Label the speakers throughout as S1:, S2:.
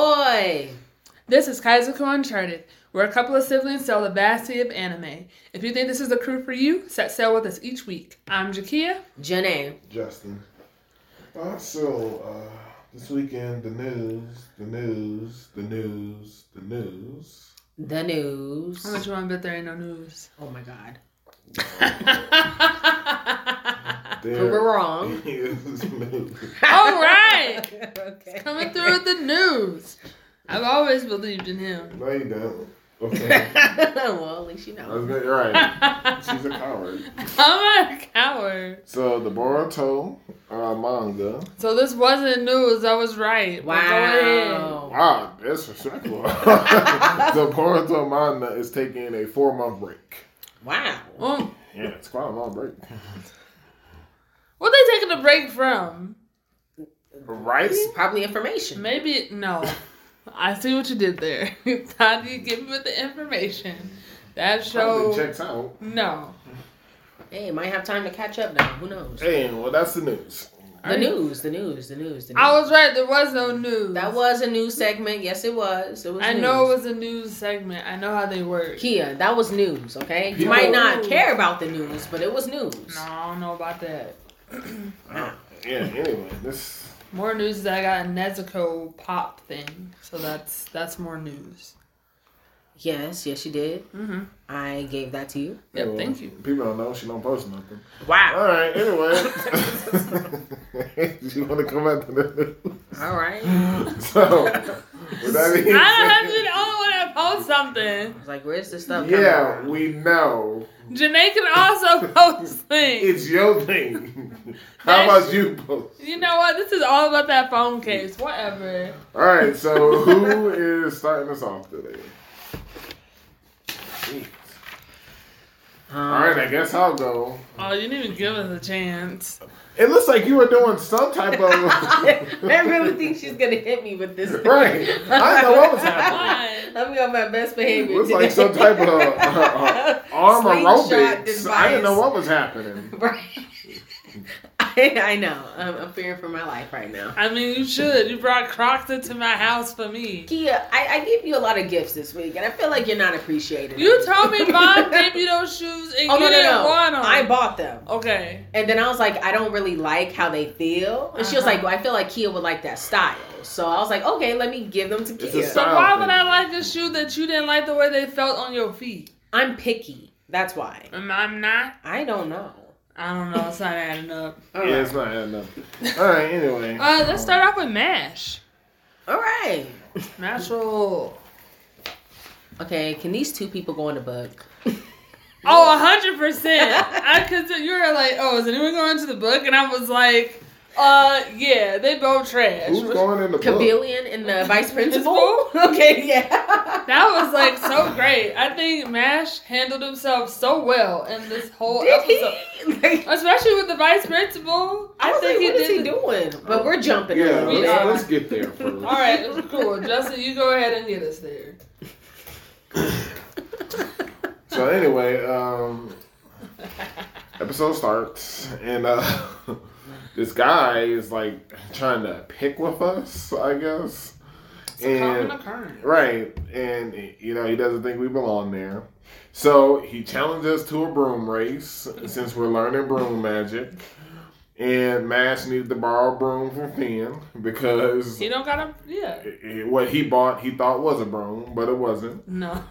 S1: Hi!
S2: This is Kaizuku Uncharted. We're a couple of siblings sail the vast sea of anime. If you think this is the crew for you, set sail with us each week. I'm Jakia.
S1: Janae.
S3: Justin. Uh, so uh, this weekend, the news, the news, the news, the news.
S1: The
S2: How much
S1: news.
S2: you want to bet there ain't no news?
S1: Oh my god.
S3: There
S1: But we're wrong.
S3: is news.
S2: All right!
S1: okay.
S2: Coming through with the news. I've always believed in him.
S3: No, you don't. Okay.
S1: well, at least you
S3: I
S1: know.
S3: was gonna, right. She's
S2: I'm
S3: a coward.
S2: a coward.
S3: So the Boruto uh, manga.
S2: So this wasn't news. I was right. But Go
S1: Wow.
S3: Wow, that's respectful. the Boruto manga is taking a four month break.
S1: Wow.
S2: ahead. Um,
S3: Yeah, it's quite a long break.
S2: what they taking a break from?
S3: Right?
S1: It's probably information.
S2: Maybe no. I see what you did there. How do you give me the information? That
S3: Probably
S2: show
S3: checks out.
S2: no.
S1: Hey, might have time to catch up now. Who knows?
S3: Hey, well that's the news.
S1: The news, the news, the news, the news.
S2: I was right. There was no news.
S1: that was a news segment. Yes, it was. It was
S2: I
S1: news.
S2: know it was a news segment. I know how they work.
S1: Kia, that was news, okay? You
S3: People-
S1: might not care about the news, but it was news.
S2: No, I don't know about that.
S3: Uh, yeah, anyway, this
S2: More news is I got a Nezuko pop thing, so that's that's more news.
S1: Yes, yes, you did.
S2: Mm-hmm.
S1: I gave that to you.
S2: Yep,
S3: Well,
S2: thank you.
S3: People don't know she don't post nothing. All
S1: Wow.
S3: right. Anyway, you want to come back to the
S1: All right.
S3: news? So, with that being
S2: I don't have to
S3: said,
S2: be the only one that posts something.
S1: I was like, where's this stuff? coming
S3: yeah,
S1: from?
S3: we know
S2: Janae can also post things.
S3: it's your thing. How about you post?
S2: You know what? This is all about that phone case. Whatever.
S3: All right. So, who is starting us off today? Jeez. All right. I guess I'll go.
S2: Oh, you didn't even give us a chance.
S3: It looks like you were doing some type
S1: I
S3: of.
S1: really think she's gonna hit me with this. thing.
S3: Right. I know what was
S2: happening.
S1: Let me on my best behavior.
S3: Looks like some type of uh, uh, arm
S1: Slingshot
S3: aerobics. I didn't know
S1: device.
S3: what was happening.
S1: Right. I, I know. I'm, I'm fearing for my life right now.
S2: I mean, you should. You brought Crocs into my house for me.
S1: Kia, I, I gave you a lot of gifts this week, and I feel like you're not appreciated.
S2: You told me mom gave you those shoes and
S1: Oh
S2: you
S1: no, no,
S2: didn't
S1: no!
S2: want them.
S1: I bought them,
S2: okay.
S1: and then I was like, I don't really like how they feel, and she was
S2: Uh-huh.
S1: like, Well, I feel like Kia would like that style, so I was like, Okay, let me give them to
S3: It's
S1: Kia.
S3: a
S2: So
S3: Style
S2: why
S3: thing.
S2: would I like a shoe that you didn't like the way they felt on your feet?
S1: I'm picky. That's why.
S2: Am I'm not.
S1: I don't know.
S2: I don't know. It's not adding up.
S1: All
S3: Yeah,
S1: right.
S3: it's not adding up. All right, anyway.
S2: Uh, let's start off with Mash.
S1: All right.
S2: Natural.
S1: Okay, can these two people go in the book?
S2: Oh, hundred percent. I cause you were like, oh, is anyone going to the book? And I was like, uh, yeah, they both trash.
S3: Who's going in the book?
S1: Chameleon and the vice principal? okay, yeah.
S2: That was like so great. I think Mash handled himself so well in this whole
S1: Did
S2: episode,
S1: he? Like,
S2: especially with the vice principal.
S1: I,
S2: I,
S1: was
S2: think
S1: like,
S2: he
S1: what is
S2: did.
S1: he doing? But we're jumping.
S3: Yeah,
S1: ahead.
S2: We
S3: let's,
S2: are.
S3: let's get there first.
S2: All right, it was cool. Justin, you go ahead and get us there.
S3: So anyway, um, episode starts and uh, this guy is like trying to pick with us, I guess.
S2: Common
S3: And
S2: occurrence.
S3: right, and you know he doesn't think we belong there. So he challenged us to a broom race since we're learning broom magic. And Mash needed to borrow a broom from Finn because
S2: He don't got a yeah.
S3: it- what he bought he thought was a broom, but it wasn't.
S2: No,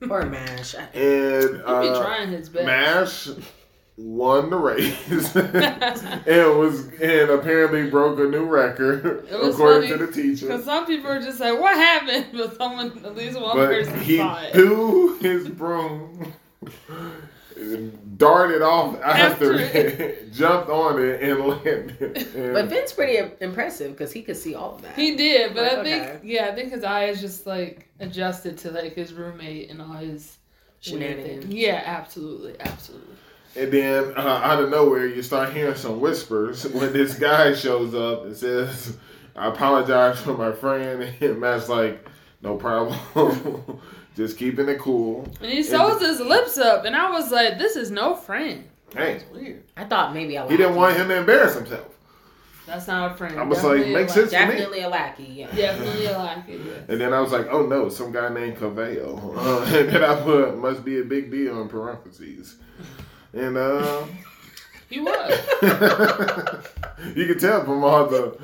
S1: Poor Mash. I-
S3: And
S2: he be
S3: uh,
S2: trying his best.
S3: Mash won the race and was and apparently broke a new record
S2: It was
S3: according
S2: funny,
S3: to the teacher.
S2: Because some people are just like, what happened? But someone, at least one
S3: But
S2: person
S3: he
S2: saw it.
S3: threw his broom, darted off after
S2: After it.
S3: it, jumped on it, and landed. And
S1: But Finn's pretty impressive because he could see all of that.
S2: He did, but I
S1: Like,
S2: think,
S1: okay.
S2: yeah, I think his eyes just like adjusted to like his roommate and all his weird
S1: Shenanigans.
S2: things. Yeah, absolutely, absolutely.
S3: And then uh, out of nowhere, you start hearing some whispers when this guy shows up and says, "I apologize for my friend." And Matt's like, "No problem, just keeping it cool."
S2: And he sews his lips up, and I was like, this is no friend.
S3: Hey,
S2: Weird.
S1: I thought maybe I
S3: he didn't want him to embarrass himself.
S2: That's not a friend.
S3: I was like,
S2: Definitely a
S3: makes
S2: lack-
S3: sense to me.
S1: Definitely a lackey. Yeah.
S2: Definitely a lack of it.
S3: And then I was like, oh no, some guy named Caveo. Uh, and then I put must be a big deal in parentheses. And uh,
S2: He was.
S3: you can tell from all the.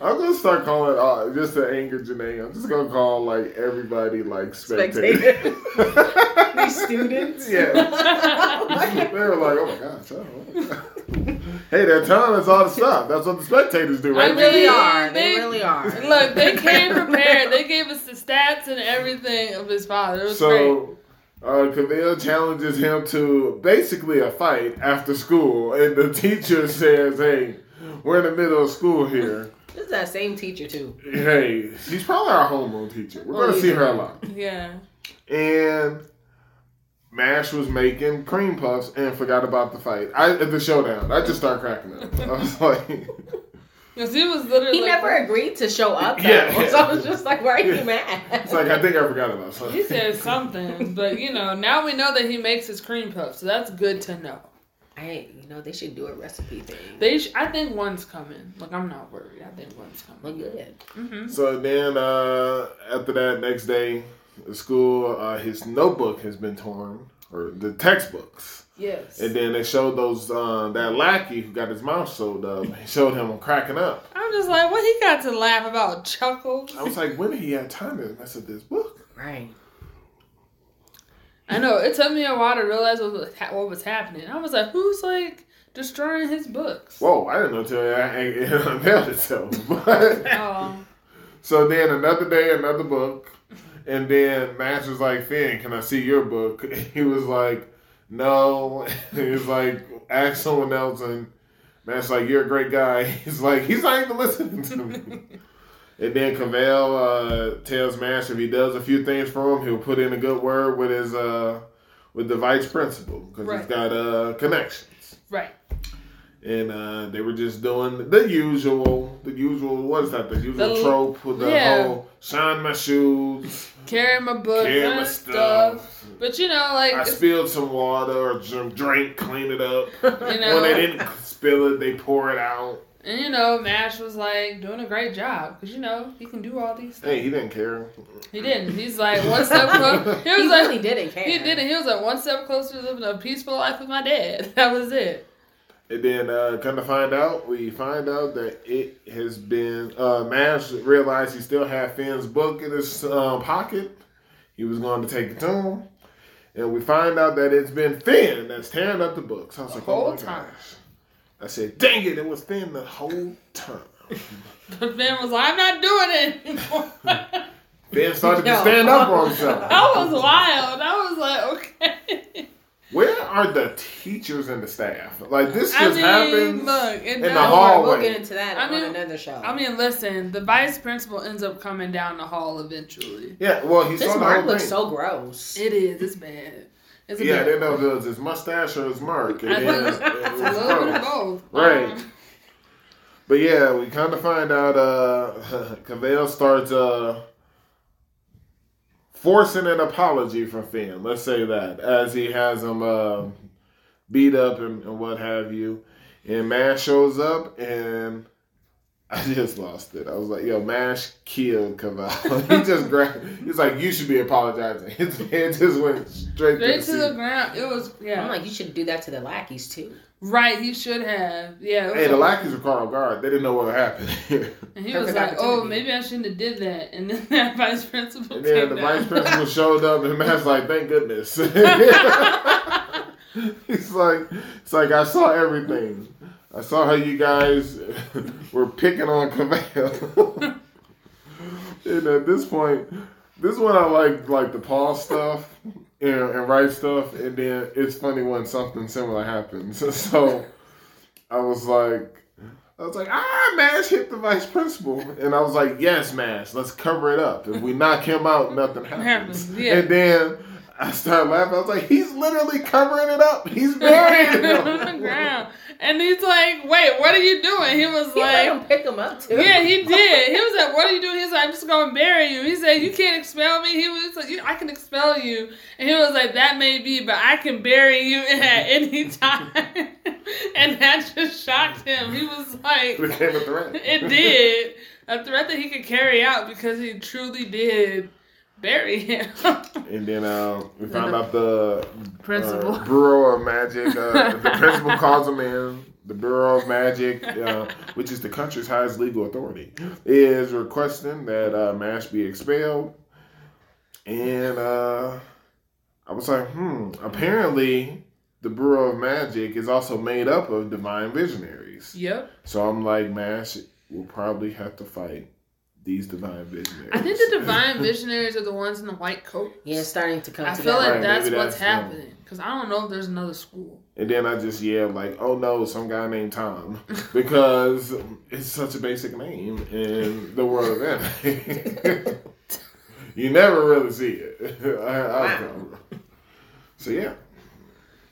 S3: I'm gonna start calling all just to anger Janae. I'm just gonna call like everybody like spectators.
S1: Spectator. These students.
S3: yeah.
S1: Yeah.
S3: They were like, oh my gosh. Oh, my gosh. hey, they're telling us all the stuff. That's what the spectators do,
S1: They
S3: right?
S2: I mean-
S1: really are. They
S2: They-
S1: really are.
S2: Look, they came prepared. They gave us the stats and everything of his father. It was great.
S3: So, uh, Camille challenges him to basically a fight after school, and the teacher says, "Hey, we're in the middle of school here.
S1: This is that same teacher too.
S3: Hey, she's probably our homeroom teacher. We're gonna see her a lot."
S2: Oh, Yeah.
S3: And Mash was making cream puffs and forgot about the fight. I at the showdown, I just started cracking up. I was like,
S2: Because he was literally.
S1: He never agreed to show up. Though.
S3: Yeah.
S1: So I was just like, why are you
S3: Yeah.
S1: mad?
S3: "It's like I think I forgot about something."
S2: He said something, but you know, now we know that he makes his cream puffs, so that's good to know.
S1: Hey, you know they should do a recipe thing.
S2: They, sh- I think one's coming. Like I'm not worried. I think one's
S1: Well,
S2: coming.
S1: good.
S2: hmm
S3: So then, uh, after that, next day, at school, uh, his notebook has been torn, or the textbooks.
S2: Yes.
S3: And then they showed those uh, that lackey who got his mouth sewed up. They showed him cracking up.
S2: I'm just like, what he got to laugh about? Chuckles.
S3: I was like, when did he have time to mess up this book?
S1: Right.
S2: I know it took me a while to realize what was, ha- what was happening. I was like, who's like destroying his books?
S3: Whoa, I didn't know until it it unveiled itself. But,
S2: Um,
S3: so then another day, another book, and then Max was like, Finn, can I see your book? he was like, No. he was like, ask someone else, and Max like, you're a great guy. He's like, he's not even listening to me. And then Cavell uh, tells Mash if he does a few things for him, he'll put in a good word with his uh, with the vice principal because he's
S2: Right.
S3: got uh, connections.
S2: right.
S3: And uh, they were just doing the usual, the usual. What is that? The usual
S2: The-
S3: trope with the
S2: yeah.
S3: whole shine my shoes,
S2: Carrying my book,
S3: carry my
S2: running
S3: stuff.
S2: But you know, like
S3: I
S2: it's-
S3: spilled some water or some drink, clean it up.
S2: you
S3: When they
S2: know,
S3: didn't spill it, they pour it out.
S2: and you know, Mash was like doing a great job because you know he can do all these. things.
S3: Hey, he didn't care.
S2: He didn't. He's like one step closer. He
S1: He,
S2: was like
S1: really didn't care.
S2: he didn't. He was like one step closer to living a peaceful life with my dad. That was it.
S3: And then uh, come to find out, we find out that it has been uh, Mash realized he still had Finn's book in his um, pocket. He was going to take it to him, and we find out that it's been Finn that's tearing up the books. I was like,
S2: whole
S3: oh my
S2: time.
S3: gosh. I said, dang it, it was Finn the whole time.
S2: But Ben was like, I'm not doing it anymore. that
S3: Finn started to
S1: Yo.
S3: stand up for himself.
S2: was wild. I was like, okay.
S3: Where are the teachers and the staff? Like this
S2: I
S3: just
S2: mean,
S3: happens.
S2: look, it
S3: in the
S2: does.
S1: Don't worry,
S3: hall.
S1: we'll
S3: hallway.
S1: get into that
S2: I mean-
S1: on another show.
S2: I mean, listen, the vice principal ends up coming down the hall eventually.
S3: Yeah, well, he
S1: this
S3: saw the whole
S1: mark
S3: thing.
S1: looks so gross.
S2: It is. It's bad. It's a
S3: yeah, they
S2: bad.
S3: know if it was his mustache or his mark. And
S2: I
S3: then
S2: think
S3: it
S2: it's
S3: was
S2: a little bit of both.
S3: gross. Right.
S2: Um,
S3: But yeah, we kind of find out uh Cavell starts uh forcing an apology from Finn. Let's say that as he has him uh, beat up and, and what have you. And Mash shows up and I just lost it. I was like, "Yo, Mash killed Cavell. he just grabbed. He's like, you should be apologizing. His head just went straight,
S2: straight
S3: to
S2: to the ground. It was, yeah.
S1: I'm like, you should do that to the lackeys too.
S2: right, he should have. Yeah. it was
S3: Hey,
S2: a-
S3: the lackeys were caught off guard. They didn't know what happened. and
S2: And he
S1: Perfect
S2: was like, "Oh,
S1: opportunity.
S2: maybe I shouldn't have did that." And then that vice principal came
S3: then the
S2: down.
S3: vice principal showed up, and Matt's like, "Thank goodness." it's like, it's like I saw everything. I saw how you guys were picking on Cavell. and at this point, this is when I like like the Paul stuff and, and write stuff, and then it's funny when something similar happens. So I was like. I was like, ah, Mash hit the vice principal. And I was like, yes, Mash, let's cover it up. If we knock him out, nothing happens.
S2: Happens, yeah.
S3: And then I started laughing. I was like, he's literally covering it up. He's burying
S2: on the
S3: it.
S2: ground. And he's like, wait, what are you doing? He was
S1: He let him
S2: like,
S1: pick him up too.
S2: yeah, he did. He was like, what are you doing? He's like, I'm just going to bury you. He said, you can't expel me. He was like, you, I can expel you. And he was like, that may be, but I can bury you at any time. and that just shocked him. He was like,
S3: It became a threat.
S2: it did. A threat that he could carry out because he truly did bury him.
S3: And then uh, we found out the
S2: Principal.
S3: uh, Bureau of Magic, uh, the principal calls him in. The Bureau of Magic, uh, which is the country's highest legal authority, is requesting that uh, Mash be expelled. And uh, I was like, hmm, apparently the Bureau of Magic is also made up of divine visionaries.
S2: yep.
S3: So I'm like, Mash will probably have to fight these divine visionaries.
S2: I think the divine visionaries are the ones in the white coat.
S1: Yeah, it's starting to come
S2: I feel
S1: together.
S2: like
S3: Right,
S2: that's
S3: maybe
S2: what's
S3: that's them.
S2: happening. Because I don't know if there's another school.
S3: And then I just yelled like, "Oh no, some guy named Tom," because it's such a basic name in the world of anime. you never really see it. I, I
S1: Wow.
S3: don't. So yeah,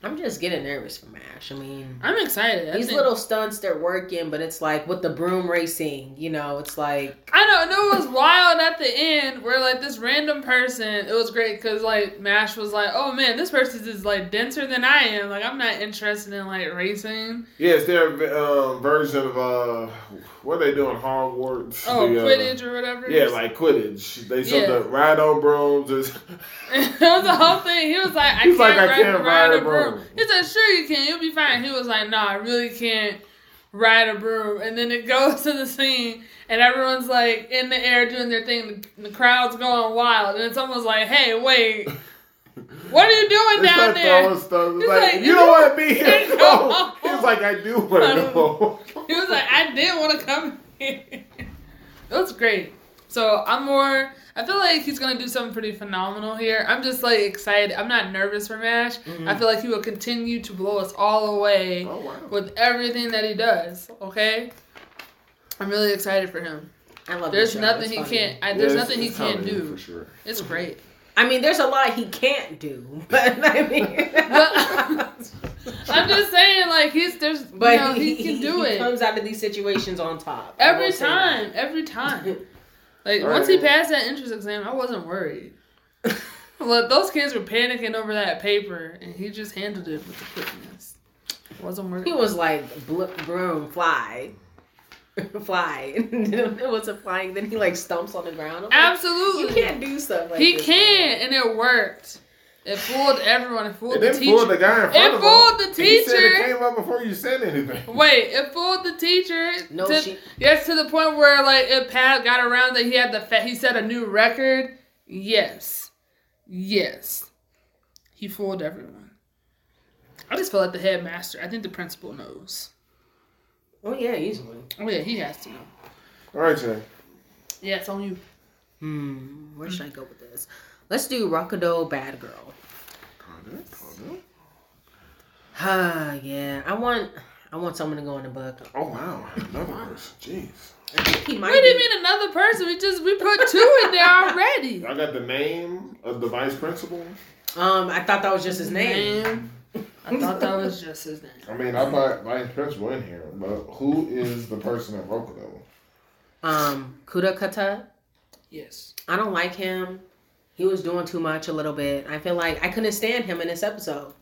S1: I'm just getting nervous for Mash. I mean,
S2: I'm excited. I,
S1: these
S2: think-
S1: little stunts they're working, but it's like with the broom racing, you know, it's like
S2: I don't know. It was wild at the end where, like, this random person, it was great because, like, MASH was like, oh man, this person is, like, denser than I am. Like, I'm not interested in, like, racing.
S3: yeah, it's their um, version of uh, what are they doing? Hogwarts?
S2: Oh,
S3: The, uh,
S2: Quidditch or whatever.
S3: Yeah, like Quidditch. They said
S2: Yeah.
S3: the ride on brooms. Is,
S2: that was the whole thing. He was like, I
S3: He's
S2: can't
S3: like, "I
S2: ride,
S3: can't
S2: ride
S3: ride
S2: a
S3: a
S2: broom.
S3: broom.
S2: He said, sure you can. You'll be fine. He was like, no, I really can't ride a broom. And then it goes to the scene, and everyone's like in the air doing their thing. and The crowd's going wild, and it's almost like, hey, wait, what are you doing
S3: it's
S2: down
S3: like
S2: there?
S3: throwing stuff. It's
S2: He's
S3: like,
S2: like,
S3: you don't want to be here.
S2: No.
S3: No. It's like I do want to know. Oh,
S2: He was like, I didn't want to come here. it was great. So I'm more. I feel like he's gonna do something pretty phenomenal here. I'm just like excited. I'm not nervous for Mash.
S1: Mm-hmm.
S2: I feel like he will continue to blow us all away
S3: Oh wow.
S2: with everything that he does. Okay, I'm really excited for him.
S1: I love.
S2: There's
S1: the show.
S2: nothing
S1: It's
S2: he
S1: funny.
S2: can't. I, there's
S3: Yeah, it's-
S2: nothing he
S3: it's
S2: can't
S3: comedy,
S2: do.
S3: for sure.
S2: It's great.
S1: I mean, there's a lot he can't do, but I mean,
S2: I'm just saying, like he's there's.
S1: but
S2: you know, he, can do
S1: he
S2: it
S1: comes out of these situations on top I
S2: every
S1: will say
S2: time. Every time. Like
S3: All
S2: once
S3: right.
S2: he passed that entrance exam, I wasn't worried.
S1: that.
S2: Look, those kids were panicking over that paper, and he just handled it with the quickness. Wasn't
S1: He
S2: working.
S1: was like bl- broom fly, fly. it was a flying. Then he like stumps on the ground. I'm like, you
S2: Absolutely,
S1: can't do stuff like
S2: he
S1: this.
S2: can, and it worked. It fooled everyone. It fooled
S3: It
S2: the
S3: didn't fool the
S2: teacher.
S3: guy in front
S2: It
S3: of
S2: fooled
S3: him.
S2: the
S3: He said
S2: teacher.
S3: it came up before you said anything.
S2: Wait, it fooled the teacher.
S1: No,
S2: to,
S1: she-
S2: yes, to the point where like it Pat got around that he had the fa- he set a new record. Yes, yes, he fooled everyone. I just feel like the headmaster. I think the principal knows.
S1: Oh yeah, usually.
S2: Oh yeah, he has to know.
S3: All right, Jay.
S2: Yeah, it's on you.
S1: Hmm. Where should I go with this? Let's do Rockado Bad Girl. Ah, yeah. I want. I want someone to go in the book.
S3: Oh wow, another person. Jeez.
S1: I think he might.
S2: We didn't
S1: be-
S2: mean another person. We just we put two in there already.
S3: I got the name of the vice principal.
S1: um, I thought that was just his name.
S2: Man, I thought that was just his name.
S3: I mean, I put vice principal in here, but who is the person at Rokudo?
S1: Um, Kudakata.
S2: Yes.
S1: I don't like him. He was doing too much a little bit. I feel like I couldn't stand him in this episode,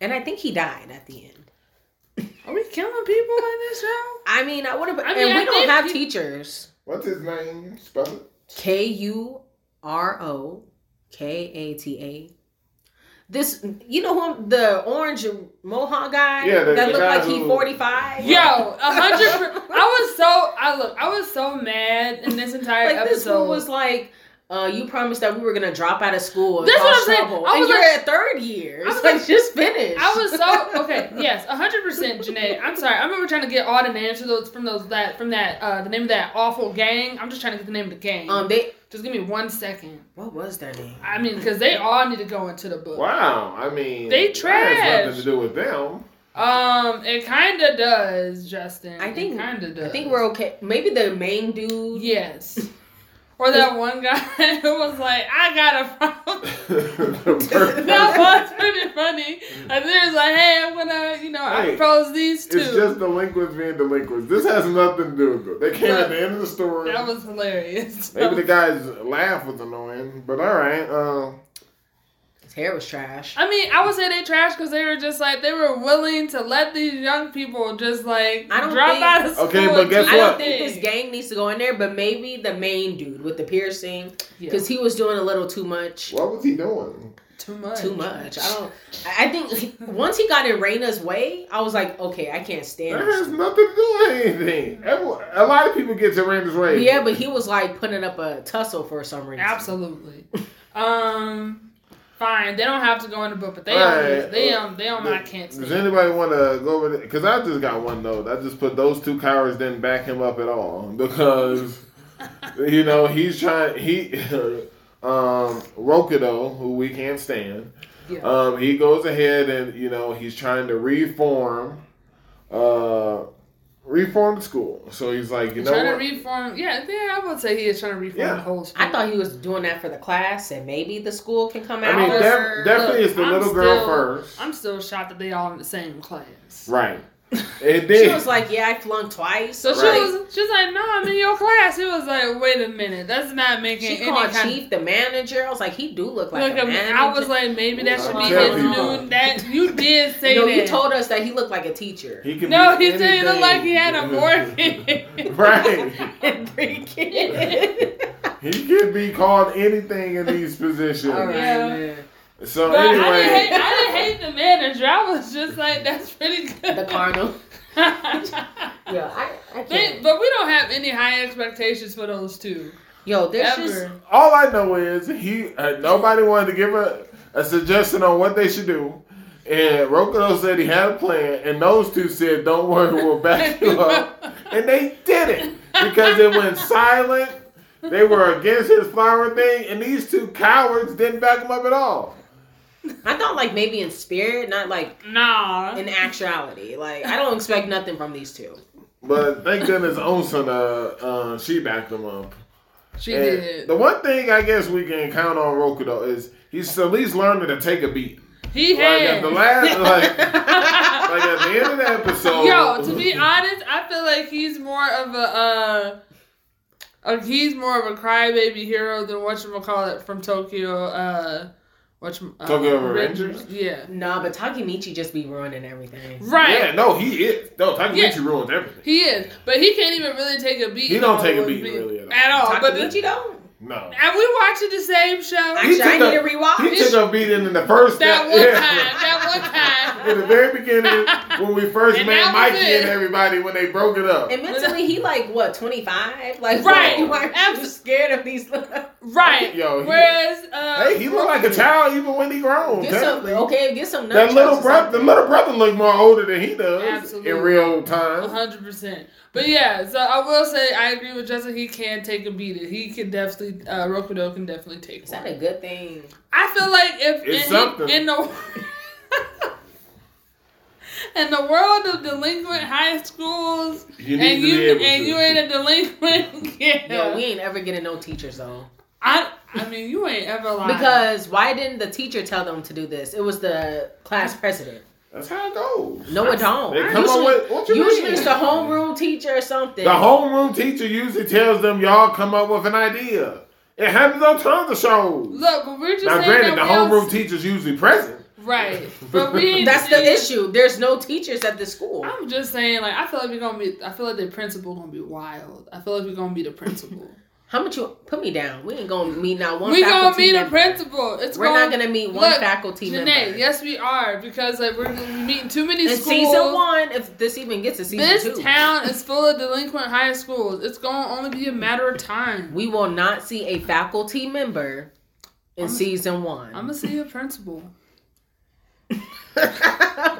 S1: and I think he died at the end.
S2: Are we killing people in this show?
S1: I mean, I would have.
S2: I mean,
S1: and we
S2: I
S1: don't
S2: think
S1: have
S2: he-
S1: teachers.
S3: What's his name? Spell it.
S1: K U R O K A T A. This, you know who the orange mohawk guy
S3: Yeah, the-
S1: that
S3: the
S1: looked
S3: guy
S1: like he
S3: who-
S1: forty five.
S2: Yo, a hundred. per- I was so. I look. I was so mad in this entire
S1: like this
S2: episode.
S1: fool was like, uh, you promised that we were gonna drop out of school. And
S2: That's what
S1: cause
S2: I'm saying.
S1: trouble.
S2: I was
S1: and you're
S2: like-
S1: at third year.
S2: I was
S1: It's like,
S2: like-
S1: just finish.
S2: I was so okay. Yes, a hundred percent, Janae. I'm sorry. I remember trying to get all the names of those from those that from that uh the name of that awful gang. I'm just trying to get the name of the gang.
S1: um, they
S2: just give me one second.
S1: what was their name?
S2: I mean, because they all need to go into the book.
S3: Wow. I mean,
S2: They
S3: that has
S2: trash.
S3: nothing to do with them.
S2: Um, it kind of does, Justin.
S1: I think-
S2: kind of does.
S1: I think we're okay. Maybe the main dude.
S2: Yes. Or that one guy who was like, I got a problem.
S3: The bird-
S2: that was pretty funny. And then was like, hey, I'm gonna, you know, I
S3: Hey,
S2: propose these two.
S3: It's just delinquents being delinquents. This has nothing to do with it. They came at the end of the story.
S2: that was hilarious.
S3: Maybe the guy's laugh was annoying, but all right. Uh,
S1: His hair was trash.
S2: I mean, I would say they trash because they were just like they were willing to let these young people just like
S1: I don't
S2: drop
S1: think-
S2: out of school.
S3: Okay,
S2: and
S3: but
S2: do
S3: guess
S1: I
S3: what?
S1: don't
S2: their
S1: think this
S2: thing.
S1: gang needs to go in there, but maybe the main dude with the piercing
S2: Yeah.
S1: because he was doing a little too much.
S3: what was he doing?
S2: too much.
S1: Too much. I don't. I I think he- once he got in Raina's way, I was like, okay, I can't stand
S3: That
S1: this.
S3: has nothing to do with anything. Everyone, a lot of people get to Randy's way.
S1: Yeah, but he was like putting up a tussle for some reason.
S2: Absolutely. um, fine. They don't have to go in the book, but they
S3: All
S2: on
S3: right.
S2: they um they on my
S3: uh, Look,
S2: can't
S3: Does
S2: stand.
S3: anybody want to go over there? Because I just got one note. I just put those two cowards didn't back him up at all because you know he's trying. He um Rokido, who we can't stand,
S2: Yeah.
S3: um, he goes ahead and you know he's trying to reform, uh, reform the school. So he's like, you know,
S2: trying
S3: what?
S2: to reform. Yeah, yeah. I would say he is trying to reform
S3: Yeah.
S2: the whole school.
S1: I thought he was doing that for the class, and maybe the school can come
S3: I
S1: out.
S3: mean,
S1: with
S3: def-
S1: her.
S3: definitely
S2: Look,
S3: it's the
S2: I'm
S3: little girl
S2: still-
S3: first,
S2: I'm still shocked that they all in the same class.
S3: right? It
S1: she
S3: did.
S1: was like, "Yeah, I flunked twice."
S2: So she
S3: Right.
S2: was, she was like, "No, I'm in your class." He was like, "Wait a minute, that's not making
S1: She
S2: any
S1: called
S2: kind of
S1: Chief the manager. I was like, he do look like
S2: Look,
S1: a
S2: I mean,
S1: manager.
S2: I was like, maybe that should be his
S3: Tell
S2: new. That you did say
S1: no,
S2: that.
S1: you told us that he looked like a teacher.
S3: He could
S2: No,
S3: be
S2: he said he looked
S3: anything.
S2: like he had a morphine.
S3: right.
S1: And three kids.
S3: He could be called anything in these positions.
S1: All right,
S2: Yeah.
S1: man.
S3: So
S2: but I, didn't hate,
S3: anyway,
S2: I didn't hate the manager. I was just like, that's pretty good.
S1: The carnal. Yeah, I, I
S2: They-
S1: can't.
S2: but we don't have any high expectations for those two.
S1: Yo, there's
S2: Ever.
S1: just
S3: all I know is he uh, nobody wanted to give a, a suggestion on what they should do. And Rokudo said he had a plan, and those two said, "Don't worry, we'll back you up." And they did it because it went silent. They were against his flower thing, and these two cowards didn't back him up at all.
S1: I thought like maybe in spirit, not like
S2: Nah.
S1: in actuality. Like I don't expect nothing from these two.
S3: But thank goodness, Onsen, uh, uh, she backed him up.
S2: she
S3: And
S2: did.
S3: The one thing I guess we can count on Roku though is he's at least learning to take a beat.
S2: he
S3: Like at
S2: had.
S3: the last, like, like at the end of the episode.
S2: Yo, to be honest, I feel like he's more of a uh, uh he's more of a crybaby hero than whatchamacallit from Tokyo uh whatcham uh,
S3: Tokyo Revengers?
S2: Yeah.
S1: Nah, but Takemichi just be ruining everything.
S2: Right.
S3: yeah, no, he is. No, Takamichi
S2: Yeah.
S3: ruins everything.
S2: He is. But he can't even really take a beat.
S3: He don't
S2: no
S3: take a
S2: one
S3: beat really at all.
S2: At
S1: Oh,
S2: all. But the-
S1: Takemichi though,
S3: No,
S2: are we watching the same show?
S3: He
S1: actually I
S3: took
S1: need
S3: a-
S1: to rewatch.
S3: he took a beating in the first
S2: that
S3: step-
S2: one
S3: yeah.
S2: time. That one time.
S3: In the very beginning, when we first
S2: And that
S3: met
S2: was
S3: Mikey
S2: it.
S3: and everybody, when they broke it up,
S1: and mentally, he like what twenty five? Like
S2: Right.
S1: Why, why are you
S2: Abs-
S1: scared of these? little-
S2: Right.
S3: Yo, he-
S2: Whereas uh
S3: hey, he looked like a child even when he grown.
S1: Get
S3: That,
S1: some, okay, get some.
S3: Oh, that
S1: nunchucks
S3: little
S1: or
S3: brother, the
S1: something.
S3: little brother, looked more older than he does
S2: Absolutely. Uh-huh.
S3: in real time.
S2: hundred percent. But yeah, so I will say I agree with Justin. He can take a beat. He can definitely uh, Rokudo can definitely take
S1: Is
S2: one.
S1: that a good thing?
S2: I feel like if
S3: It's
S2: in,
S3: something.
S2: in the in the world of delinquent high schools,
S3: You need
S2: and
S3: to be
S2: you
S3: able
S2: and
S3: to.
S2: you ain't a
S1: Yo,
S2: delinquent,
S1: we
S2: yeah.
S1: ain't ever getting no teachers though.
S2: I I mean you ain't ever lied.
S1: Because why didn't the teacher tell them to do this? It was the class president.
S3: That's how it goes.
S1: No, it don't.
S3: They come
S1: usually,
S3: up with what you
S1: usually
S3: mean?
S1: it's the homeroom teacher or something.
S3: The homeroom teacher usually tells them y'all come up with an idea. It happens on tons of shows.
S2: look, but we're just
S3: Now,
S2: saying
S3: granted, the
S2: that we
S3: homeroom
S2: all-
S3: teacher's usually present.
S2: right, but we ain't-
S1: That's the issue. There's no teachers at the school.
S2: I'm just saying, like I feel like we're gonna be. I feel like the principal gonna be wild. I feel like we're gonna be the principal.
S1: How much you put me down? We ain't gonna meet not one.
S2: we gonna
S1: faculty
S2: meet a
S1: member.
S2: principal. It's
S1: We're not
S2: gonna
S1: gonna meet one
S2: Look,
S1: faculty
S2: Janae,
S1: member.
S2: yes, we are because like we're gonna be meeting too many
S1: In
S2: schools.
S1: season one, if this even gets to season
S2: This
S1: two,
S2: town is full of delinquent high schools. It's going to only be a matter of time.
S1: we will not see a faculty member in
S2: I'm-
S1: season one.
S2: I'm going to see a principal.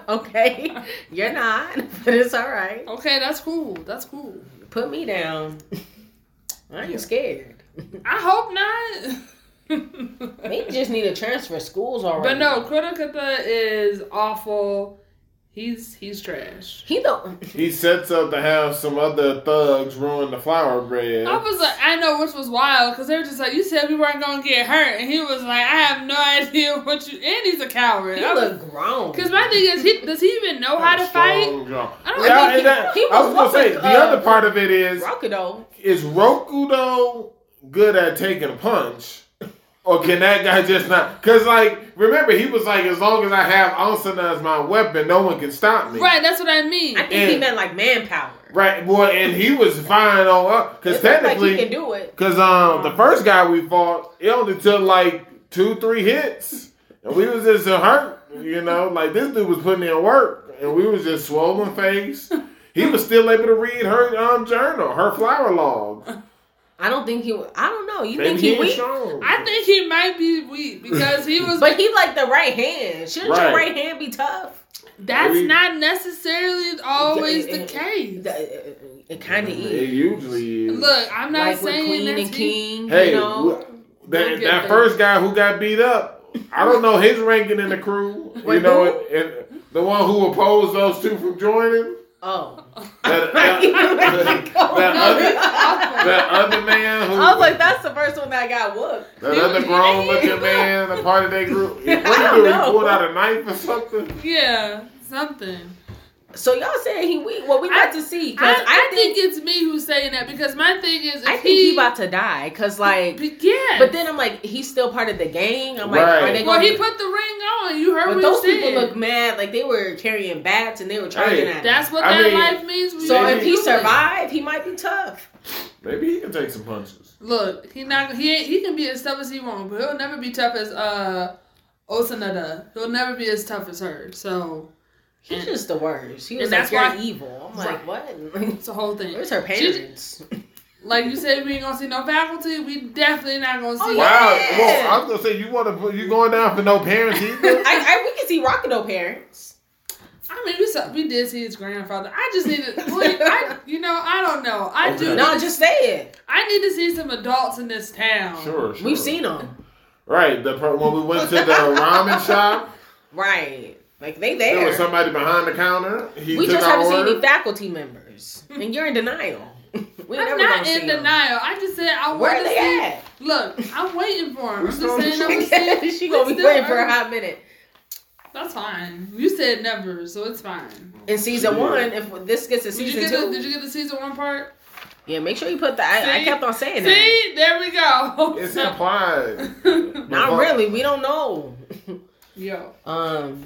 S1: okay, you're not, but it's all right.
S2: Okay, that's cool. That's cool.
S1: Put me down. I ain't scared.
S2: I hope not.
S1: They just need to transfer schools already.
S2: but no, Critica is awful. He's he's trash.
S1: He don't.
S3: He sets up to have some other thugs ruin the flower bread.
S2: I was like, I know which was wild because they were just like, you said we weren't gonna get hurt, and he was like, I have no idea what you. And he's a coward.
S1: He
S2: I was-
S1: look grown.
S2: Cause my thing is, he, does he even know how to fight?
S3: Strong jaw.
S2: I don't
S3: Yeah,
S2: think
S3: and that-
S1: he
S3: I was gonna
S1: was
S3: say
S1: fucking,
S3: the
S1: uh,
S3: other part of it is
S1: Rockido.
S3: is Rokudo good at taking a punch? Or can that guy just not? Because, like, remember, he was like, as long as I have Asuna as my weapon, no one can stop me.
S2: Right, that's what I mean.
S1: I think he
S3: And-
S1: meant like manpower.
S3: Right, boy, and he was fine on up. Because
S1: It looked
S3: technically,
S1: like he can do it.
S3: Cause um the first guy we fought, it only took like two, three hits. And we was just hurt, you know, like this dude was putting in work and we was just swollen face. He was still able to read her um journal, her flower log.
S1: I don't think he. I don't know. You
S3: Maybe
S1: think
S3: he
S1: he
S3: was
S1: weak?
S3: strong.
S2: I think he might be weak because he was.
S1: But he like the right hand. Shouldn't
S3: Right.
S1: your right hand be tough?
S2: that's
S3: we-
S2: not necessarily always the
S1: It-
S2: case.
S1: It, kind of
S3: It
S1: is.
S3: usually is.
S2: Look, I'm not
S1: Like with
S2: saying
S1: Queen
S2: that's
S1: and King,
S3: hey,
S1: you know.
S3: wh-
S2: We'll
S3: that
S2: get
S3: that
S2: there.
S3: first guy who got beat up, I don't know his ranking in the crew. you
S1: Wait,
S3: know,
S1: who?
S3: and, and the one who opposed those two from joining.
S1: Oh.
S3: That,
S1: Like,
S3: that,
S1: oh,
S3: that other,
S1: no.
S3: that other man who
S1: I was like, that's the first one that got whooped.
S3: That other grown looking man, a part of that group. What do you do? He
S1: know.
S3: pulled out a knife or something?
S2: Yeah, something.
S1: So y'all saying he weak? Well, we about
S2: I-
S1: to see because
S2: I,
S1: I,
S2: I
S1: think,
S2: think, it's me who's saying that because my thing is, if
S1: I think he about to die because like,
S2: But yeah,
S1: but then I'm like, he's still part of the gang. I'm like,
S3: Right.
S1: are they
S2: well,
S1: going?
S2: he
S1: to
S2: put the ring on. You heard
S1: But
S2: what
S1: those
S2: he
S1: people
S2: said.
S1: look mad. Like they were carrying bats and they were charging
S3: Hey,
S1: at him.
S2: That's what that
S3: I mean,
S2: life means. when
S1: So
S2: you
S1: if he
S2: do it.
S1: survived, he might be tough.
S3: Maybe he can take some punches.
S2: look, he not he ain't, he can be as tough as he wants, but he'll never be tough as uh Osanada. He'll never be as tough as her. So
S1: He's just the worst. He was
S2: And
S1: like,
S2: that's
S1: "You're
S2: why-
S1: evil." I'm like,
S2: Right.
S1: what?
S2: it's a whole thing.
S1: Where's her
S2: She-
S1: parents?
S2: like you said, we ain't gonna see no faculty. We definitely not gonna see.
S1: Oh,
S2: her.
S3: Wow.
S1: Yeah.
S3: Well, I was gonna say you want to put you going down for no parents either.
S1: I, I we can see Rockido parents.
S2: I mean, we saw, we did see his grandfather. I just needed, I, you know, I don't know. I do.
S3: Okay.
S1: No, just say it.
S2: I need to see some adults in this town.
S3: Sure, sure.
S1: We've seen them,
S3: Right. The per- when we went to the ramen shop,
S1: right? Like they
S3: there
S1: there.
S3: was somebody behind the counter. He
S1: we
S3: took
S1: just
S3: our
S1: haven't seen
S3: order.
S1: any faculty members, and you're in denial. we
S2: I'm
S1: never gonna
S2: not
S1: see
S2: in
S1: 'em.
S2: denial. I just said I
S1: Where
S2: want
S1: are
S2: to
S1: they
S2: see.
S1: at?
S2: Look, I'm waiting for him.
S3: We
S2: I'm just
S3: still-
S2: saying I'm still,
S1: she gonna
S2: we
S1: be
S2: still
S1: waiting for a
S2: early.
S1: hot minute.
S2: That's fine. You said never, so it's fine.
S1: In season
S3: Yeah.
S1: one, if this gets to
S2: Did you
S1: season
S2: get the,
S1: two,
S2: Did you get the season one part?
S1: yeah, make sure you put the. I,
S2: See?
S1: I kept on saying that.
S2: See, there we go.
S3: It's implied.
S1: Not really. We don't know.
S2: Yo,
S1: Um,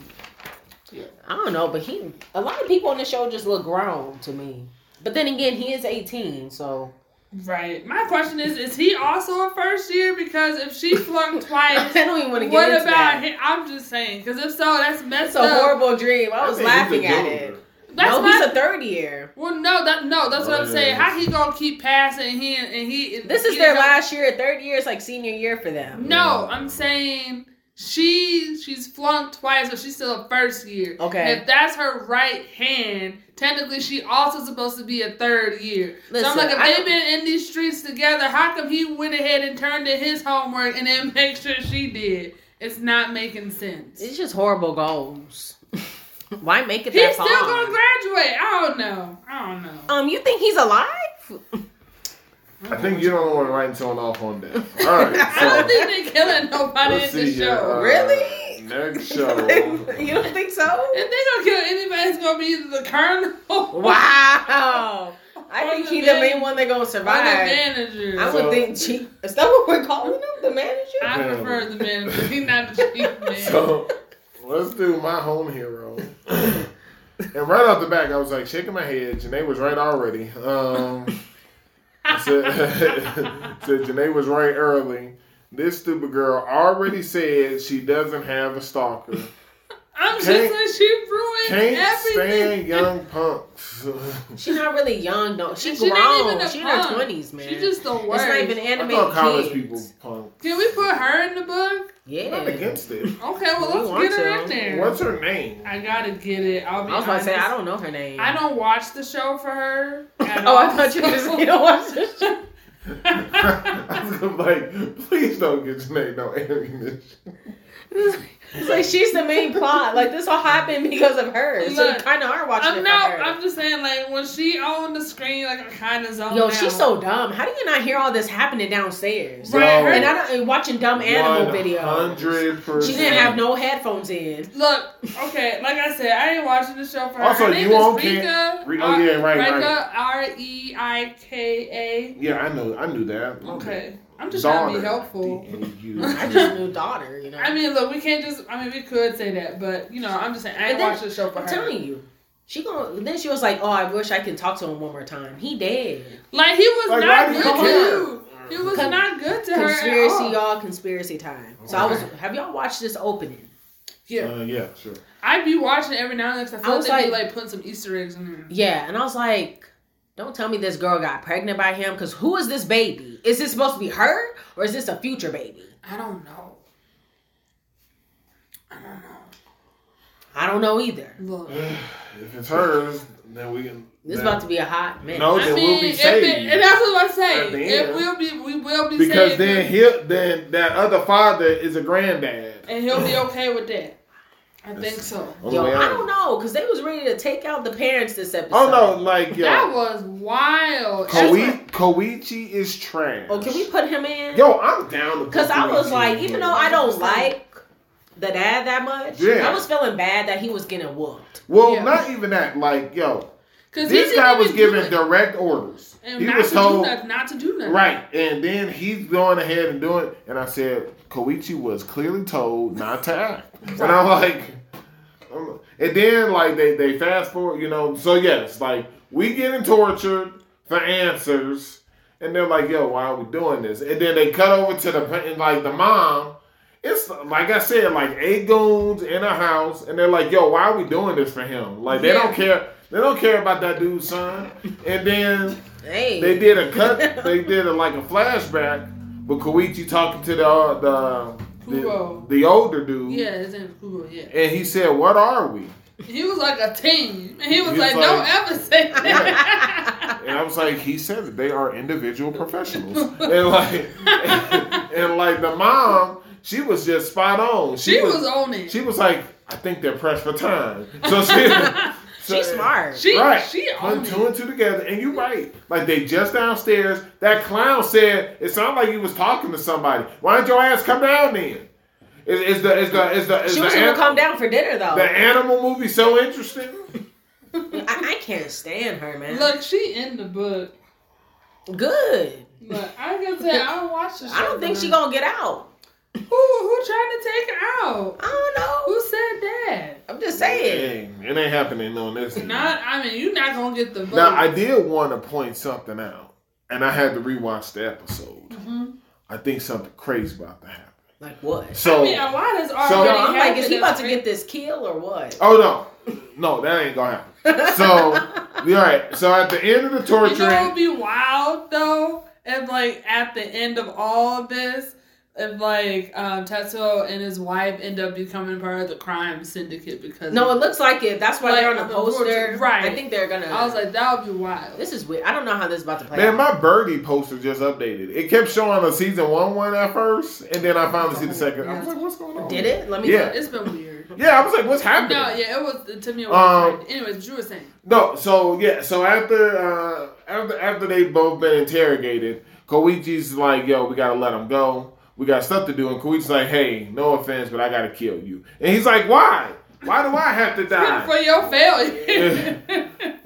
S2: Yeah.
S1: I don't know, but he. A lot of people on the show just look grown to me. But then again, he is eighteen, so
S2: right. My question is: Is he also a first year? Because if she flunked
S1: I
S2: twice.
S1: don't even want to get
S2: What
S1: into
S2: about
S1: that.
S2: him? I'm just saying, because if so, that's
S1: That's
S2: messed
S1: a
S2: up.
S1: horrible dream. I was
S3: think he's a
S1: laughing at
S3: junior.
S1: it.
S2: That's
S1: no,
S2: my
S1: he's a third year.
S2: Well, no, that no, that's what I'm
S3: Right.
S2: saying. How he gonna keep passing and he and he? and
S1: This is
S2: he
S1: their
S2: don't-
S1: last year. Third year is like senior year for them.
S2: No, I'm saying she she's flunked twice, but she's still a first year.
S1: Okay.
S2: And if that's her right hand, technically she also supposed to be a third year. so I'm
S1: Listen,
S2: like, if
S1: I
S2: they've
S1: don't-
S2: been in these streets together, how come he went ahead and turned in his homework and then make sure she did? It's not making sense.
S1: It's just horrible goals. Why make it that
S2: He's still
S1: far?
S2: gonna graduate. I don't know. I don't know.
S1: um, you think he's alive?
S3: I think you don't want to write someone off on that. All
S2: I don't
S3: right. So
S2: think they're killing nobody
S3: let's
S2: in
S3: see
S2: this
S3: here.
S2: show.
S3: Uh,
S1: Really?
S3: Next
S1: you
S3: show.
S1: don't think so?
S2: If they don't kill anybody, it's gonna be either the colonel
S1: Wow. I think he's the main one that gonna
S2: or the
S1: survive.
S2: manager.
S1: I would think chief. Is that what we're calling him? The manager?
S2: I prefer the manager. He's not the chief man.
S3: So let's do my home hero. and right off the back, I was like shaking my head. Janae was right already. Um, I said, said Janae was right early. This stupid girl already said she doesn't have a stalker.
S2: I'm just
S3: Can't-
S2: like she ruined
S3: Can't
S2: everything.
S3: stand young punks.
S1: She's not really young though. She's
S2: She not even
S1: grown.
S2: a
S1: She's in her
S2: punk.
S1: twenties, man.
S2: She's just the
S1: it's
S2: worst.
S1: not even
S3: I
S1: animated
S3: thought college
S1: kids.
S3: people punk.
S2: Can we put her in the book?
S1: Yeah.
S3: I'm not against it.
S2: Okay,
S1: We
S2: well let's
S1: want
S2: get her
S1: to.
S2: in there.
S3: What's her name?
S2: I gotta get it. I'll be
S1: I was about to
S2: honest.
S1: say I don't know her name.
S2: I don't watch the show for her. at
S1: Oh, I
S2: all,
S1: thought you
S2: so-
S1: just you know what?
S3: I was like, please don't get Janae no ammunition.
S1: It's like she's the main plot. Like this all happened because of her. So you
S2: Look,
S1: kind of are watching it
S2: I'm
S1: for
S2: not.
S1: her.
S2: I'm just saying, like when she on the screen, like I kind of zone
S1: Yo,
S2: out.
S1: she's so dumb. How do you not hear all this happening downstairs?
S2: Right,
S3: No.
S1: And I don't and watching dumb animal videos.
S3: 100%.
S1: She didn't have no headphones in.
S2: Look, okay, like I said, I ain't watching the show for her.
S3: Also,
S2: her name
S3: you
S2: is
S3: all
S2: Rika.
S3: can't- Re- oh, yeah, right, right.
S2: Rika, R E I K
S3: Yeah, I know. I knew that.
S2: A. Okay, I'm just trying to be helpful.
S1: I
S3: D-A-U.
S1: just knew daughter, you know.
S2: I mean, look, we can't just. I mean, we could say that, but you know, I'm just saying, I ain't
S1: then-
S2: watching the show for
S1: I'm
S2: her.
S1: telling you. She going then she was like, "Oh, I wish I can talk to him one more time." He dead.
S2: Like he was
S3: Like,
S2: not
S3: why do you
S2: good to
S1: care?
S2: you. He was
S1: Con-
S2: not good to her. at
S1: Conspiracy,
S2: all.
S1: y'all. Conspiracy time. So I was. Have y'all watched this opening?
S2: Yeah.
S3: Uh, yeah, sure.
S2: I'd be watching it every now and then 'cause I feel
S1: I
S2: like
S1: was
S2: they'd be
S1: like-
S2: like putting some Easter eggs in there.
S1: Yeah, and I was like, "Don't tell me this girl got pregnant by him." Because who is this baby? Is this supposed to be her, or is this a future baby?
S2: I don't know. I don't know.
S1: I don't know either.
S2: Look,
S3: if it's hers, then we can.
S1: This is
S3: then-
S1: about to be a hot mess.
S3: No,
S2: I
S3: then
S2: mean,
S3: we'll be
S2: if
S3: saved.
S2: it, and that's what I'm
S3: At
S2: saying.
S3: the
S2: It
S3: end.
S2: will be, we will be
S3: because
S2: saved,
S3: then he'll then that other father is a granddad.
S2: and he'll be okay with that. I think so.
S3: Only
S1: Yo,
S3: way
S1: I
S3: out.
S1: don't know, cause they was ready to take out the parents this episode.
S3: Oh no, like
S2: That
S3: yo,
S2: was wild.
S3: Koi- Koichi is trash.
S1: Oh, can we put him in?
S3: Yo, I'm down to. put
S1: Cause I was
S3: Koichi
S1: like,
S3: in
S1: even
S3: here.
S1: though I don't like the dad that much,
S3: Yeah.
S1: I was feeling bad that he was getting whooped.
S3: well,
S2: Yeah.
S3: not even that. Like yo,
S2: Because
S3: this guy was given direct orders.
S2: and
S3: He
S2: not
S3: was
S2: to
S3: told
S2: do nothing, not to do nothing.
S3: right, and then he's going ahead and doing. it. And I said, Koichi was clearly told not to act, and I'm like. I'm- And then, like they, they fast forward, you know. So yes, like we getting tortured for answers, and they're like, "Yo, why are we doing this?" And then they cut over to the pa- and, like the mom. It's like I said, like eight goons in a house, and they're like, "Yo, why are we doing this for him?" Like they
S2: Yeah.
S3: don't care. They don't care about that dude's son. And then
S1: Hey,
S3: they did a cut. they did a, like a flashback, but Koichi talking to the uh, the the,
S2: Kuro.
S3: the older dude.
S2: Yeah, his name is Google, yeah.
S3: And he said, "What are we?"
S2: He was like a team. And he was
S3: He was
S2: like,
S3: like-
S2: don't ever say that.
S3: And I was like, he said that they are individual professionals. and like and like the mom, she was just spot on.
S2: she was on it.
S3: she was like, I think they're pressed for time. So she so-
S1: she's smart.
S2: She
S3: right.
S2: she on
S3: Put
S2: it.
S3: two and two together, and you're right. Like they just downstairs. That clown said it sounded like he was talking to somebody. Why don't your ass come down then? Is, is the is the is the is
S1: she
S3: the,
S1: was gonna
S3: an-
S1: come down for dinner though.
S3: the animal movie so interesting?
S1: I, I can't stand her, man.
S2: Look, she in the book.
S1: good.
S2: But I can say I don't watch the show.
S1: I don't think she
S2: man.
S1: gonna get out.
S2: Who who trying to take her out?
S1: I don't know.
S2: Who said that?
S1: I'm just saying.
S3: Dang, it ain't happening on this. end.
S2: Not. I mean, you're not gonna get the book.
S3: Now I did want to point something out, and I had to rewatch the episode.
S2: Mhm.
S3: I think something crazy about to happen.
S1: Like what?
S3: So,
S2: I mean, a lot is already.
S3: So-
S1: Yo,
S3: Yo,
S1: I'm like, is he about
S2: happened.
S1: to get this kill or what?
S3: oh no, no, that ain't gonna happen. So, you all right. So at the end of the
S2: You know, it
S3: torture,
S2: would be wild though, if like at the end of all this, if like um, Tetsuo and his wife end up becoming part of the crime syndicate because
S1: No, it
S2: of-
S1: looks like it. That's why
S2: Like,
S1: they're on the
S2: the boards,
S1: poster.
S2: right.
S1: I think they're gonna.
S2: I was like, that would be wild.
S1: this is weird. I don't know how this is about to play.
S3: man,
S1: out.
S3: my birdie poster just updated. It kept showing a season one one at first, and then I finally see the second. I was like, what's going on?
S1: Did it? Let me. Oh,
S3: Yeah.
S2: it's been weird.
S3: Yeah, I was like, what's happening?
S2: No, yeah, it was it took me a
S3: Um,
S2: while. Anyways, Drew was saying.
S3: No, so yeah, so after uh, after after they both been interrogated, Koichi's like, "Yo, we gotta let him go. We got stuff to do." And Koichi's like, "Hey, no offense, but I gotta kill you." And he's like, "Why? Why do I have to
S2: for
S3: die?"
S2: your failure.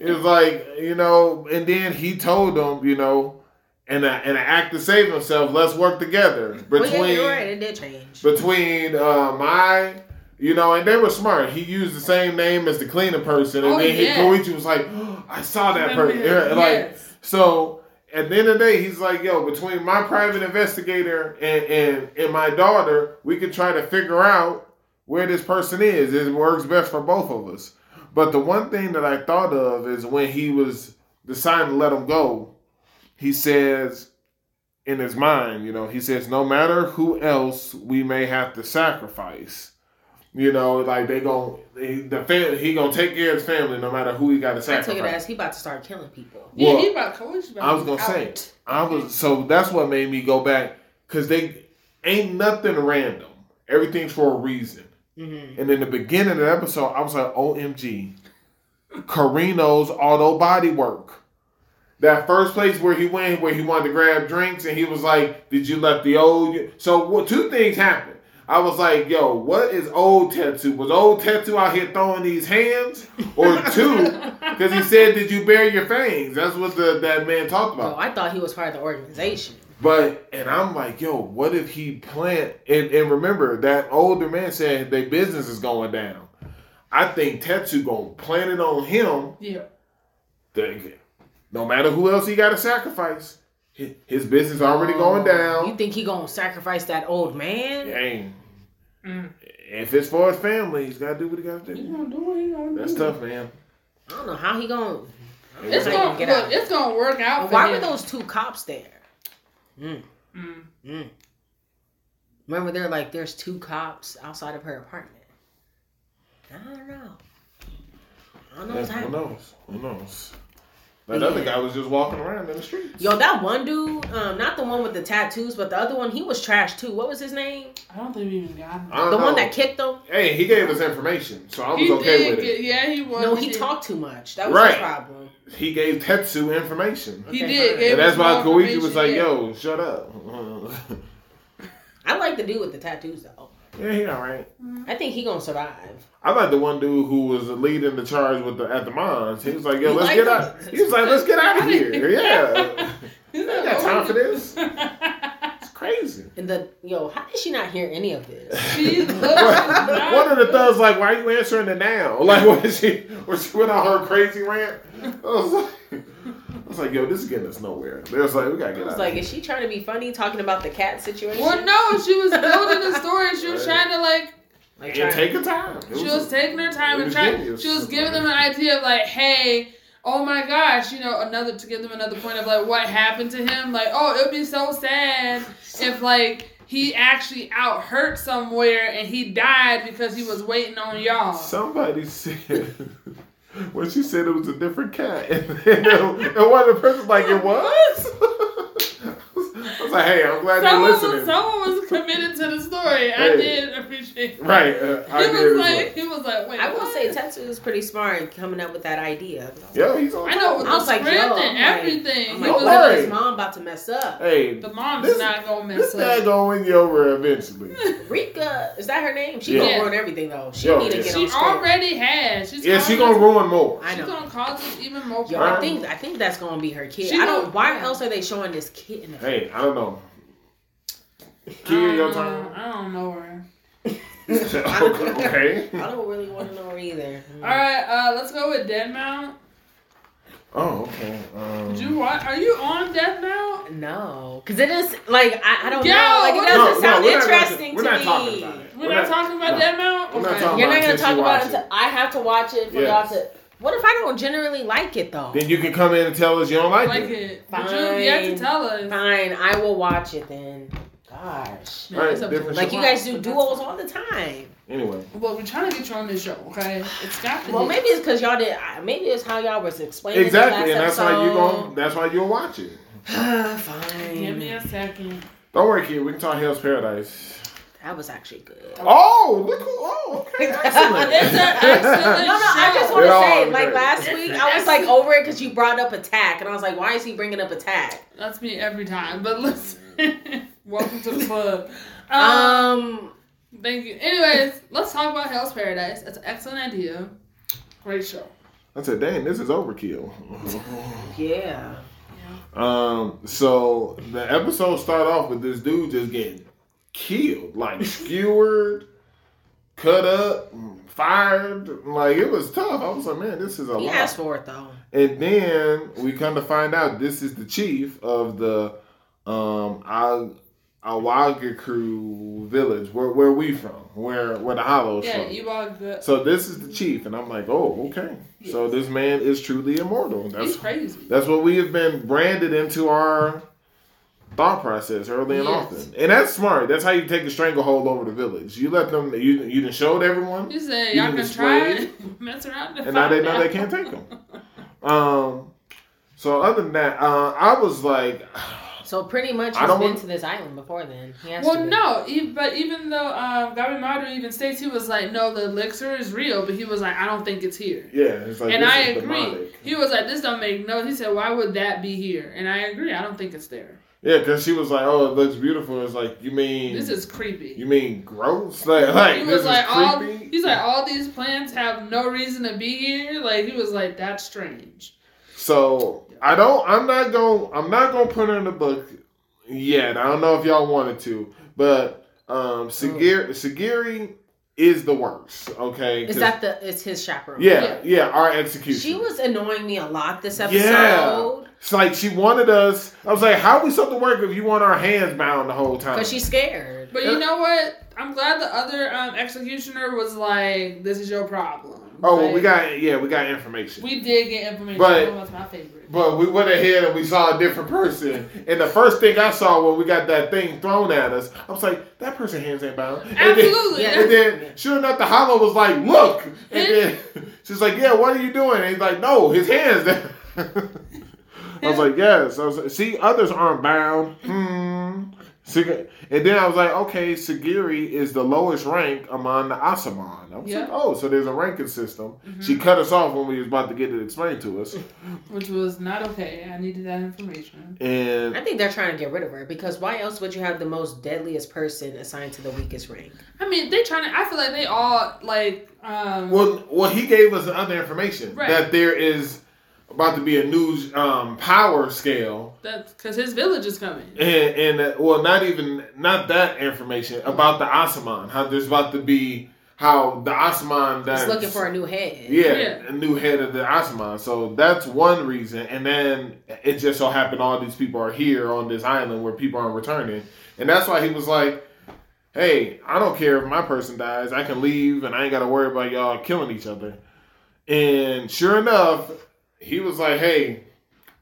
S3: It's like you know. And then he told him, you know, and a, and an act to save himself. Let's work together
S1: Well,
S3: between
S1: yeah, you're right. It did change.
S3: between uh, my, you know, and they were smart. He used the same name as the cleaning person, and
S2: Oh,
S3: then
S2: yeah.
S3: he Koichi was like, "Oh, I saw that person. Yeah, Like
S2: Yes.
S3: so. At the end of the day, he's like, "Yo, between my private investigator and and, and my daughter, we can try to figure out where this person is. It works best for both of us." But the one thing that I thought of is when he was deciding to let him go, he says in his mind, you know, he says, no matter who else we may have to sacrifice, you know, like they gon' they, the fam- he gonna take care of his family no matter who he got to
S1: I took it
S3: sacrifice.
S1: as he about to start killing people.
S2: Yeah,
S3: Well,
S2: he about coach.
S3: I was gonna say, I was so that's what made me go back because they ain't nothing random. Everything's for a reason.
S1: Mm-hmm.
S3: And in the beginning of the episode, I was like, OMG, Carino's auto body work. That first place where he went, where he wanted to grab drinks, and he was like, Did you let the old. So, well, two things happened. I was like, Yo, what is old Tetsu? Was old Tetsu out here throwing these hands? Or two, because he said, Did you bury your fangs? That's what the, that man talked
S1: Oh,
S3: about.
S1: I thought he was part of the organization.
S3: But, and I'm like, Yo, what if he plant? And, and remember, that older man said their business is going down. I think Tetsu gonna plant it on him
S2: Yeah.
S3: Dang it. No matter who else he got to sacrifice, hi- his business already going
S1: Oh, You
S3: down.
S1: think he gonna sacrifice that old man?
S3: Dang.
S2: Mm.
S3: If it's for his family, he's got to do what he got to
S2: He
S3: do.
S2: gonna do what he gonna
S3: That's
S2: do.
S3: tough, man.
S1: I don't know how he gonna.
S2: It's
S1: That's how you
S2: gonna
S1: get
S2: look,
S1: out.
S2: it's gonna work out.
S1: But
S2: for
S1: why were
S2: him.
S1: those two cops there?
S2: Mm.
S1: Mm. Remember, they're like, there's two cops outside of her apartment. I don't know. I don't know what's
S3: That's- who
S1: happening.
S3: knows? Who knows? That other guy was just walking around in the streets.
S1: Yo, that one dude, um, not the one with the tattoos, but the other one, he was trash too. What was his name?
S2: I don't think we even got him.
S3: I don't
S1: The one
S3: know.
S1: that kicked him?
S3: Hey, he gave us information, so I was
S2: He
S3: okay
S2: did
S3: with it.
S2: get- Yeah, he was.
S1: No, he
S2: did.
S1: talked too much. That was
S3: Right.
S1: the problem.
S3: He gave Tetsu information.
S2: He
S1: Okay,
S2: did.
S1: fine.
S2: gave
S3: And that's
S2: us
S3: why
S2: more
S3: Koichi was like,
S2: information,
S3: yo, shut up.
S1: I like the dude with the tattoos though.
S3: yeah, he all right.
S1: I think he gonna survive.
S3: I like the one dude who was leading the charge with the at the mines. He was like, "Yo,
S1: You
S3: let's
S1: like
S3: get
S1: him?
S3: out." He was like, "Let's get out of here." Yeah,
S2: yeah.
S3: I ain't got time for this. it's crazy.
S1: And the yo, how did she not hear any of this?
S2: Jesus.
S3: one of the thugs like, "Why are you answering it now?" Like, when she when she went on her crazy rant, I was like, I was like, "Yo, this is getting us nowhere." They was like, "We gotta
S1: I
S3: get
S1: was
S3: out."
S1: like, is she trying to be funny talking about the cat situation?
S2: Well, no, she was building the story. She was
S3: Right.
S2: trying to like
S1: Like,
S3: and
S1: trying-
S3: take her time. It
S2: she was taking her time and
S3: it was
S2: trying.
S3: genius.
S2: She was giving them an idea of like, hey, oh my gosh, you know, another to give them another point of like what happened to him. Like, oh, it would be so sad if like he actually out hurt somewhere and he died because he was waiting on y'all.
S3: Somebody said when she said it was a different cat, and, and, and one of the persons like it was. I was like, "Hey, I'm glad
S2: Someone
S3: you're
S2: was,
S3: listening."
S2: someone was committed to the story. I
S3: Hey.
S2: did appreciate. It.
S3: right, uh, I
S2: He was
S3: did as
S2: like, he was like, wait.
S1: I will
S2: what?
S1: say Tetsu was pretty smart in coming up with that idea.
S3: well. Yeah, he's on.
S2: I know with
S1: I
S2: the
S1: was like,
S2: script
S1: yo, I'm
S2: and
S1: like-
S2: everything.
S1: I'm
S2: he
S1: like,
S2: was
S3: Don't
S2: like,
S1: oh,
S3: worry.
S1: his mom about to mess up.
S3: Hey,
S2: the mom's
S3: This-
S2: not gonna
S3: this
S2: mess
S3: guy
S2: up.
S3: gonna win you over eventually.
S1: Rika, is that her name? She
S3: Yeah.
S1: gonna ruin everything though. She
S3: Yo,
S1: need to
S3: yeah.
S1: get
S2: She
S1: on straight.
S2: already has. She's
S3: yeah, she
S2: causing-
S3: gonna ruin more.
S1: I
S2: She's
S1: know.
S2: gonna cause us even more
S1: Yo,
S2: problems.
S1: I think I think that's gonna be her kid.
S2: She
S1: I don't.
S2: gonna-
S1: Why
S2: yeah.
S1: else are they showing this kid? In the
S3: Hey, I don't know.
S2: I
S3: Kia, your
S2: don't
S1: Um,
S2: know.
S3: turn.
S2: Um, I don't know her.
S3: okay.
S1: I don't really want to know her either.
S2: All right, uh, let's go with Dead Mount.
S3: Oh, okay. Um,
S2: Did you watch? Are you on Death Mount?
S1: No, because it is like I, I don't
S2: Yo,
S1: know. Like it
S2: No,
S1: doesn't
S2: no,
S1: sound
S3: we're not gonna-
S1: interesting
S3: we're
S1: to
S3: not
S1: me.
S3: talking about it.
S2: We're,
S3: We're
S2: not,
S3: not-
S2: talking about
S3: no.
S2: Dead Mount.
S3: We're not
S2: Okay.
S3: talking
S1: You're not
S3: Until
S1: gonna
S3: she
S1: talk about it
S3: watches.
S1: until I have to watch it for
S3: Yes.
S1: y'all to. What if I don't generally like it though?
S3: Then you can come in and tell us you don't like,
S2: like
S3: it.
S2: it. But you, you have to
S1: Fine.
S2: tell us.
S1: Fine, I will watch it then. Gosh,
S2: Man, it's
S3: Alright,
S2: up to
S3: different
S1: like
S2: us.
S1: you guys do duos all the time.
S3: Anyway,
S2: Well, we're trying to get you on this show, okay? It's got to
S1: Well,
S2: be.
S1: maybe it's because y'all did. I- Maybe it's how y'all was explaining.
S3: exactly,
S1: the
S3: and that's
S1: last
S3: why you
S1: episode.
S3: going That's why you'll watch it.
S2: Give me
S1: Fine.
S2: a second.
S3: Don't worry, kid. We can talk Hell's Paradise.
S1: That was actually good.
S3: Oh, look who! Oh, okay. Excellent.
S2: It's an excellent-
S1: No, no, I just want
S3: It
S1: to
S3: all
S1: say,
S3: was
S1: like
S3: great.
S1: last week, I was like over it because you brought up attack, and I was like, why is he bringing up attack?
S2: That's me every time. But listen, welcome to the club. um
S1: Um,
S2: Thank you. Anyways, let's talk about Hell's Paradise. That's an excellent idea. Great show.
S3: I said, "Dang, this is overkill."
S1: yeah.
S3: um, so the episode start off with this dude just getting killed, like skewered, cut up, fired. Like it was tough. I was like, "Man, this is a
S1: He
S3: lot."
S1: asked for it though.
S3: And then we come to find out this is the chief of the um Aw- Awagaku village, where where we from, where where the Hollow's
S2: Yeah,
S3: from.
S2: you all good.
S3: so this is the chief, and I'm like, oh, okay. So this man is truly immortal.
S2: He's
S3: That's
S2: crazy.
S3: that's what we have been branded into our thought process early and
S2: Yes.
S3: often, and that's smart. That's how you take a stranglehold over the village. You let them. You you done showed everyone.
S2: You said
S3: You
S2: y'all
S3: can
S2: can try
S3: display
S2: it, mess around,
S3: and now they know they can't take them. Um, so other than that, uh, I was like,
S1: So pretty much
S3: I
S1: he's
S3: don't
S1: been
S3: want-
S1: to this island before then. He has to
S2: Well,
S1: be.
S2: no, e- but even though um, Gabi Madre even states he was like, no, the elixir is real, but he was like, I don't think it's here.
S3: Yeah, it's like
S2: and
S3: this
S2: I
S3: is
S2: agree.
S3: demonic.
S2: He was like, this don't make no. He said, why would that be here? And I agree. I don't think it's there.
S3: Yeah, because she was like, "Oh, it looks beautiful." It's like you mean
S2: This is creepy.
S3: you mean gross? Like, like
S2: he
S3: this
S2: was
S3: is
S2: like, oh, all
S3: creepy.
S2: he's like, all these plants have no reason to be here. Like he was like, that's strange.
S3: So I don't. I'm not going. I'm not going to put her in the book yet. I don't know if y'all wanted to, but um,
S2: Oh.
S3: Sagiri, Sagiri is the worst. Okay.
S1: Is
S3: 'Cause-
S1: that the? It's his chaperone.
S3: yeah, yeah. Our execution.
S1: She was annoying me a lot this episode.
S3: Yeah. It's like she wanted us. I was like, how are we supposed to work if you want our hands bound the whole time?
S1: Cause she's scared.
S2: But you know what? I'm glad the other um, executioner was like, this is your problem.
S3: oh, well, we
S2: Like,
S3: got yeah, we got information.
S2: We did get information.
S3: But-
S2: that was my favorite.
S3: But we went ahead and we saw a different person. And the first thing I saw when we got that thing thrown at us, I was like, that person hands ain't bound. And then-
S2: Absolutely.
S1: Yeah.
S3: And then, sure enough, the hollow was like, look. And then she's like, yeah, what are you doing? And he's like, no, his hands. I was like, yes. I was like, see, others aren't bound. Hmm. Sig- And then I was like, okay, Sigiri is the lowest rank among the Asaman. I was
S2: Yeah.
S3: like, oh, so there's a ranking system.
S2: Mhm.
S3: She cut us off when we was about to get it explained to us.
S2: Which was not okay. I needed that information.
S3: And
S1: I think they're trying to get rid of her because why else would you have the most deadliest person assigned to the weakest rank?
S2: I mean, they trying to. I feel like they all like. um
S3: Well, well, he gave us other information
S2: Right.
S3: that there is about to be a new um, power scale,
S2: That's because his village is coming.
S3: and, and uh, well, not even not that information about the Asaman. How there's about to be how the Asaman that's
S1: He's looking for a new head.
S3: yeah,
S2: Yeah.
S3: a new head of the Asaman. So that's one reason, and then it just so happened all these people are here on this island where people aren't returning, and that's why he was like. Hey, I don't care if my person dies. I can leave, and I ain't got to worry about y'all killing each other. And sure enough, he was like, "Hey,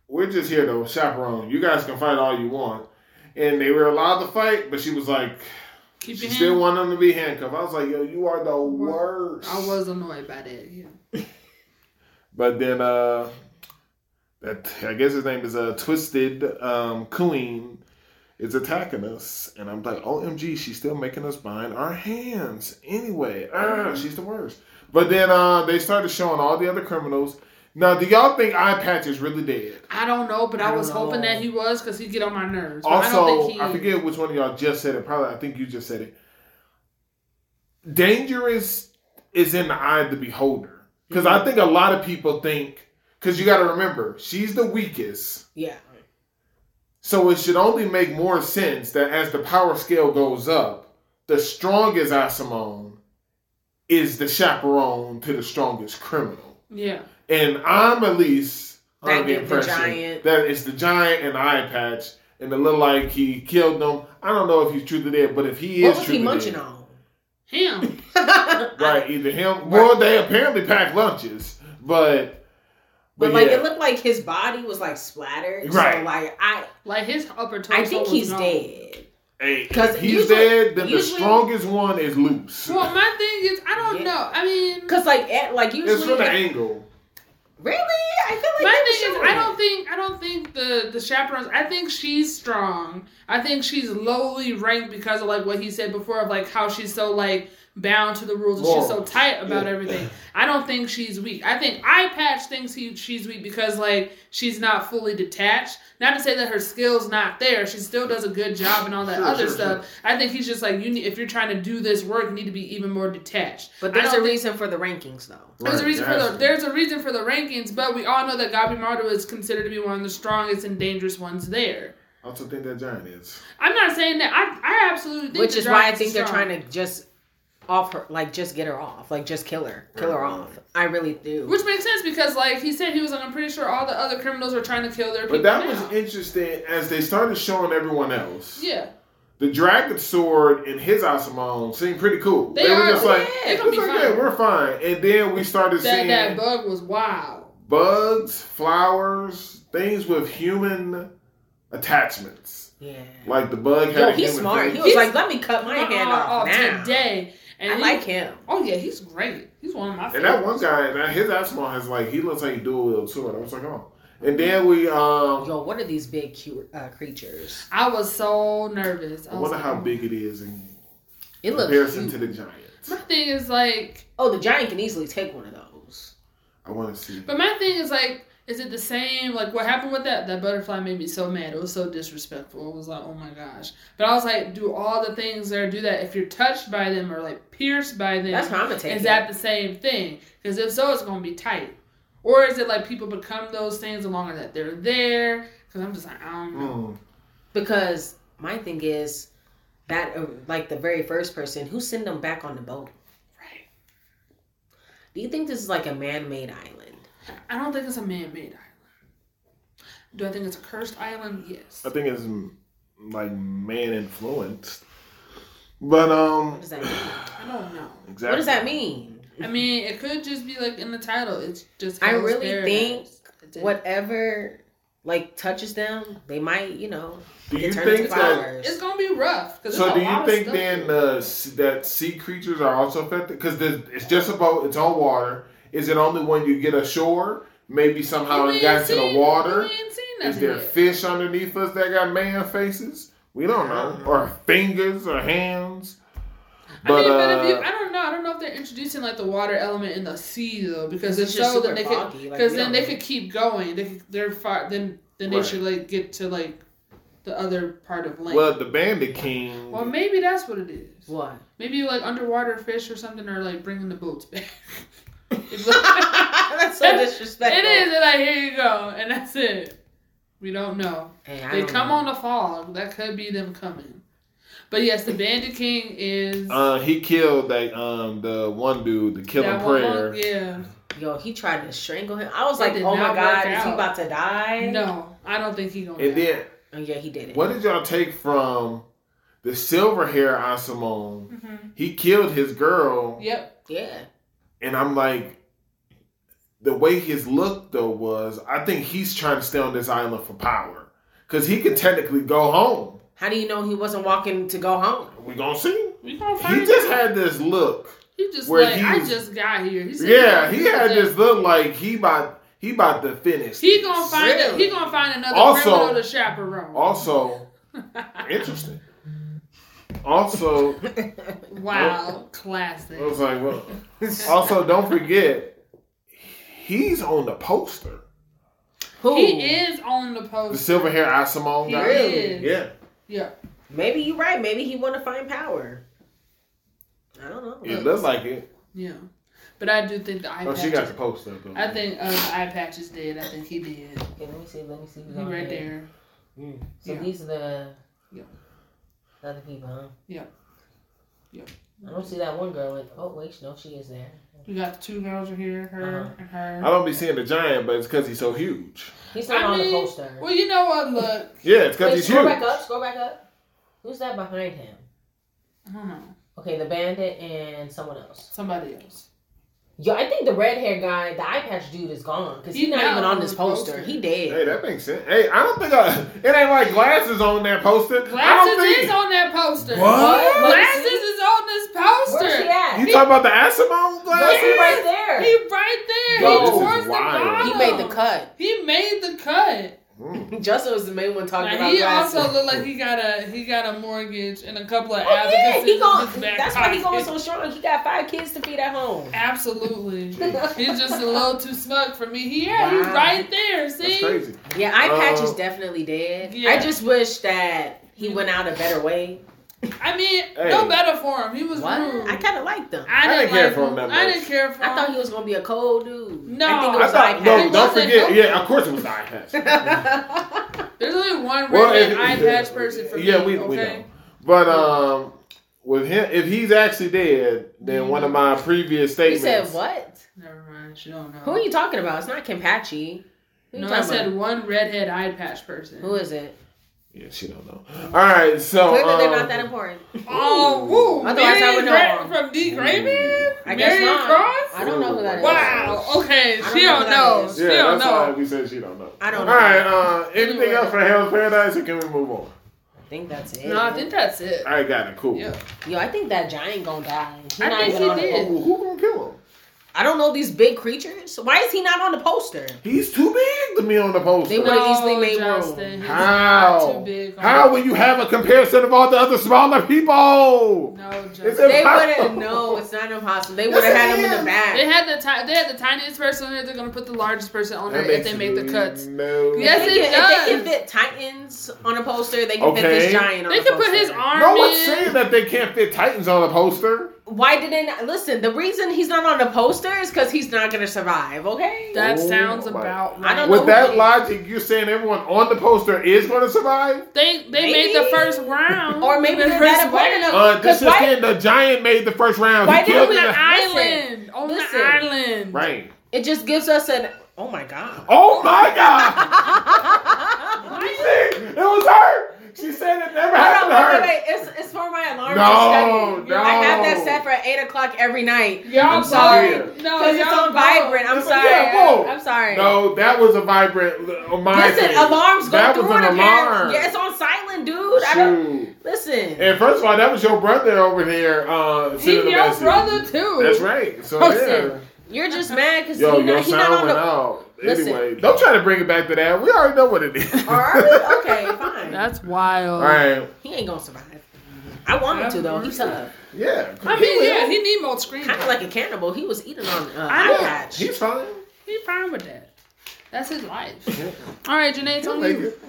S3: we're just here to chaperone. You guys can fight all you want." And they were allowed to fight, but she was like,
S2: Keep
S3: she
S2: your
S3: still
S2: hand.
S3: wanted them to be handcuffed. I was like, "Yo, you are the worst."
S2: I was annoyed by that. Yeah.
S3: But then, uh, that I guess his name is uh, Twisted um, Queen is attacking us, and I'm like, OMG, she's still making us bind our hands. Anyway, ah, she's the worst. But then uh, they started showing all the other criminals. Now, do y'all think Eye Patch is really dead?
S2: I don't know, but I,
S1: I
S2: was
S1: don't
S2: hoping
S1: know.
S2: that he was because he get on my nerves. But I don't
S3: Also,
S2: think he.
S3: I, forget which one of y'all just said it. Probably, I think you just said it. Dangerous is in the eye of the beholder. Because I
S2: Mm-hmm.
S3: think a lot of people think, because you got to remember, she's the weakest.
S1: Yeah.
S3: So it should only make more sense that as the power scale goes up, the strongest Asimone is the chaperone to the strongest criminal.
S2: Yeah.
S3: And I'm at least
S1: That
S3: under the
S1: give the
S3: impression
S1: giant-
S3: that it's the giant and the eye patch and the little like he killed them. I don't know if he's truly dead, but if he
S1: what
S3: is
S1: was
S3: truly
S1: he munching
S3: dead,
S1: on?
S2: Him.
S3: right? Either him. Well, they apparently pack lunches, but
S1: But like
S3: yeah.
S1: it looked like his body was like splattered. So
S3: Right.
S1: like I
S2: like his upper torso.
S1: I think
S2: was
S1: he's
S2: gone.
S1: dead.
S3: Hey, if
S1: 'Cause
S3: he's
S1: usually-
S3: dead, then the
S1: usually-
S3: strongest one is loose.
S2: Well, my thing is, I don't
S1: Yeah.
S2: know. I mean,
S1: Cause like at, like
S3: it's
S1: usually
S3: from the angle.
S1: really I feel like
S2: my
S1: they
S2: thing is,
S1: were
S2: I
S1: showing
S2: don't think I don't think the the chaperones. I think she's strong. I think she's lowly ranked because of like what he said before of like how she's so like bound to the rules and she's so
S3: Morals.
S2: tight about
S3: Yeah.
S2: everything. I don't think she's weak. I think Eye Patch thinks he, she's weak because like she's not fully detached. Not to say that her skills not there. She still does a good job and all that
S3: Sure,
S2: other
S3: sure,
S2: stuff. I think he's just like you need if you're trying to do this work, you need to be even more detached.
S1: But
S2: I
S1: there's
S2: don't
S1: a
S2: think-
S1: reason for the rankings though.
S2: There's a
S3: Right,
S2: reason
S3: there
S2: for
S3: has
S2: the
S3: to be.
S2: there's a reason for the rankings, but we all know that Gabi Mardo is considered to be one of the strongest and dangerous ones there.
S3: I also think that giant is.
S2: I'm not saying that I I absolutely think
S1: Which
S2: the
S1: is why I
S2: Giants
S1: think
S2: are
S1: they're
S2: strong.
S1: trying to just off her like just get her off. Like just kill her. Kill her
S3: Right.
S1: off. I really do.
S2: Which makes sense because like he said he was like I'm pretty sure all the other criminals were trying to kill their people.
S3: But that
S2: now.
S3: was interesting as they started showing everyone else.
S2: Yeah.
S3: The dragon sword and his Asimon seemed pretty cool.
S2: They are-
S1: yeah,
S2: they gonna
S3: it's
S2: be
S3: like, yeah,
S2: fine."
S3: we're fine. And then we started
S2: That
S3: seeing
S2: that bug was wild.
S3: bugs, flowers, things with human attachments.
S1: yeah.
S3: Like the bug had
S1: Yo,
S3: a
S1: he's
S3: human
S1: smart.
S3: face.
S1: He was
S2: He's-
S1: like, let me cut my
S2: Uh-uh,
S1: hand off
S2: oh,
S1: now.
S2: today. And
S1: I
S2: he-
S1: like him.
S2: Oh yeah, he's great. He's one of my
S3: and
S2: favorites.
S3: that one guy, now his Asimon has like he looks like he dual wield sword. I was like, oh. And then we um,
S1: Oh, Yo, what are these big cu- uh, creatures?
S2: I was so nervous. I
S3: I
S2: was
S3: wonder
S2: like,
S3: how big it is in
S1: It looks.
S3: comparison
S1: huge.
S3: to the Giants.
S2: My thing is like,
S1: oh, the giant can easily take one of those.
S3: I want to see.
S2: but my thing is like, is it the same? Like what happened with that? That butterfly made me so mad. It was so disrespectful. It was like, oh my gosh. But I was like, do all the things there do that? If you're touched by them or like pierced by them,
S1: That's how I'm gonna take
S2: is
S1: it.
S2: that the same thing? Because if so, it's gonna be tight. Or is it like people become those things the longer that they're there? Because I'm just like, I don't know.
S3: Mm.
S1: because my thing is that uh, like the very first person who sent them back on the boat.
S2: Right.
S1: Do you think this is like a man-made island?
S2: I don't think it's a man-made island. Do I think it's a cursed island? Yes.
S3: I think it's mm, like man influenced. But um,
S1: What does that mean?
S2: I don't know.
S3: exactly.
S1: What does that mean?
S2: I mean, it could just be like in the title. It's just.
S1: I
S2: Hell's
S1: really
S2: Paradise. It's-
S1: Whatever like touches them, they might you know
S3: Do you
S1: get turned into
S3: think that?
S1: flowers.
S2: It's gonna be rough. 'cause
S3: So
S2: there's a
S3: do you
S2: lot of
S3: think
S2: stuff
S3: then
S2: there.
S3: uh, s- that sea creatures are also affected? Because it's just a boat. It's on water. Is it only when you get ashore? Maybe somehow
S2: We
S3: it
S2: ain't
S3: got to the
S2: seen-
S3: water.
S2: We ain't seen
S3: Is
S2: nothing
S3: there
S2: yet.
S3: fish underneath us that got man faces? We don't know. Or fingers or hands. But,
S2: I mean, but if you,
S3: uh,
S2: I don't know. I don't know if they're introducing like the water element in the sea though, because
S1: It's
S2: it's
S1: just
S2: so
S1: super
S2: then they could,
S1: foggy, like,
S2: because
S1: we
S2: then
S1: don't
S2: they
S1: know.
S2: could keep going. They could, they're far. Then then they
S3: Right.
S2: should like get to like the other part of land.
S3: well,
S2: Well,
S3: the Bandit King.
S2: maybe that's what it is.
S1: What?
S2: Maybe like underwater fish or something are like bringing the boats back. It's like-
S1: That's so disrespectful.
S2: It is, and like here you go, and that's it. We don't know.
S1: Hey, I
S2: They
S1: don't
S2: come
S1: know.
S2: on the fog. That could be them coming. But yes, the Bandit King is
S3: uh, he killed that um the one dude, the killing
S2: that one
S3: prayer.
S2: monk- Yeah.
S1: Yo, he tried to strangle him. I was
S2: That
S1: like,
S2: did
S1: oh my
S2: not work
S1: god, is he
S2: out.
S1: about to die?
S2: No, I don't think he gonna.
S3: And
S2: die.
S3: then
S1: Oh, yeah, he did it.
S3: what did y'all take from the silver hair Asimone?
S2: Mhm.
S3: He killed his girl
S2: Yep.
S1: Yeah.
S3: and I'm like the way his look though was, I think he's trying to stay on this island for power. Cause he could technically go home.
S1: How do you know he wasn't walking to go home?
S3: We gonna see.
S2: We gonna find.
S3: He just had this look.
S2: He just
S3: where
S2: like
S3: he
S2: I
S3: was-
S2: just got here. He said
S3: Yeah, he
S2: gonna-
S3: had this look like he about he about to finish.
S2: He
S3: this.
S2: gonna find.
S1: Really?
S2: He gonna find another
S3: Also-
S2: criminal to chaperone.
S3: Also, interesting. Also, oh,
S2: wow, classic.
S3: I was like, well. Also, don't forget, he's on the poster.
S1: Who?
S2: He is on the
S3: oh. The
S2: post.
S3: silver hair Asimov
S2: He
S3: guy.
S2: is.
S3: Yeah.
S2: Yeah.
S1: Maybe you're right. Maybe he want to find power. I don't know.
S3: It looks like it.
S2: Yeah. But I do think the eye
S3: Oh,
S2: patch.
S3: she got the poster up, though.
S2: I think uh, the eye patch is dead. I think he did.
S1: Okay, let me see. Let me see.
S2: He
S1: who's on
S2: right
S1: here.
S2: there.
S3: Mm.
S1: So
S2: Yeah.
S1: these are the
S2: Yeah.
S1: the other people, huh?
S2: Yeah. Yeah.
S1: I don't see that one girl. Like, oh wait, no, she is there.
S2: We got the two girls are here. Her
S1: Uh-huh.
S2: and her.
S3: I don't be seeing the giant, but it's because he's so huge.
S1: He's not
S2: I
S1: on
S2: mean,
S1: the poster.
S2: Well, you know what? Look,
S3: Yeah, it's because
S1: Wait,
S3: he's
S1: scroll
S3: huge.
S1: back up. Scroll back up. Who's that behind him?
S2: I don't know.
S1: Okay, the bandit and someone else.
S2: Somebody else.
S1: Yo, I think the red hair guy, the eye patch dude, is gone because he's
S2: He
S1: not
S2: not
S1: even on this
S2: on the
S1: poster.
S2: poster.
S1: He dead.
S3: Hey, that makes sense. Hey, I don't think I. It ain't like glasses on that poster. I
S2: Glasses
S3: don't think
S2: is on that poster.
S3: What?
S1: Let me
S2: Glasses
S1: see.
S2: is on this poster.
S1: Where's she at?
S3: You talking about the Asimov
S1: Where's he
S3: glasses?
S1: right there?
S2: He right there.
S3: Yo,
S2: he
S3: this is
S2: towards the
S3: wild.
S2: bottom.
S1: He made the cut.
S2: He made the cut.
S3: Mm.
S1: Justin was the main one talking
S2: Now,
S1: about
S2: he
S1: glasses.
S2: also looked like he got a he got a mortgage and a couple of
S1: Oh, yeah,
S2: advocacies
S1: he going,
S2: in his back
S1: that's why he going
S2: pocket.
S1: so strong. He got five kids to feed at home.
S2: Absolutely. He's just a little too smug for me. He, yeah,
S1: Wow.
S2: he's right there. See?
S3: That's crazy.
S1: Yeah, eye patch is
S3: Uh,
S1: definitely dead.
S2: yeah.
S1: I just wish that he went out a better way.
S2: I mean,
S3: Hey.
S2: no better for him. He was
S1: What?
S2: rude.
S1: I kind of liked them. I,
S2: I didn't, care for him
S3: that
S2: I
S3: much.
S2: didn't care for him.
S1: thought he was gonna be a cold dude.
S2: No.
S1: I think it
S3: I
S1: was
S3: thought, no,
S2: It
S3: don't
S2: wasn't
S3: forget.
S2: helpful.
S3: Yeah, of course it was the eye patch.
S1: eye patch.
S2: There's only one
S3: Well,
S2: red
S3: if-
S2: eye patch person for
S3: yeah,
S2: me.
S3: we-
S2: okay?
S3: we know. But um, with him, if he's actually dead, then one
S2: Mm-hmm.
S3: of my previous
S1: he
S3: statements.
S1: said what?
S2: Never mind. She don't know.
S1: Who are you talking about? It's not Kim Patchy. Who you
S2: No, I
S1: talking
S2: said
S1: about?
S2: one redhead eye patch person.
S1: Who is it?
S3: Yeah, she don't know. All right, so
S1: Clearly, they're
S3: um,
S1: not that important.
S2: Oh, woo.
S1: Otherwise, I
S2: Mary
S1: would know
S2: Gra-
S1: her.
S2: From
S3: Hmm.
S2: D. Grayman?
S1: I guess
S2: Mary
S1: not.
S2: Cross?
S1: I don't know who that is.
S2: Wow. Okay.
S1: I
S2: She
S1: don't know who that
S2: don't know.
S1: is.
S2: She
S3: Yeah,
S2: don't
S3: that's why
S2: know.
S3: we said she don't know.
S1: I don't
S3: All
S1: know.
S3: right, uh, anything
S2: Anyway.
S3: else for Hell's Paradise, or can we move on?
S1: I think that's it.
S2: No, I think that's it.
S3: I got it. Cool.
S2: Yeah.
S1: Yo, I think that giant gonna die. He
S2: I
S1: not
S2: think
S1: even
S2: he
S1: on the
S2: did.
S1: poster.
S3: Who, who gonna kill him?
S1: I don't know these big creatures. Why is he not on the poster?
S3: He's too big to be on the poster.
S1: They would have easily made
S2: Justin,
S1: room.
S2: he's not
S3: How?
S2: too big on-
S3: How when you have a comparison of all the other smaller people?
S2: No, Justin.
S3: It's
S1: They
S3: impossible.
S1: wouldn't. No, it's not impossible. They
S3: Yes,
S1: would have
S3: it
S1: had him in
S3: is.
S1: the back.
S2: They had the ti- they had the tiniest person on there. They're gonna put the largest person on there
S3: That
S2: if
S3: makes
S2: they make the cuts.
S3: No.
S1: If
S2: Yes,
S1: they can- if
S2: it
S1: they can
S2: does.
S1: fit Titans on a poster, they can fit this
S3: Okay.
S1: giant on
S2: They
S1: a
S2: could put
S1: poster.
S2: his arm
S3: No one's saying
S2: in.
S3: that they can't fit Titans on a poster.
S1: Why did they not? Listen, the reason he's not on the poster is because he's not going to survive, okay?
S2: That
S3: Oh
S2: sounds
S3: my-
S2: about
S1: I
S2: right.
S1: don't know.
S3: With that
S1: who-
S3: logic, you're saying everyone on the poster is going to survive?
S2: They they
S1: Maybe.
S2: made the first round.
S1: Or maybe
S2: The
S1: they're
S2: first
S1: that important
S2: round.
S1: enough-
S3: Uh, this is
S1: Because why-
S3: it. The giant made the first round.
S1: Why
S3: He
S1: didn't
S3: killed
S2: On the
S1: we-
S3: in the-
S2: island. On
S1: listen.
S2: the island.
S3: Right.
S1: It just gives us an. Oh my God.
S3: Oh my God!
S1: Hold
S3: You see? It was her. She said it never
S1: on,
S3: happened to
S1: wait, wait,
S3: her.
S1: wait. It's, it's for my alarm
S3: No,
S1: to study. I have that
S3: no.
S1: set for 8 o'clock every night.
S2: Y'all
S3: I'm
S2: both-
S3: sorry.
S2: No,
S1: Because it's
S2: y'all
S1: on
S2: both.
S1: vibrant. I'm
S3: Yeah,
S1: sorry.
S3: whoa.
S1: I'm sorry.
S3: No, that was a vibrant l- mind.
S1: Listen,
S3: thing.
S1: alarms go
S3: That
S1: through
S3: was an
S1: it
S3: alarm.
S1: apparently. Yeah, it's on silent, dude. I don't.
S3: Shoot.
S1: Listen.
S3: And first of all, that was your brother over there. Uh,
S2: He
S3: sending a
S2: your
S3: message.
S2: brother too.
S3: That's right. So
S1: Oh,
S3: yeah.
S1: Listen, you're just mad because
S3: Yo,
S1: he's
S3: your
S1: not, he
S3: sound
S1: not on
S3: went
S1: the.
S3: out.
S1: Listen.
S3: Anyway, don't try to bring it back to that. We already know what it is.
S1: Or are we? Okay, fine.
S2: That's wild.
S3: All right.
S1: He ain't gonna survive. I want him to though. He's tough.
S3: Yeah.
S2: I mean, yeah, he need more screen.
S1: Kind of like a cannibal. He was eating on uh,
S2: I
S1: eye
S2: know.
S1: patch.
S3: He's fine.
S2: He fine with that. That's his life.
S3: Yeah.
S2: All right, Janae, tell
S3: He'll
S2: me.
S3: make
S2: you.
S3: it.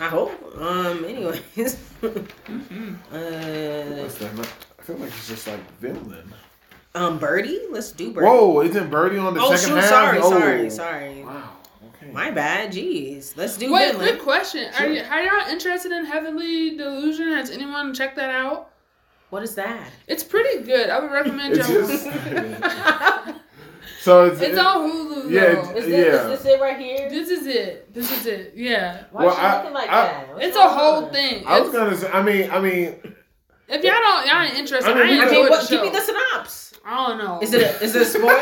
S1: I hope. Um. Anyways. uh.
S3: What's that? I feel like it's just like villain.
S1: Um. Birdie. Let's do Birdie.
S3: Whoa, isn't Birdie on the
S1: oh
S3: second
S1: shoot!
S3: half?
S1: Sorry.
S3: Oh.
S1: Sorry. Sorry.
S3: Wow. Okay.
S1: My bad. Jeez. Let's do
S2: Wait,
S1: Midland.
S2: good question. Are
S3: Sure.
S2: you are y'all interested in Heavenly Delusion? Has anyone checked that out?
S1: What is that?
S2: It's pretty good. I would recommend
S3: It's
S2: y'all.
S3: just so it's,
S2: it's
S3: it-
S2: on Hulu.
S3: Yeah,
S2: though.
S3: it's-
S1: Is this,
S3: Yeah.
S1: is this it right here?
S2: This is it. This is it. Yeah.
S1: Why
S3: Well,
S1: is she
S3: I-
S1: looking like
S3: I-
S1: that? What's
S2: It's a
S1: going
S2: whole
S1: on?
S2: thing.
S3: I was
S2: It's-
S3: gonna say. I mean, I mean,
S2: if y'all don't, y'all ain't interested.
S3: I
S2: I,
S3: mean, we
S2: ain't
S1: I
S3: could-
S2: enjoy
S1: mean,
S2: the
S1: what, give
S2: show.
S1: me the synopsis.
S2: I don't know.
S1: Is it is it spoiling?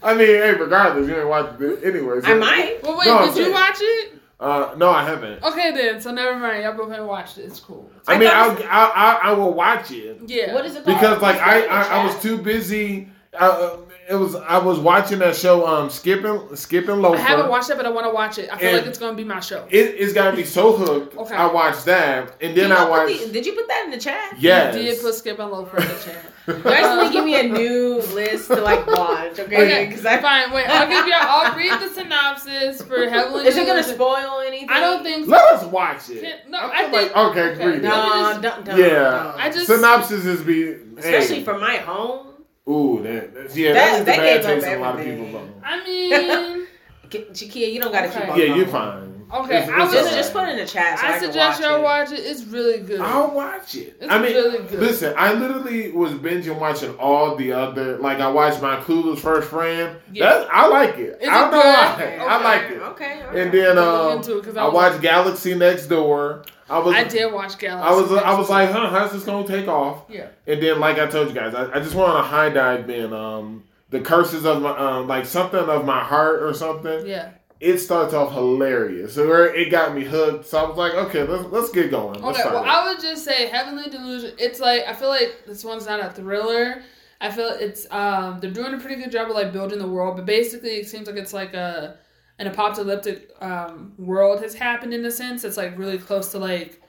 S3: I mean. Hey, regardless, you ain't watched it anyway. so-
S1: I might. Oh,
S2: Well, wait.
S3: No,
S2: did
S3: it's
S2: you
S3: it.
S2: watch it?
S3: Uh, no, I haven't.
S2: Okay, then. So never mind. Y'all both haven't watched it. It's cool.
S3: I,
S1: I
S3: mean, I'll,
S1: thought
S3: I, I I will watch it
S2: Yeah.
S1: What is it called?
S3: because like
S1: Is
S3: I,
S1: it
S3: I, I was
S1: chat?
S3: too busy. I, uh, it was I was watching that show. Um, skipping skipping loafer.
S2: I haven't watched it, but I want to watch it. I feel
S3: And-
S2: like it's gonna be my show.
S3: It, it's got me so hooked.
S2: Okay.
S3: I watched that, and then
S1: You
S3: I
S1: know, put
S3: watched.
S1: the- did you put that in the chat?
S3: Yes.
S2: You did put Skip and Loafer in the chat.
S1: Guys, please give me a new list to like watch, okay?
S2: Okay,
S1: Because I
S2: fine. Wait, I'll give y'all. I'll read the synopsis for Helen.
S1: is it gonna
S2: Delusion.
S1: spoil anything?
S2: I don't think.
S3: Let us watch it.
S2: Can- no,
S3: I'm
S2: I
S3: kinda
S2: think-
S3: like, okay,
S2: okay.
S3: read it.
S1: No,
S2: Just-
S1: don't, don't.
S3: Yeah.
S1: don't.
S2: I just
S3: Synopsis is be
S1: especially
S3: hey.
S1: for my home.
S3: Ooh, that, that's- yeah,
S1: That-
S3: that's the
S1: they
S3: bad
S1: gave up
S3: taste in a lot of
S1: everything.
S3: people's mouth.
S2: I mean,
S1: K- Chiquilla, you don't gotta keep
S2: Okay.
S1: on.
S3: Yeah,
S1: going.
S3: you're fine.
S2: Okay,
S3: Uh-huh. It's-
S2: I
S3: it's
S1: Just,
S2: was-
S3: alright.
S1: just put it in the chat. So I,
S2: I suggest
S1: can
S2: y'all
S1: watch.
S2: watch it. It's really good.
S3: I'll watch it.
S2: It's
S3: I mean,
S2: really good.
S3: listen, I literally was binging watching all the other. Like, I watched my Clueless First Friend.
S2: Yeah.
S3: That's, I like it.
S2: Is
S3: I
S2: it
S3: don't know why.
S2: good?
S3: I like
S1: Okay,
S3: it.
S1: Okay. all
S3: And
S1: right.
S3: then
S2: I'll look
S3: um,
S2: into it 'cause I
S3: I,
S2: was-
S3: watched Galaxy Next Door. I was
S2: I did watch Galaxy.
S3: I was I
S2: Next
S3: was
S2: Door.
S3: like, huh, how's this gonna take off?
S2: yeah.
S3: And then, like I told you guys, I, I just went on a high dive in um the curses of my um like something of my heart or something.
S2: Yeah.
S3: It starts off hilarious, so where it got me hooked. So I was like, okay, let's let's get going. Let's
S2: Okay.
S3: start
S2: Well,
S3: it.
S2: I would just say Heavenly Delusion. It's like I feel like this one's not a thriller. I feel it's um they're doing a pretty good job of like building the world, but basically it seems like it's like a an apocalyptic um world has happened in a sense. It's like really close to like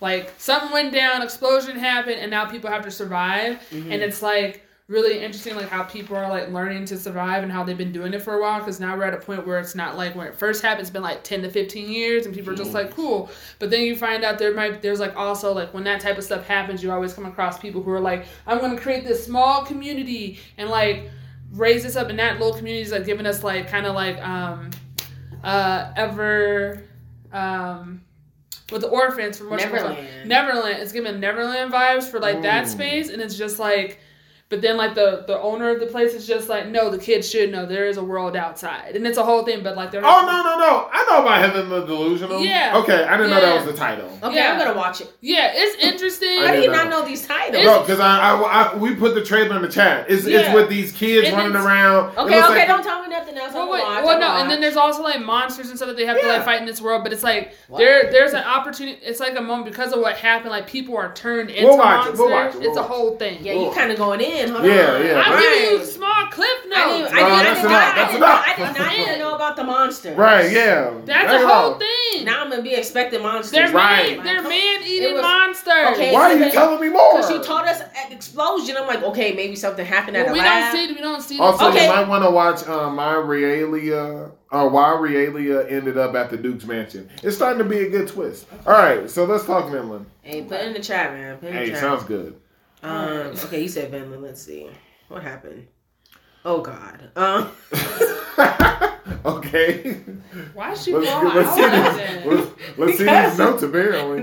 S2: like something went down, explosion happened, and now people have to survive. And it's like really interesting like how people are like learning to survive and how they've been doing it for a while because now we're at a point where it's not like when it first happened it's been like 10 to 15 years and people are just like cool but then you find out there might there's like also like when that type of stuff happens you always come across people who are like i'm going to create this small community and like raise this up and that little community is like giving us like kind of like um uh ever um with the orphans from Once Upon a Time-
S1: Neverland.
S2: Neverland. It's giving Neverland vibes for like that
S3: Mm.
S2: space, and it's just like, but then like the the owner of the place is just like, no, the kids should know there is a world outside, and it's a whole thing. But like they're
S3: oh
S2: not-
S3: no no no! I know about Heaven the Delusional.
S2: Yeah.
S3: Okay, I didn't know
S2: Yeah.
S3: that was the title.
S1: Okay,
S2: Yeah.
S1: I'm gonna watch it.
S2: yeah, it's interesting.
S1: How
S3: I
S1: do
S3: didn't
S1: you not
S3: know.
S1: know these titles?
S3: No, because I, I, I- we put the trailer in the chat. It's it's
S2: Yeah.
S3: with these kids
S2: And
S3: running
S2: it's-
S3: around. It
S1: okay,
S3: looks
S1: okay,
S3: like-
S1: don't tell me nothing else.
S2: Well,
S1: I'm
S2: wait,
S1: gonna watch,
S2: well,
S1: I'm
S2: no,
S1: gonna
S2: and then
S1: watch.
S2: there's also like monsters and stuff that they have to
S3: Yeah.
S2: like fight in this world. But it's like
S1: What?
S2: there, there's an opportunity. It's like a moment because of what happened. Like people are turned into
S3: watch it,
S2: monsters.
S3: we'll watch it, we'll
S2: it's a
S3: watch it.
S2: whole thing.
S1: yeah, you kind of going in in. Hold
S3: Yeah,
S1: on.
S3: yeah.
S2: I'm giving you
S1: Right.
S2: small clip
S1: I didn't,
S2: notes.
S1: I,
S3: Well,
S1: didn't,
S3: that's
S1: I,
S3: enough. That's
S1: didn't,
S3: enough.
S1: I, didn't, I, didn't, I didn't know about the monster.
S3: Right, yeah.
S2: That's
S3: it
S2: a whole
S3: all.
S2: thing.
S1: Now I'm gonna be expecting monsters.
S2: they're
S3: Right.
S2: man, they're man
S1: It
S2: eating
S1: was-
S2: monsters.
S1: Okay,
S3: Why are you
S1: Because-
S3: telling me more?
S1: Because you taught us an explosion. I'm like, okay, maybe something happened at
S2: Well,
S1: a
S2: we don't
S1: lab.
S2: see we don't see
S3: Also,
S1: Okay.
S3: you might want to watch um, My Realia, or Why Realia Ended Up at the Duke's Mansion. It's starting to be a good twist. All right, so let's talk Vinland.
S1: hey, put it in the chat, man. Put it in
S3: Hey,
S1: the chat.
S3: sounds good.
S1: um, okay, you said Vinland. Let's see what happened. Oh God. Um,
S3: okay.
S2: Why she
S3: Let's,
S2: fall
S3: let's, see
S2: out
S3: these,
S2: then?
S3: let's, let's see
S1: Because-
S3: these notes, apparently.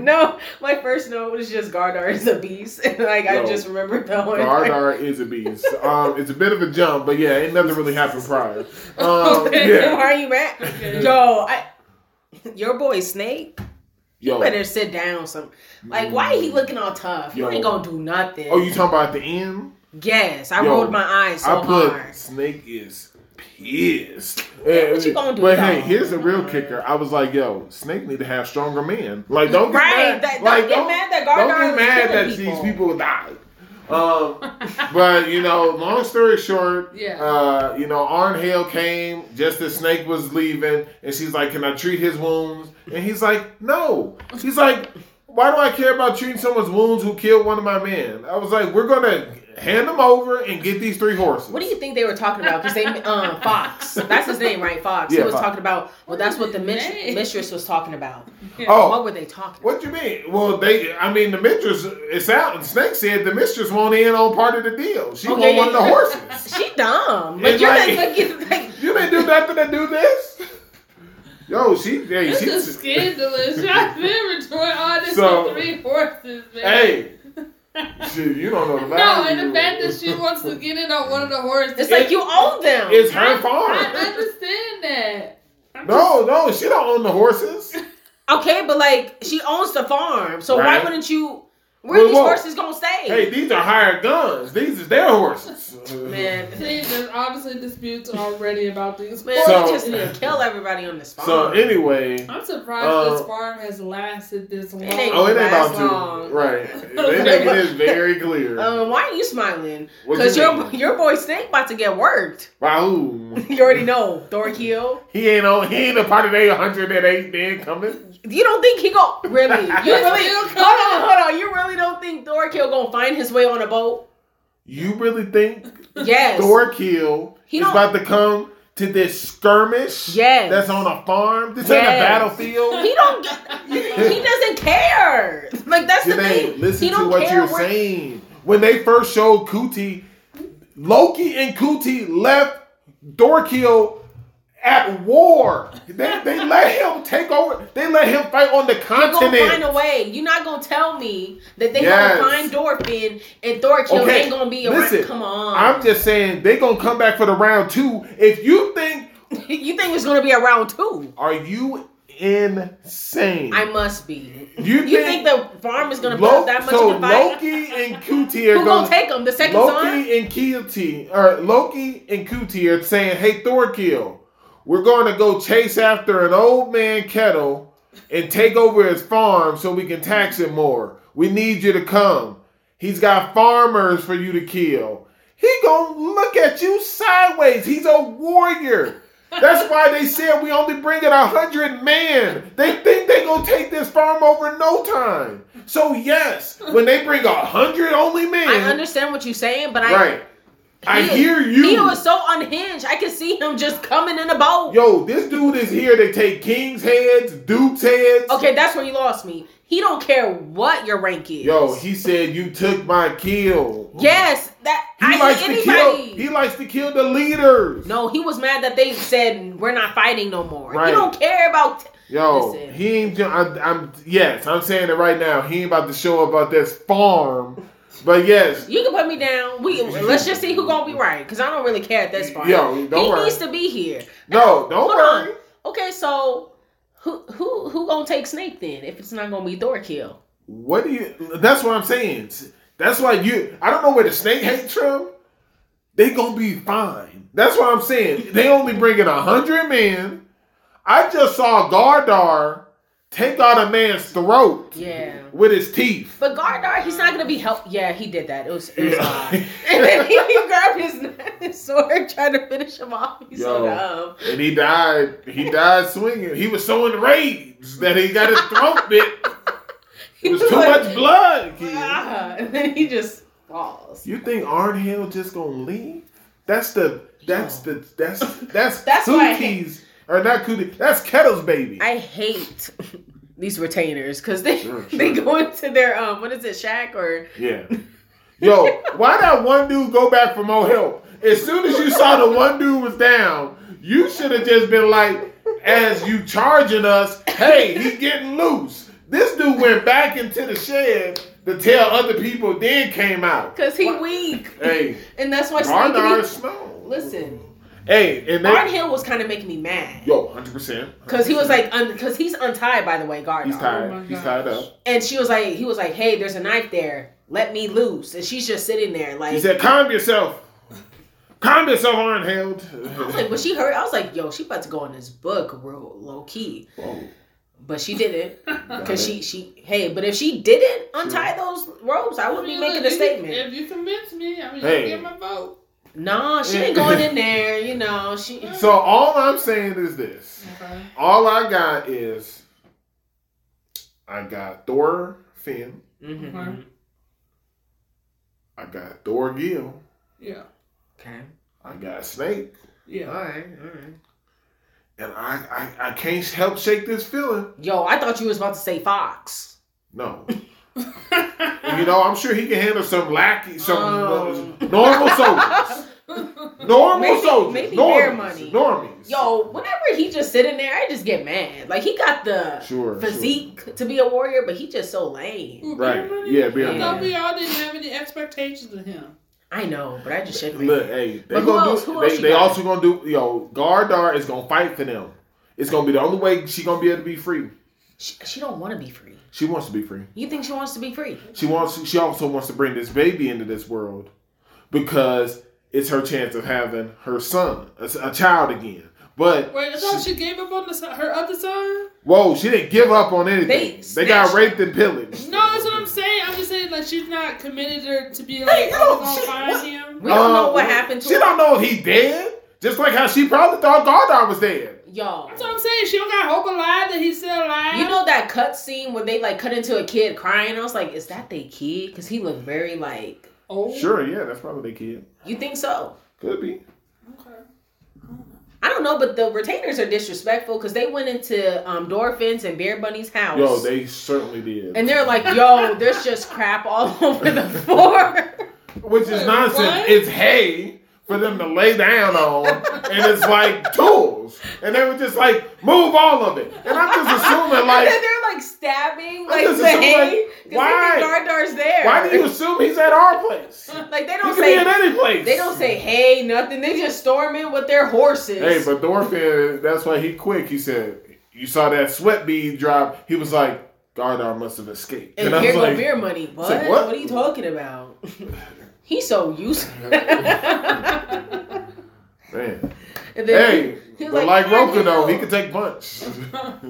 S1: no, my first note was just Gardar is a beast, and like I
S3: Yo,
S1: just remembered that one.
S3: Gardar is a beast. Um, it's a bit of a jump, but yeah, ain't nothing really happened prior. Um,
S1: Why
S3: yeah.
S1: are you mad?
S2: Okay.
S1: Yo, I, your boy Snake. You
S3: Yo.
S1: better sit down. Some like, why he looking all tough? You
S3: Mm. Yo.
S1: ain't gonna do nothing.
S3: Oh, you talking about the end?
S1: Yes, I
S3: Yo,
S1: rolled my eyes so
S3: I put
S1: hard.
S3: Snake is pissed.
S1: what you gonna do,
S3: But hey,
S1: though?
S3: here's the real kicker. I was like, yo, Snake need to have stronger men. Like, don't get
S1: Right,
S3: mad.
S1: that- don't
S3: like,
S1: get mad that
S3: don't
S1: Gargoyle
S3: get
S1: was
S3: mad
S1: killing
S3: that these
S1: people.
S3: people died. Um, but you know, long story short,
S2: Yeah.
S3: uh, you know, Arn Hale came just as Snake was leaving, and she's like, "Can I treat his wounds?" And he's like, "No." He's like, "Why do I care about treating someone's wounds who killed one of my men?" I was like, "We're gonna hand them over and get these three horses."
S1: What do you think they were talking about? Because they, um, Fox. That's his name, right? Fox. he
S3: Yeah,
S1: was
S3: Fox.
S1: talking about. Well,
S2: What
S1: that's
S2: is
S1: what the
S2: his
S1: mis-
S2: name?
S1: mistress was talking about.
S3: Oh,
S1: What were they talking?
S3: What you mean? Well, they. I mean, the mistress. It's out, and Snake said the mistress won't in on part of the deal. She
S1: Okay.
S3: won't want the horses.
S1: about? She dumb. But
S3: It's
S1: you're
S3: like-
S1: not looking like.
S3: You didn't do nothing to do this. Yo, she. Hey,
S2: This
S3: she.
S2: is scandalous. Y'all been doing all this
S3: So-
S2: with three horses, man.
S3: hey, shit, you don't know the
S2: No,
S3: value.
S2: and the fact that she wants to get in on one of the horses.
S1: It's like you own them.
S3: It's her
S2: I
S3: farm.
S2: understand that. I'm
S3: No, no, she don't own the horses.
S1: Okay, but like she owns the farm, so
S3: Right.
S1: why wouldn't you? Where are
S3: Well,
S1: these
S3: well,
S1: horses gonna stay?
S3: Hey, these are hired guns. These is their horses.
S1: man,
S2: just saying there's obviously disputes already about these
S1: man,
S3: So-
S1: they just need to kill everybody on this farm.
S3: So anyway,
S2: I'm surprised
S3: Uh,
S2: this farm has lasted this long.
S1: It ain't-
S3: oh, it ain't
S1: Last
S3: about to.
S1: long.
S3: Right, they make it is very clear.
S1: um, why are you smiling?
S3: What
S1: Because
S3: you
S1: your
S3: mean?
S1: your boy Snake about to get worked.
S3: By who?
S1: You already know, Dorkill.
S3: He ain't on. He ain't a part of their 108 man coming.
S1: You don't think he go really? You really?
S2: Still
S1: hold on, hold on. You really don't think Thorkill gonna find his way on a boat?
S3: You really think
S1: Yes.
S3: Thorkill
S1: He
S3: is
S1: don't-
S3: about to come to this skirmish?
S1: Yes.
S3: That's on a farm. This ain't a
S1: Yes.
S3: battlefield.
S1: he don't. get- He doesn't care. Like that's the
S3: Janae,
S1: thing.
S3: listen
S1: he
S3: to
S1: don't
S3: what
S1: care
S3: you're
S1: where-
S3: saying. When they first showed Kuti, Loki and Kuti left Dorkill at war. They, they let him take over. They let him fight on the
S1: You're gonna find
S3: continent.
S1: a way. You're not gonna tell me that they
S3: Yes.
S1: gonna find Dorfin and Thorkill ain't gonna be around.
S3: listen,
S1: Come on.
S3: I'm just saying they gonna come back for the round two. If you think,
S1: you think it's gonna be around two?
S3: are you insane?
S1: I must be.
S3: You
S1: You
S3: think-
S1: think, the farm is gonna put
S3: Lo-
S1: up that much
S3: so
S1: of a fight?
S3: Loki and Kuti are
S1: Who
S3: gonna
S1: gonna take him? The second
S3: Loki
S1: son?
S3: and Kuti or Loki and Kuti are saying, "Hey, Thorkill, we're going to go chase after an old man Kettle and take over his farm so we can tax him more. We need you to come. He's got farmers for you to kill. He gonna look at you sideways. He's a warrior." That's why they said we only bring in a hundred men. They think they gonna take this farm over in no time. So yes, when they bring a hundred only men,
S1: I understand what you're saying, but I
S3: Right. I
S1: He-
S3: hear you.
S1: He was so unhinged. I could see him just coming in a boat.
S3: Yo, this dude is here to take king's heads, duke's heads.
S1: Okay, that's where you lost me. He don't care what your rank is.
S3: Yo, he said you took my kill.
S1: yes, that
S3: He
S1: I
S3: likes
S1: hate
S3: to
S1: anybody.
S3: kill. He likes to kill the leaders.
S1: no, he was mad that they said we're not fighting no more.
S3: Right.
S1: You don't care about.
S3: Yo,
S1: Listen.
S3: he ain't. ju- I, I'm yes, I'm saying it right now. He ain't about to show up at this farm. But yes,
S1: You can put me down. We let's just see who gonna be right because I don't really care at this point.
S3: Yo, don't
S1: he
S3: worry.
S1: needs to be here.
S3: no, don't
S1: Hold
S3: worry.
S1: on. Okay, so who who who gonna take Snake then if it's not gonna be Thorkill?
S3: What do you? That's what I'm saying. That's why you. I don't know where the snake hate from. They gonna be fine. That's what I'm saying. They only bringing a hundred men. I just saw Gardar take out a man's throat
S1: Yeah.
S3: with his teeth.
S1: But Gardner, he's not gonna be help. Yeah, he did that. It was, it was odd. and then he, he grabbed his, his sword, trying to finish him off. He's so
S3: Yo.
S1: dumb.
S3: And he died. He died swinging. He was so enraged that he got his throat bit. It was too much blood. kid.
S1: Ah, and then he just falls.
S3: You think Arn Hill just gonna leave? That's the that's the that's that's
S1: That's why I hate-
S3: Kuki's or not Cooties. That's Kettle's baby.
S1: I hate these retainers because they
S3: Sure,
S1: they
S3: sure.
S1: go into their um what is it shack or
S3: Yeah. Yo, why that one dude go back for more help? As soon as you saw the one dude was down, you should have just been like, as you charging us, hey, he getting loose. This dude went back into the shed to tell other people, then came out.
S1: because he weak
S3: Hey,
S1: and that's why
S3: Barnard
S1: Barnard,
S3: smell.
S1: listen
S3: Hey, and
S1: Barn
S3: they,
S1: Hill was kind of making me mad
S3: yo, hundred percent.
S1: because he was like because he's untied by the way Gardner
S3: he's tied.
S2: Oh my
S3: he's tied
S2: gosh.
S3: up.
S1: and she was like he was like hey there's a knife there let me loose and she's just sitting there like
S3: He said, "Calm yourself, calm yourself,
S1: I was like
S3: Arnheld."
S1: when she heard I was like yo she about to go in this book real low key
S3: Whoa,
S1: but she didn't
S3: got
S1: because she
S3: it.
S1: she hey but if she didn't untie those ropes I would be
S2: mean,
S1: making
S2: look,
S1: a
S2: if you-
S1: statement.
S2: If you convince me, I mean,
S3: Hey.
S2: you get my vote.
S1: No, she ain't going in there. You know, she.
S3: So all I'm saying is this.
S2: Okay.
S3: All I got is I got Thor Finn,
S1: Mhm.
S3: I got Thor Gill,
S2: Yeah.
S1: Okay.
S3: I got Snake,
S1: All
S2: Yeah.
S1: right. All right.
S3: and I, I I can't help shake this feeling.
S1: Yo, I thought you was about to say Fox.
S3: No, And, you know I'm sure he can handle some lackey, some uh,
S1: Um.
S3: normal soldiers, normal
S1: Maybe-
S3: soldiers,
S1: maybe
S3: normies,
S1: their money.
S3: normies.
S1: Yo, whenever he just sitting there, I just get mad. Like he got the
S3: sure,
S1: physique to be a warrior, but he just so lame.
S3: sure. right? Yeah, be
S1: Yeah.
S3: a
S2: Thought
S3: man.
S2: we all didn't have any expectations of him.
S1: I know, but I just shake my
S3: Look,
S1: head.
S3: hey, they
S1: But who
S3: gonna
S1: else-
S3: do.
S1: who
S3: They,
S1: else you
S3: they
S1: got?
S3: also gonna do. Yo, Gardar is gonna fight for them. It's gonna be the only way she gonna be able to be free.
S1: She, she don't want to be free.
S3: She wants to be free.
S1: You think she wants to be free?
S3: She wants. She also wants to bring this baby into this world because it's her chance of having her son, a, s- a child again. But
S2: Wait, I thought she gave up on the, son- her other son.
S3: whoa, she didn't give up on
S1: They
S3: anything. They, got
S1: snatched-
S3: raped and pillaged.
S2: No, that's what I'm saying. I'm just saying like she's not committed to, to be
S1: Hey,
S2: like
S1: you
S2: I'm
S1: don't-
S2: gonna
S1: she-
S2: find him.
S1: We don't know
S3: Uh,
S1: what happened to
S3: She
S1: her.
S3: don't know if he dead. Just like how she probably thought Gardar was dead.
S1: Yo.
S2: That's what I'm saying. She don't got hope alive that he's still alive.
S1: You know that cut scene where they like cut into a kid crying? I was like, is that they kid? Because he looked very like.
S2: oh,
S3: Sure, yeah, that's probably their kid.
S1: You think so?
S3: Could be.
S2: Okay.
S1: I don't know, but the retainers are disrespectful because they went into um, Dorfin's and Bear Bunny's house.
S3: Yo, they certainly did.
S1: and they're like, yo, there's just crap all over the floor.
S3: Which is
S2: Wait,
S3: nonsense.
S2: what?
S3: It's hay for them to lay down on, and it's like tools. And they were just like, move all of it. And I'm just assuming,
S1: and then
S3: like,
S1: they're like stabbing
S3: I
S1: like
S3: just
S1: the
S3: assume,
S1: hay.
S3: like,
S1: Because
S3: why?
S1: Dardar's there.
S3: why do you assume he's at our place? He
S1: Like they
S3: could
S1: don't
S3: be at
S1: say
S3: any place.
S1: they don't say hey nothing. They just storm in with their horses.
S3: Hey, but Dorfin, that's why he quick. He said, you saw that sweat bead drop. He was like, Gardar must have escaped.
S1: and
S3: I
S1: here
S3: was
S1: go
S3: like,
S1: beer money. What?
S3: like,
S1: what?
S3: what?
S1: are you talking about? He's so useless. and
S3: man,
S1: then
S3: hey,
S1: he was
S3: but like,
S1: "Darn
S3: Roka though,
S1: you."
S3: he could take punch.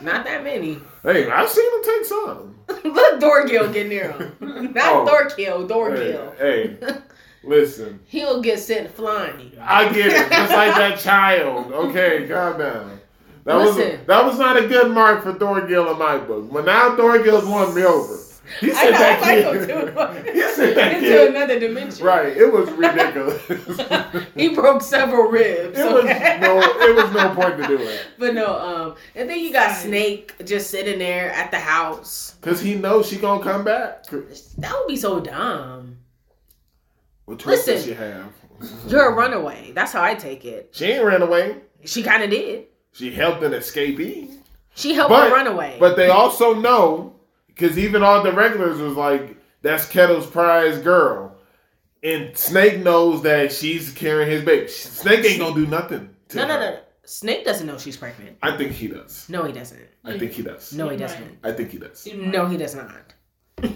S1: not that many.
S3: hey, I've seen him take some.
S1: Let Dorgill get near him. Not
S3: Oh.
S1: Dorkill,
S3: Hey,
S1: Dorgill.
S3: hey, listen.
S1: He'll get sent flying.
S3: I get it. Just like that child. Okay, calm down. That
S1: Listen.
S3: was that was not a good mark for Thorgill in my book. But now Thorgill's won me over. He
S1: I
S3: said
S1: know,
S3: that
S1: I
S3: kid.
S1: know too.
S3: he said that
S1: Into
S3: kid.
S1: another dimension.
S3: Right. It was ridiculous. it
S1: He broke several ribs.
S3: was
S1: okay?
S3: no. It was no point to do it
S1: But no, um, and then you got
S2: Right.
S1: Snake just sitting there at the house.
S3: because he knows she gonna come back.
S1: That would be so dumb.
S3: What choice does
S1: Listen.
S3: she have?
S1: You're a runaway. That's how I take it.
S3: She ain't ran away.
S1: She kind of did.
S3: She helped an escapee.
S1: She helped
S3: But-
S1: a runaway.
S3: But they also know, because even all the regulars was like, that's Kettle's prize girl. And Snake knows that she's carrying his baby. Snake ain't gonna do nothing. To
S1: no, no,
S3: her.
S1: no. Snake doesn't know she's pregnant.
S3: I think he does.
S1: No, he doesn't.
S3: I think he does.
S1: No, he
S2: Right.
S1: doesn't.
S3: I think he does.
S1: No, he does not.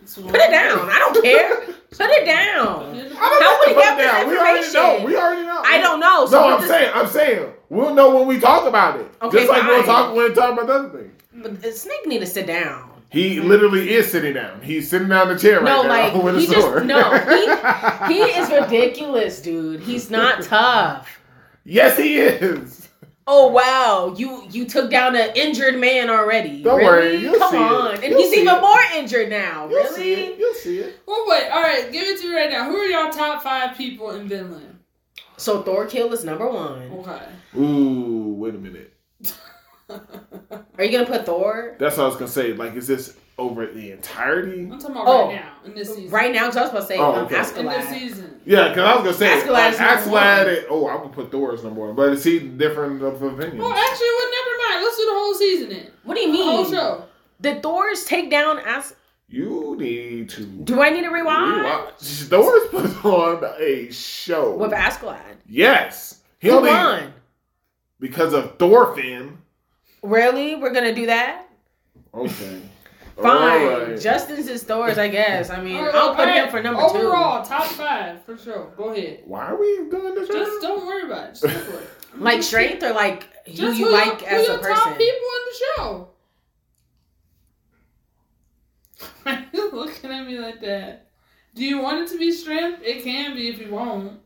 S1: Put it down. I don't care. Put it down.
S3: I don't
S1: How
S3: have to
S1: we
S3: put
S1: got
S3: it
S1: this
S3: down. We already know.
S1: information?
S3: We already know.
S1: I don't know.
S3: No,
S1: we'll
S3: I'm
S1: just-
S3: saying, I'm saying, we'll know when we talk about it.
S1: Okay,
S3: Just like we'll
S1: fine.
S3: talk when we talk about the other thing.
S1: But the snake need to sit down.
S3: He literally is sitting down. He's sitting down in the chair right
S1: No,
S3: now
S1: like,
S3: with a
S1: he just-
S3: sword.
S1: no, He is ridiculous, dude. He's not tough.
S3: yes, he is.
S1: Oh wow, you you took down an injured man already.
S3: Don't worry,
S1: Really?
S3: you'll
S1: Come
S3: see it.
S1: on, and
S3: You'll
S1: he's
S3: see
S1: even
S3: it.
S1: more injured now.
S3: You'll see
S1: really?
S3: it. You'll see it.
S2: Well, oh, wait. All right, give it to me right now. Who are y'all top five people in Vinland?
S1: So Thorkill is number one.
S2: Okay.
S3: Ooh, wait a minute.
S1: Are you gonna put Thor
S3: That's what I was gonna say. Like, is this over the entirety?
S2: I'm talking about
S1: Oh.
S2: right now in this season.
S1: right now? Because I was about to say
S3: Oh,
S1: um,
S3: okay.
S2: in this
S1: Askeladd.
S2: season.
S3: Yeah, because I was gonna say
S1: Askeladd's
S3: like,
S1: number one.
S3: Askeladd. and- Oh, I would put Thor as number one, but it's he different of opinion.
S2: Well, actually, well, never mind. Let's do the whole season then.
S1: What do you
S2: The whole
S1: mean?
S2: show.
S1: Did Thor's take down As?
S3: You need to
S1: Do I need to rewind?
S3: rewatch. Thor's put on a show.
S1: With Askeladd.
S3: yes, he
S1: Come
S3: only
S1: on.
S3: because of Thorfinn.
S1: Really? We're gonna do that?
S3: Okay,
S1: Fine.
S3: All right.
S1: Justin's is Thor's, I guess. I mean,
S2: All right,
S1: I'll put
S2: all
S1: him
S2: right.
S1: for number two.
S2: Overall, top five for sure. Go ahead.
S3: Why are we doing this? right
S2: Just
S3: now?
S2: don't worry about it. Just go for it. I'm
S1: Like
S2: just-
S1: strength or like who
S2: Just
S1: you
S2: who
S1: like
S2: your,
S1: as
S2: who
S1: a
S2: your top
S1: person?
S2: people in the show. Why you looking at me like that? Do you want it to be strength? It can be if you won't.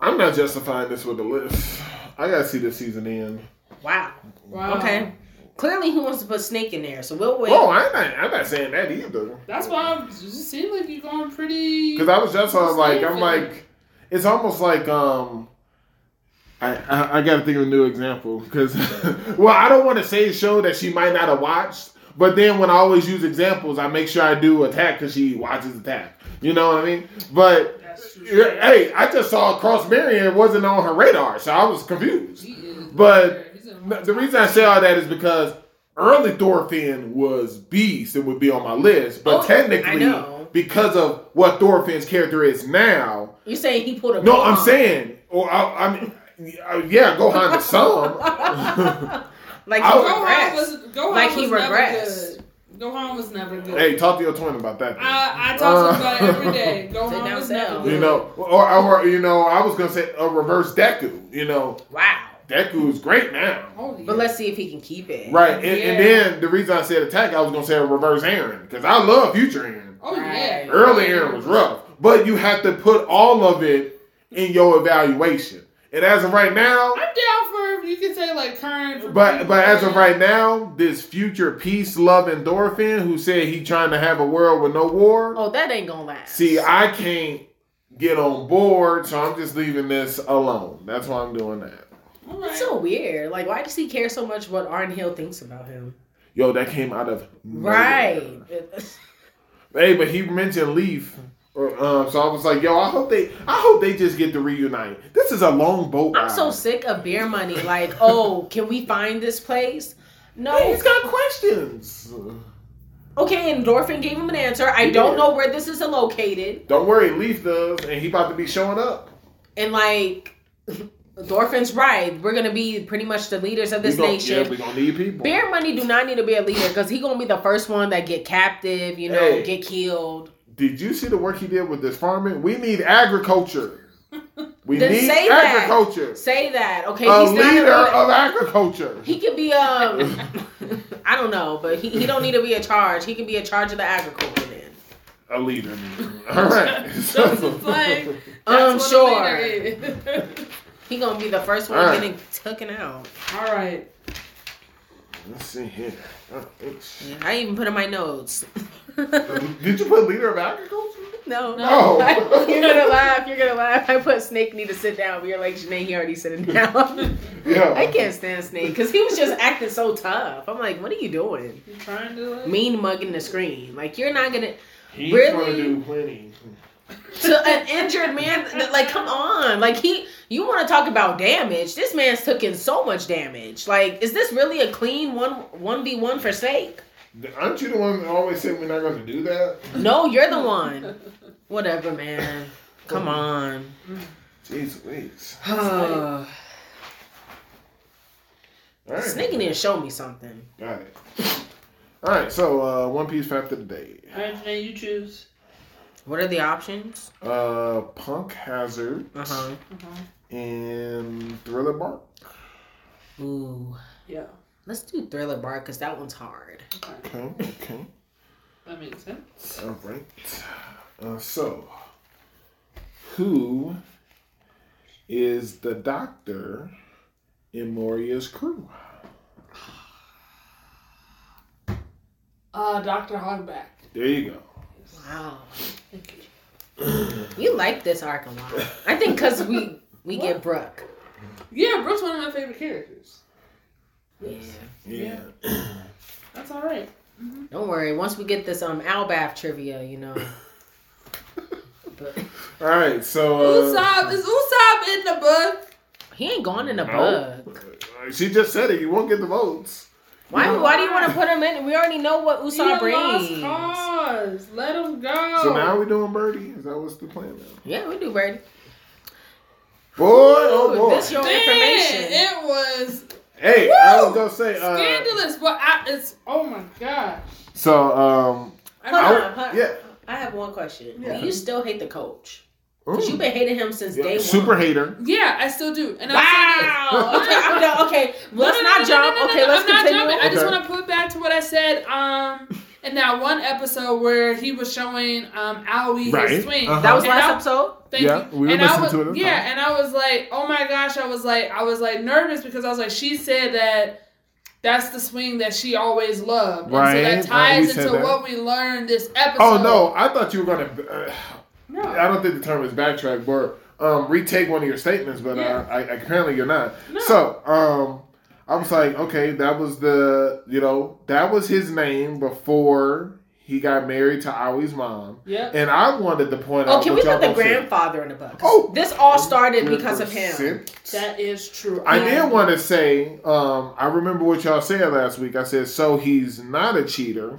S3: I'm not justifying this with the list. I gotta see this season end.
S1: Wow.
S2: Wow.
S1: Okay. Clearly, he wants to put snake in there, so we'll wait.
S3: Oh, I'm not. I'm not saying that either.
S2: That's why I'm, it just seems like you're going pretty.
S3: Because I was just on like, I'm
S2: Stupid.
S3: like, it's almost like um, I I, I got to think of a new example because, well, I don't want to say a show that she might not have watched, but then when I always use examples, I make sure I do attack because she watches attack. You know what I mean? But
S2: That's true.
S3: yeah, hey, I just saw Cross Marion wasn't on her radar, so I was confused.
S2: He is.
S3: But-
S2: He's in-
S3: The reason I say all that is because early Thorfinn was beast and would be on my list, but
S1: Oh,
S3: technically.
S1: I know.
S3: Because of what Thorfinn's character is now,
S1: You're saying he pulled a
S3: Oh. no, I'm
S1: Gohan.
S3: saying, or I, I mean, uh, yeah, Gohan to some.
S1: like
S3: I
S1: he
S3: would-
S2: Gohan
S1: regressed.
S2: was, Gohan
S1: Like, he
S2: was never
S1: regressed.
S2: good. Gohan was never good.
S3: hey, talk to your twin about that.
S1: Uh,
S2: I, I talk to him about it every
S3: Uh.
S2: day.
S1: Sit
S2: Gohan
S1: down,
S2: was
S1: Sal.
S2: never good.
S3: you know, or, or you know, I was gonna say a reverse Deku. You know,
S1: Wow.
S3: Deku is great now,
S2: Holy
S1: But let's see if he can keep it.
S3: right? And, and
S2: Yeah.
S3: then the reason I said attack, I was gonna say a reverse Aaron because I love future Aaron.
S2: Oh yeah.
S3: Early Aaron was rough, but you have to put all of it in your evaluation. And as of right now,
S2: I'm down for you can say like current. for
S3: But
S2: people.
S3: but as of right now, this future peace loving Dorfin who said he trying to have a world with no war.
S1: Oh, that ain't gonna last.
S3: See, I can't get on board, so I'm just leaving this alone. That's why I'm doing that.
S2: All right.
S1: It's so weird. Like, why does he care so much what Arn Hill thinks about him?
S3: Yo, that came out of nowhere.
S1: Right.
S3: Hey, but he mentioned Leaf. Or, um, so I was like, yo, I hope they, I hope they just get to reunite. This is a long boat ride.
S1: I'm so sick of beer money. Like, oh, can we find this place?
S3: Hey,
S1: No.
S3: he's got questions.
S1: Okay, and Dorfin gave him an answer. I don't know where this is located.
S3: Don't worry, Leaf does, and he about to be showing up.
S1: And like Dorfin's right. We're gonna be pretty much the leaders of
S3: We
S1: this
S3: gon-
S1: nation.
S3: yeah, we gonna need people.
S1: Bear Money do not need to be a leader because he gonna be the first one that get captive, you know,
S3: Hey.
S1: get killed.
S3: Did you see the work he did with this farming? We need agriculture. We
S1: Then
S3: need
S1: say that.
S3: agriculture.
S1: Say that, okay?
S3: A
S1: he's
S3: leader,
S1: not a leader.
S3: of agriculture.
S1: He could be um, I don't know, but he, he don't need to be in charge. He can be in charge of the agriculture then.
S3: a leader. All right.
S2: That's a flag.
S1: Um,
S2: That's
S1: sure.
S2: what a leader is.
S1: He gonna be the first one
S3: All right.
S1: getting taken out.
S2: All right.
S3: Let's see here. Oh, it's-
S1: I even put in my notes.
S3: Did you put leader of agriculture?
S1: No,
S3: No.
S1: you're gonna laugh. You're gonna laugh. I put Snake need to sit down. We were like, Janae, he already sitting down.
S3: Yeah.
S1: I can't stand Snake because he was just acting so tough. I'm like, what are you doing?
S2: You trying to like,
S1: Mean mugging the screen. Like you're not gonna
S3: He's
S1: Really?
S3: gonna do plenty.
S1: to an injured man. th- Like come on. Like he, you want to talk about damage? This man's taking so much damage. Like is this really a clean one one v one for Snake?
S3: Aren't you the one that always said we're not gonna do that?
S1: No, you're the one. Whatever, man. Come on.
S3: Jeez Louise. All right.
S1: Snake need to show me something.
S3: Got it. All right, so uh, One Piece fact of the day.
S2: All right, Janae, you choose.
S1: What are the options?
S3: Uh, Punk Hazard
S1: Uh huh.
S2: Uh-huh.
S3: and Thriller Bark.
S1: Ooh.
S2: Yeah.
S1: Let's do Thriller Bar because that one's hard.
S2: Okay.
S3: Okay, okay.
S2: That makes sense.
S3: All right. Uh, so, who is the doctor in Moria's crew?
S2: Uh, Dr. Hogback.
S3: There you go.
S1: Wow.
S2: Thank you.
S1: You like this arc a lot. I think because we we get Brooke.
S2: Yeah, Brooke's one of my favorite characters.
S1: Yeah.
S3: Yeah.
S2: That's all right.
S1: Don't worry. Once we get this um Albath trivia, you know. But
S3: All right. So, uh,
S2: Usopp is Usopp in the book.
S1: he ain't going in the
S3: no.
S1: book.
S3: she just said it. You won't get the votes.
S1: Why? Why do you want to put him in? We already know what
S2: He a
S1: Usopp
S2: lost
S1: brings.
S2: cause. Let him go.
S1: Oh.
S3: So now we're doing Birdie. Is that what's the plan now?
S1: Yeah, we do, Brady.
S3: Boy, oh
S1: Ooh,
S3: boy.
S1: this your
S2: Man,
S1: information.
S2: it was
S3: hey, I was
S2: Woo!
S3: gonna say. Uh,
S2: scandalous, but I, it's oh my gosh.
S3: So, um,
S2: I
S1: Hold
S3: I
S1: on,
S2: mean,
S3: would-
S1: hold on.
S3: yeah.
S1: I have one question.
S2: Yeah.
S1: Do you still hate the coach? Because you've
S3: mm,
S1: been hating him since day
S3: yeah,
S1: one.
S3: super hater.
S2: yeah, I still do. And
S1: Wow.
S2: I'm
S1: okay, I'm not- okay. Let's not jump. Okay, let's
S2: I'm not
S1: continue.
S2: jumping. I just
S3: Okay.
S2: want to put back to what I said. Um, in that one episode where he was showing um Aoi
S3: Right.
S2: his swing.
S3: Uh-huh.
S1: That was
S2: And
S1: last
S2: I-
S1: episode.
S2: Thank
S3: Yeah,
S2: you.
S3: we were
S2: and I
S3: listening
S2: was,
S3: to it uh-huh. at the
S2: Yeah,
S3: time.
S2: and I was like, oh my gosh, I was like, I was like nervous because I was like, she said that that's the swing that she always loved.
S3: Right,
S2: And
S3: uh,
S2: so that ties
S3: we said
S2: into
S3: that.
S2: what we learned this episode.
S3: Oh no, I thought you were gonna. Uh,
S2: No.
S3: I don't think the term is backtrack, but um, retake one of your statements. But
S2: Yeah.
S3: uh, I, apparently you're not.
S2: No.
S3: So um, I was like, okay, that was the you know that was his name before he got married to Aoi's mom,
S2: Yep.
S3: and I wanted to point
S1: Oh,
S3: out.
S1: can we
S3: what y'all
S1: put the
S3: don't see.
S1: grandfather in the book?
S3: Oh.
S1: this all started because of him.
S3: 100%.
S2: That is true.
S3: I did want to say, um, I remember what y'all said last week. I said, so he's not a cheater.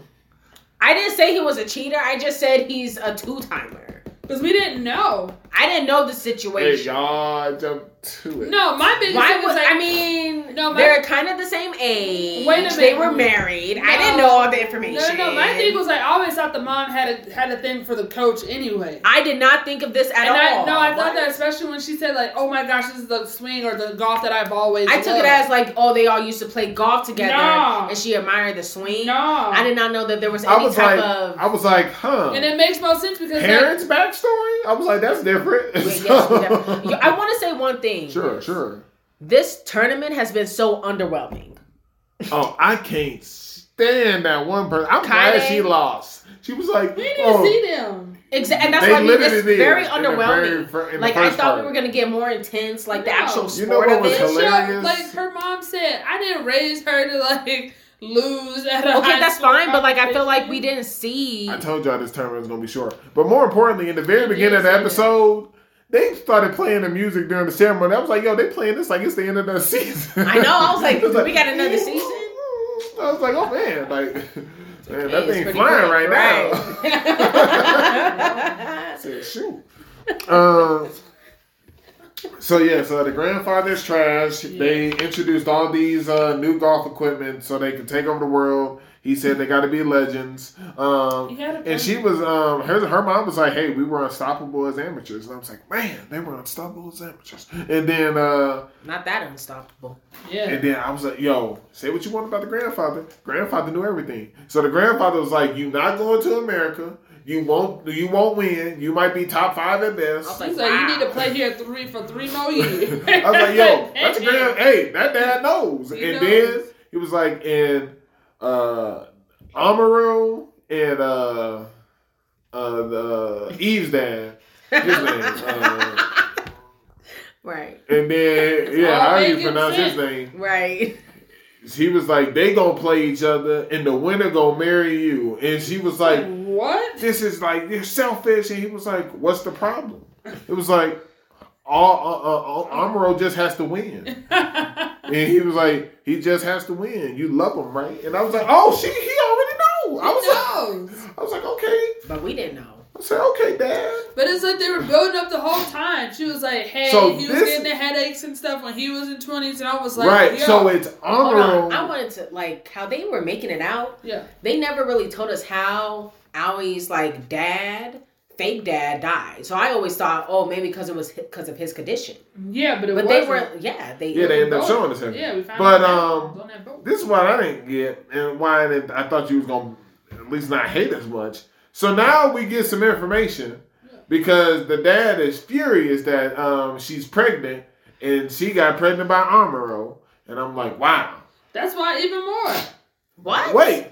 S1: I didn't say he was a cheater. I just said he's a two timer.
S2: because we didn't know.
S1: I didn't know the
S3: Hey,
S1: situation.
S3: y'all jumped to it.
S2: No, my biggest
S1: Why
S2: thing
S1: would
S2: was like,
S1: I mean?
S2: No, my-
S1: they're kind of the same age.
S2: Wait a
S1: They
S2: minute.
S1: were married. I
S2: No.
S1: didn't know all the
S2: no,
S1: information.
S2: no, no. My thing was like, I always thought the mom had a had a thing for the coach anyway.
S1: I did not think of this at
S2: and
S1: all.
S2: I no, I
S1: What?
S2: thought that especially when she said like, "Oh my gosh, this is the swing or the golf that I've always."
S1: I took it
S2: loved."
S1: as like, oh, they all used to play golf together,
S2: No.
S1: and she admired the swing.
S2: no.
S1: I did not know that there was
S3: I
S1: any
S3: was
S1: type
S3: like,
S1: of.
S3: I was like, huh?
S2: And it makes no sense because
S3: Parents' backstory? I was like, that's different.
S1: Wait, yes,
S3: So-
S1: we definitely- Yo, I want to say one thing.
S3: sure, sure.
S1: This tournament has been so underwhelming.
S3: Oh, I can't stand that one person. I'm
S1: Kylie.
S3: glad she lost. She was like,
S2: we didn't
S3: oh,
S2: see them.
S1: Exactly, and that's
S3: They
S1: why I mean, it's
S3: literally did
S1: very
S3: in the very
S1: underwhelming.
S3: fir- in the
S1: like I
S3: first
S1: thought we
S3: part.
S1: were gonna get more intense, like the
S2: No.
S1: actual
S3: You know
S1: sport
S3: what
S1: of
S3: was
S1: it.
S2: She-
S3: hilarious.
S2: like her mom said, I didn't raise her to like lose at a
S1: Okay,
S2: high
S1: that's
S2: school
S1: fine, but like I feel like we
S2: competition.
S1: didn't see.
S3: I told y'all this tournament was gonna be short. But more importantly, in the very
S2: You
S3: beginning of the
S2: did say that.
S3: episode, they started playing the music during the ceremony. I was like, yo, they playing this like it's the end of the season.
S1: I know, I was like, we got another season?
S3: I was like, oh man, like man, that
S1: Hey, it's
S3: thing
S1: pretty
S3: flying
S1: quick,
S3: right, now. I said, shoot. Um, so yeah, so the grandfather's trash. They introduced all these uh, new golf equipment so they could take over the world. He said they got to be legends. Um,
S2: He had a
S3: and she was um, her her mom was like, "Hey, we were unstoppable as amateurs," and I was like, "Man, they were unstoppable as amateurs." And then uh,
S1: Not that unstoppable.
S2: Yeah.
S3: and then I was like, yo, say what you want about the grandfather. Grandfather knew everything. So the grandfather was like, you not going to America. You won't you won't win. You might be top five
S1: I
S3: at
S1: was
S3: best.
S1: like,
S2: She's like, you
S1: wow.
S2: need to play here three for three more years.
S3: I was like, yo, that's a grand hey, that dad knows.
S2: He
S3: and
S2: knows.
S3: then he was like in uh Amaru and uh uh the Eve's dad. His name. Uh,
S1: Right,
S3: and then yeah,
S2: all
S3: how do you
S2: making
S3: pronounce his
S2: sense.
S3: name?
S1: right.
S3: She was like, they gonna play each other, and the winner gonna marry you. And she was like,
S2: what?
S3: this is like you're selfish. And he was like, what's the problem? It was like, all uh, uh, uh, Amuro just has to win. And he was like, he just has to win. You love him, right? And I was like, oh, she, he already know. I was
S2: knows?
S3: like, I was like, okay.
S1: But we didn't know.
S3: I said, okay, Dad.
S2: But it's like they were building up the whole time. She was like, hey,
S3: So
S2: he was
S3: this-
S2: getting the headaches and stuff when he was in 20s. And I was like,
S3: right.
S2: yo.
S3: So it's
S1: Hold on. I
S3: Amuro.
S1: wanted to like how they were making it out.
S2: yeah.
S1: They never really told us how Aoi's like dad fake dad died. So I always thought, oh, maybe because it was because of his condition.
S2: Yeah, but it
S1: But
S2: wasn't.
S1: they were, yeah, they.
S3: Yeah, they end up
S2: Both.
S3: showing us.
S2: Yeah, we found
S3: But,
S2: out.
S3: um,
S2: it was on that boat.
S3: This is what I didn't get, and why I, didn't, I thought you was gonna at least not hate as much. So now we get some information because the dad is furious that um, she's pregnant, and she got pregnant by Amaro, and I'm like, wow,
S2: That's why even more.
S1: What?
S3: wait,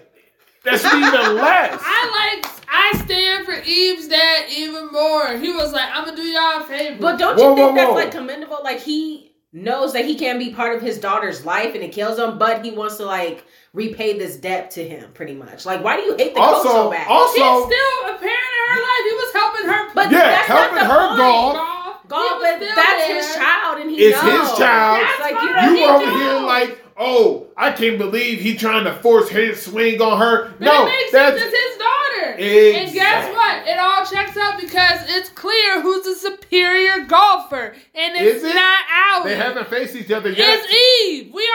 S3: that's even less.
S2: I like. I stand for Eve's dad even more. He was like, "I'm gonna do y'all a favor."
S1: But don't
S3: Whoa,
S1: you think
S3: whoa,
S1: that's
S3: whoa.
S1: like commendable? Like he knows that he can be part of his daughter's life and it kills him, but he wants to like repay this debt to him, pretty much. Like, why do you hate the coach
S3: Also,
S1: so bad?
S3: also-
S2: he's still a parent in her life. He was helping her.
S1: But
S3: Yeah,
S1: that's not
S3: helping
S1: the
S3: her
S1: point.
S3: golf.
S1: Golf, but that's his child, and he
S3: It's
S1: knows.
S3: his child.
S1: That's like you
S2: fine.
S1: don't
S3: You
S1: need
S3: were over
S1: to-
S3: here like, oh, I can't believe he trying to force his swing on her.
S2: No,
S3: No,
S2: makes
S3: that's
S2: sense. It's his daughter. And guess
S3: Exactly.
S2: what? It all checks out because it's clear who's the superior golfer, and it's
S3: Is it?
S2: not ours.
S3: they haven't faced each other yet.
S2: It's Eve. We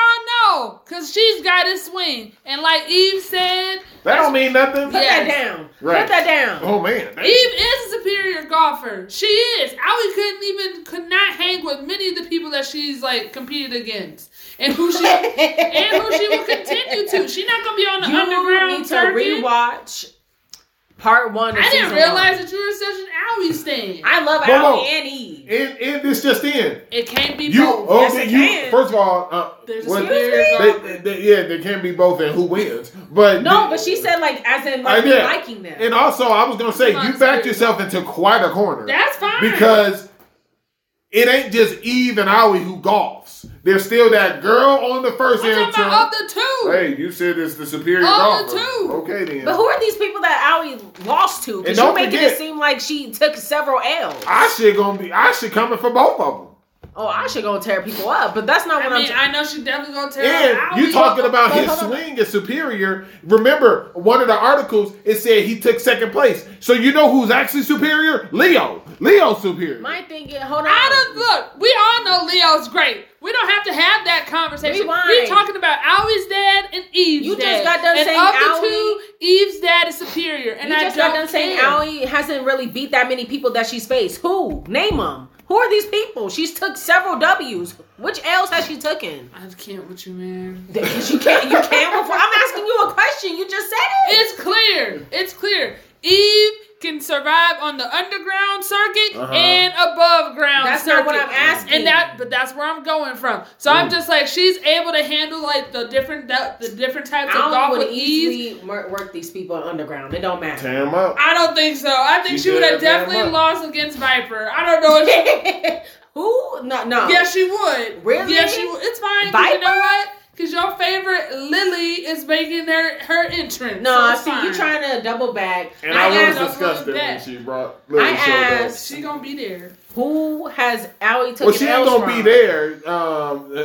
S2: all know because she's got his swing, and like Eve said,
S3: that don't mean nothing.
S1: Put
S2: Yes.
S1: that down.
S3: Right.
S1: Put that down.
S3: Oh man,
S2: Eve is a superior golfer. She is. Allie couldn't even could not hang with many of the people that she's like competed against, and who she and who she will continue to. She's not gonna be on the
S1: You
S2: underground
S1: need to
S2: circuit.
S1: rewatch part one. Of
S2: I didn't
S1: season
S2: realize
S1: one.
S2: that you were such an Allie stand.
S1: I love
S3: Whoa, whoa.
S1: Allie and Eve.
S3: And, and this just in.
S2: it can't be
S3: You,
S2: both.
S3: oh,
S1: Yes, it
S3: you
S1: can.
S3: first of all, uh,
S2: There's a
S3: what-
S2: superior golfer.
S3: they, they- yeah, there can be both, and who wins? But
S1: No, but she said like as in
S3: I
S1: like me
S3: did.
S1: liking them.
S3: And also, I was gonna say, you backed yourself into quite a corner
S2: That's fine.
S3: because it ain't just Eve and Owie who golfs. There's still that girl on the first
S2: we're
S3: hand
S2: talking
S3: turn.
S2: about of the two.
S3: Hey, you said it's the superior
S2: Of the
S3: golfer.
S2: two.
S3: Okay then.
S1: but who are these people that Allie lost to?
S3: And
S1: Because
S3: don't
S1: you're making
S3: forget-
S1: it seem like she took several L's.
S3: I should gonna be. I should coming for both of them.
S1: oh, I should go tear people up, but that's not
S2: I
S1: what
S2: mean,
S1: I'm.
S2: I know she definitely gonna tell
S3: And
S2: Allie.
S3: you talking about
S1: but
S3: his
S1: hold on.
S3: swing is superior. Remember, one of the articles it said he took second place. So you know who's actually superior? Leo. Leo's superior.
S1: my thing is, hold on.
S2: I don't look. We all know Leo's great. We don't have to have that conversation.
S1: Rewind.
S2: We're talking about Allie's dad and Eve's
S1: You just
S2: dad.
S1: got done
S2: and
S1: saying
S2: of the
S1: Allie-
S2: two, Eve's dad is superior. And
S1: you
S2: I
S1: just
S2: don't
S1: got done saying
S2: care.
S1: Allie hasn't really beat that many people that she's faced. Who? Name them. Who are these people? She's took several W's. Which L's has she taken?
S2: I can't with you, man.
S1: you can't. You can't. Before. I'm asking you a question. You just said it.
S2: It's clear. It's clear. Eve can survive on the underground circuit
S3: Uh-huh.
S2: and above ground.
S1: That's not what
S2: circuit.
S1: I'm asking.
S2: And that, but that's where I'm going from. So
S3: Mm.
S2: I'm just like she's able to handle like the different the, the different types of
S1: Allie
S2: golf
S1: would
S2: with ease.
S1: easily mer- work these people underground. It don't matter.
S3: Tear him up.
S2: I don't think so. I think
S3: She
S2: she, would have
S3: did, man,
S2: definitely
S3: look.
S2: lost against Viper. I don't know. If she,
S1: Who? No, no.
S2: yes, she would.
S1: Really?
S2: Yes, she would. It's fine. 'cause You know
S1: Viper?
S2: what? Because your favorite Lily is making her her entrance.
S1: No, I
S2: so it's
S1: see you
S2: fine.
S1: trying to double back.
S3: And
S1: I,
S3: I, was
S1: asked
S2: asked-
S3: disgusted when
S2: that.
S3: she brought.
S1: I
S3: Lily showed up.
S1: asked-
S2: She gonna be there.
S1: who has Allie took
S3: Well, she ain't
S1: L's
S3: gonna
S1: from?
S3: be there. Um,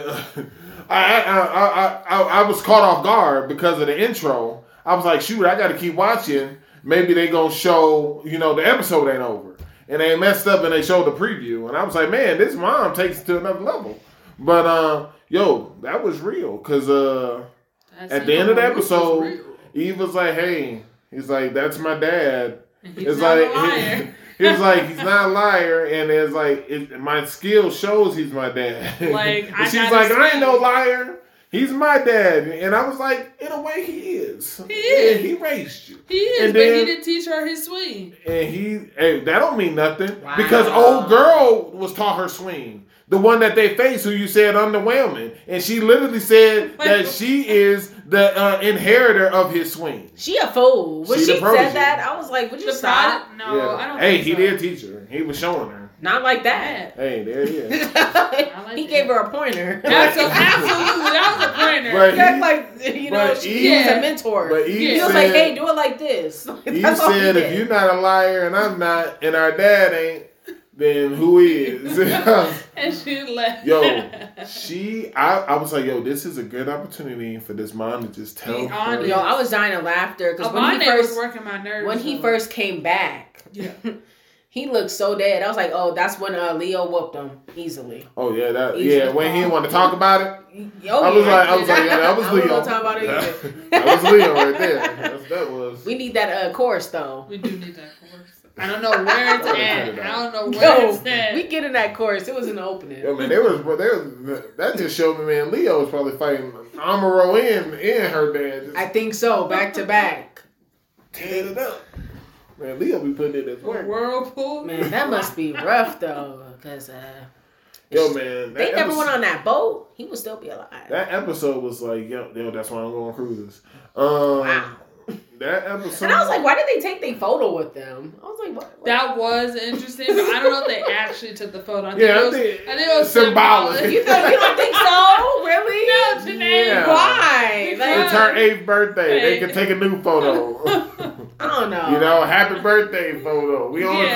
S3: I, I, I, I, I was caught off guard because of the intro. I was like, shoot, I got to keep watching. Maybe they gonna show, you know, the episode ain't over, and they messed up and they showed the preview, and I was like, man, this mom takes it to another level. But uh, yo, that was real because uh,
S2: That's
S3: at
S2: it.
S3: the end of the
S2: This is
S3: episode,
S2: real.
S3: Eve was like, hey, he's like, that's my dad.
S2: And he's
S3: It's
S2: not
S3: like
S2: a liar.
S3: He, was like he's not a liar, and it's like it, my skill shows he's my dad.
S2: Like, I
S3: And she's
S2: gotta
S3: like, I ain't no
S2: see."
S3: liar. He's my dad, and I was like, in a way, he is.
S2: He is.
S3: Yeah, he raised you,
S2: He is,
S3: And
S2: but he
S3: then-
S2: didn't teach her his swing.
S3: and he hey, that don't mean nothing
S1: Wow.
S3: because old girl was taught her swing. The one that they faced, who you said underwhelming, and she literally said that she is the uh, inheritor of his swing.
S1: She a fool. When
S3: She
S1: she,
S3: the protege.
S1: said that, I was like, "Would you
S2: The
S1: stop?"
S2: product? No, I don't.
S3: Hey,
S2: think
S3: he
S2: so.
S3: did teach her. He was showing her.
S1: Not like that.
S3: Hey, there he is.
S2: like
S1: he
S2: that.
S1: gave her a pointer.
S2: Absolutely, absolutely, that was a pointer.
S3: But
S1: He act like you know
S3: but
S1: she
S3: he-
S1: was a mentor.
S3: But Eve
S1: he
S2: Yeah.
S1: was
S3: said,
S1: like, "Hey, do it like this." Like,
S3: Eve
S1: that's all he
S3: said,
S1: did.
S3: if you're not a liar and I'm not, and our dad ain't, then who is?
S2: and she left.
S3: yo, she, I, I was like, yo, this is a good opportunity for this mom to just tell
S2: Be honest.
S3: her.
S1: yo, I was dying of laughter because when
S2: Avante
S1: he first
S2: was working my nerves.
S1: when he
S2: though.
S1: first came back,
S2: Yeah.
S1: he looked so dead. I was like, "Oh, that's when uh, Leo whooped him easily."
S3: Oh yeah, that
S1: Easy
S3: yeah. When he didn't want to talk about it,
S1: Oh,
S3: I was
S1: yeah.
S3: like, I was like, yeah, that was
S1: I
S3: Leo.
S1: wasn't gonna talk about it either.
S3: that was Leo right there. That's, that was.
S1: We need that uh, chorus though.
S2: we do need that course. I don't know where it's at. I don't know where
S1: Yo,
S2: it's at.
S1: We get in that chorus. It was an opening.
S3: Yeah, man, they was, they was that just showed me, man. Leo was probably fighting Amaro and and her dad. Just
S1: I think so. Back to back.
S3: tearing it up. Man, Leo be putting in his
S2: A
S3: work.
S2: whirlpool.
S1: Man, that must be rough though, because uh,
S3: Yo, man,
S1: they
S3: that
S1: never
S3: episode-
S1: went on that boat. He would still be alive.
S3: That episode was like, yo, yo, that's why I'm going on cruises. Um,
S1: Wow.
S3: That episode.
S1: And I was like, why did they take their photo with them? I was like, what? what?
S2: That was interesting, but I don't know if they actually took the photo. I think
S3: Yeah,
S2: it
S3: I
S2: was,
S3: think
S2: I think it was
S3: symbolic.
S2: symbolic.
S1: you, don't, you don't think so? Really?
S2: No, Janae.
S3: Yeah.
S1: Why?
S3: it's
S1: Like,
S2: Because-
S3: her eighth birthday. They can take a new photo.
S1: I don't know.
S3: you know, happy birthday photo. We on
S2: Yeah.
S3: a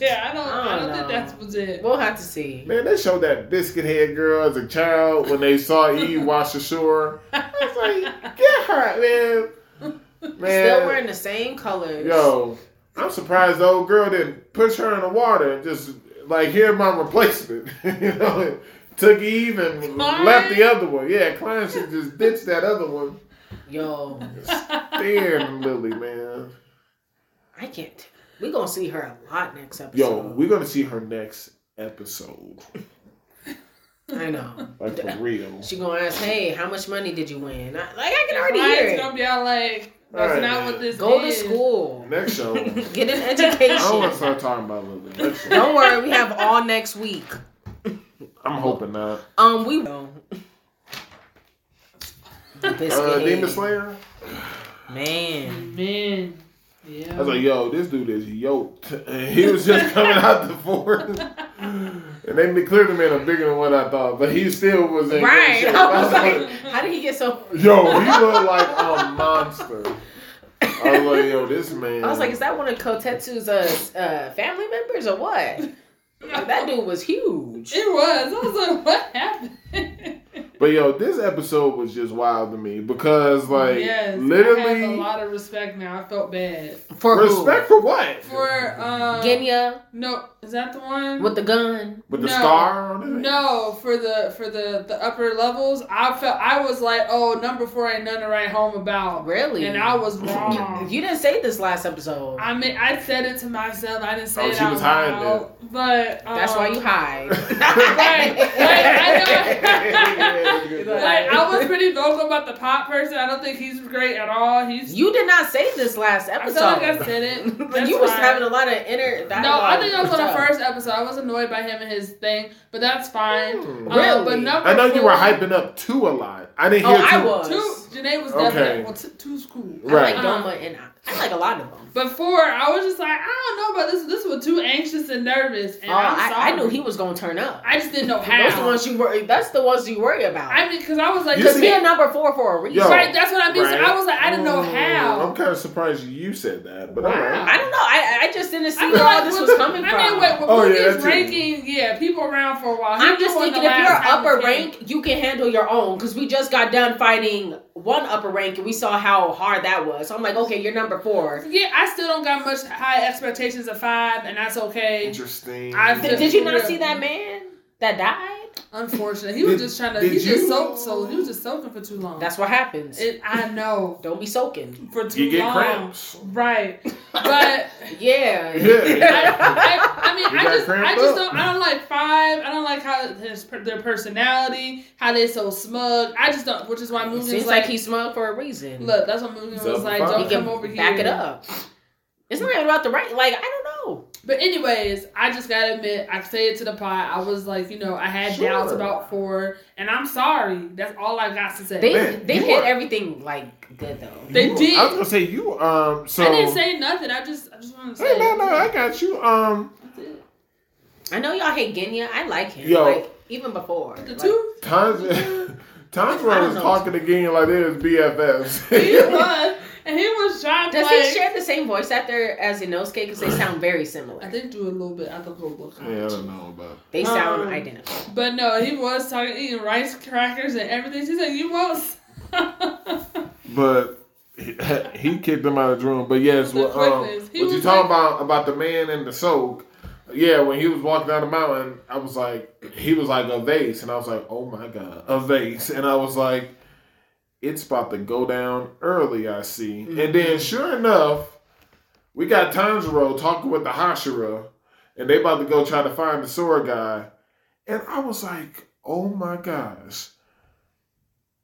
S2: Yeah, I don't. I
S1: I
S2: don't,
S1: don't
S2: think
S1: know.
S2: that's was it.
S1: We'll have to see.
S3: Man, they showed that biscuit head girl as a child when they saw Eve wash ashore. I was like, get her, man.
S1: Still
S3: Man,
S1: wearing the same colors.
S3: yo, I'm surprised the old girl didn't push her in the water and just like here my replacement. you know, took Eve and
S2: Klein?
S3: left the other one. Yeah, Klein should just ditch that other one.
S1: Yo,
S3: Damn, Lily, man.
S1: I can't. we going to see her a lot next episode.
S3: Yo, we're gonna see her next episode.
S1: I know.
S3: Like for real.
S1: She going to ask, hey, how much money did you win? I, like, I can already hear
S2: Ryan's
S1: it.
S2: gonna be all like,
S3: All
S2: "That's
S3: right,
S2: not
S3: man.
S2: what this
S1: Go to
S2: is."
S1: school.
S3: Next show. I
S1: Get an
S3: don't want to
S1: education.
S3: start talking about Lily. Next show.
S1: Don't worry, we have all next week.
S3: I'm hoping not.
S1: Um, we will.
S3: Uh,
S1: Biscuit
S3: Demon
S1: Head.
S3: Slayer.
S1: Man.
S2: Man, yeah.
S3: I was like, yo, this dude is yoked. And he was just coming out the forest. And they declared him in a bigger than what I thought, but he still was in. good
S1: Right.
S3: shape.
S1: I was like, how did he get so.
S3: yo, he looked like a monster. I was like, yo, this man.
S1: I was like, is that one of Kotetsu's uh, uh, family members or what? Like, that dude was huge.
S2: It was. I was like, "What happened?"
S3: But yo, this episode was just wild to me because, like,
S2: yes, I have a
S3: literally,
S2: lot of respect now. I felt bad
S1: For
S3: respect for what?
S2: for um.
S1: who? Genya
S2: No, is that the one?
S1: with the gun.
S3: With the
S2: No.
S3: star on it?
S2: No, for the for the the upper levels, I felt I was like, oh, number four ain't nothing to write home about,
S1: Really?
S2: and I was
S1: You,
S2: wrong.
S1: you didn't say this last episode.
S2: I mean, I said it to myself. I didn't say
S3: Oh,
S2: it
S3: she
S2: out
S3: was hiding
S2: loud, but um,
S1: That's why you hide.
S2: Right, right, I
S1: know.
S2: Like, I was pretty vocal about the pop person. I don't think he's great at all. He's
S1: You did not say this last
S2: I
S1: episode.
S2: feel like I said it.
S1: Like,
S2: That's
S1: you was
S2: fine.
S1: having a lot of inner dialogue.
S2: No, I think I was on the
S1: yourself.
S2: first episode. I was annoyed by him and his thing, but that's fine.
S3: Hmm.
S2: Um,
S1: Really?
S2: but number
S3: I know you
S2: four-
S3: were hyping up two a lot. I didn't
S1: Oh,
S3: hear
S1: I
S3: two.
S1: was.
S2: Two, Janae was
S3: Okay.
S2: definitely well, t- two's cool.
S1: I
S3: Right.
S1: like Doma and I, I like a lot of them.
S2: But four, I was just like, I don't know about this. This was too anxious and nervous, and
S1: Oh,
S2: I'm
S1: I, I
S2: sorry.
S1: knew he was gonna turn up.
S2: I just didn't know how.
S1: Those the ones you worry. That's the ones you worry about.
S2: I mean, because I was like,
S3: You
S1: Because
S3: see-
S1: he a number four for a reason.
S3: Yo.
S2: right, that's what I mean. So
S3: Right.
S2: I was like, I didn't
S1: Oh,
S2: know
S3: Mm, I'm
S2: how.
S3: kind of surprised you said that, but
S2: Wow.
S1: I don't know. I I just didn't see
S2: I
S1: where
S2: feel
S1: all
S2: like
S1: this
S2: with-
S1: was coming from.
S2: I mean, with, with
S3: Oh, yeah,
S2: movies
S3: that's it.
S2: ranking, yeah, people around for a while. He
S1: I'm just
S2: knew on
S1: thinking
S2: the
S1: if you're
S2: last time
S1: upper
S2: he came.
S1: rank, you can handle your own. Because we just got done fighting one upper rank and we saw how hard that was. So I'm like, okay, you're number four.
S2: Yeah, I still don't got much high expectations of five, and that's okay.
S3: Interesting.
S2: I-
S1: Did, did you not see that man that died?
S2: Unfortunately, he was
S3: Did-
S2: just trying to.
S3: did
S2: He just
S3: you-
S2: soaked, so he was just soaking for too long.
S1: That's what happens.
S2: it. I know
S1: Don't be soaking.
S2: for too
S3: you get
S2: long.
S3: cramps.
S2: Right, but
S1: Yeah.
S3: Yeah.
S2: I, I mean,
S3: You
S2: I
S3: got
S2: just, I
S3: cramped
S2: just
S3: up.
S2: don't, I don't like Five. I don't like how his, their personality, how they so smug. I just don't, which is why
S1: It
S2: Mugen
S1: seems
S2: was
S1: like
S2: like,
S1: he smug for a reason.
S2: look, that's what Mugen
S3: He's
S2: was
S3: up
S2: like,
S3: for
S2: don't
S3: five.
S1: he
S2: come
S1: can
S2: over here.
S1: back it up. It's not even about the right. Like I don't know.
S2: But anyways, I just gotta admit, I say it to the pot. I was like, you know, I had
S3: Sure.
S2: doubts about four, and I'm sorry. That's all I got to say.
S1: They
S3: Man,
S1: they
S3: you
S1: hit
S3: are-
S1: everything like good though.
S2: They
S3: You-
S2: did.
S3: I was gonna say you. Um. So.
S2: I didn't say nothing. I just, I just want to say.
S3: Hey, no, no, I got you. Um.
S1: I know y'all hate Genya. I like him.
S3: Yo.
S1: Like even before.
S2: The
S1: Like,
S2: two,
S3: Tons. Times
S1: I
S3: where I
S1: don't
S3: was
S1: know.
S3: talking again like they was
S2: he
S3: BFFs.
S2: was, and he was trying to
S1: Does
S2: like,
S1: he share the same voice actor as Inosuke? Because they sound very similar.
S2: I did do a little bit. I think a little bit.
S3: yeah, I don't know about.
S1: They sound
S2: Um,
S1: identical.
S2: But no, he was talking, eating rice crackers and everything. She's like, "You won't." I
S3: But. He, he kicked them out of the room, but yes,
S2: The
S3: well, um,
S2: quickness.
S3: what
S2: He
S3: you
S2: was
S3: talking
S2: like-
S3: about about the man in the soak? Yeah, when he was walking down the mountain, I was like, he was like a vase, and I was like, oh my god, a vase, and I was like,
S2: Mm-hmm.
S3: it's about to go down early, I see. And then sure enough, We got Tanjiro talking with the Hashira, and they about to go try to find the sword guy. And I was like, oh my gosh.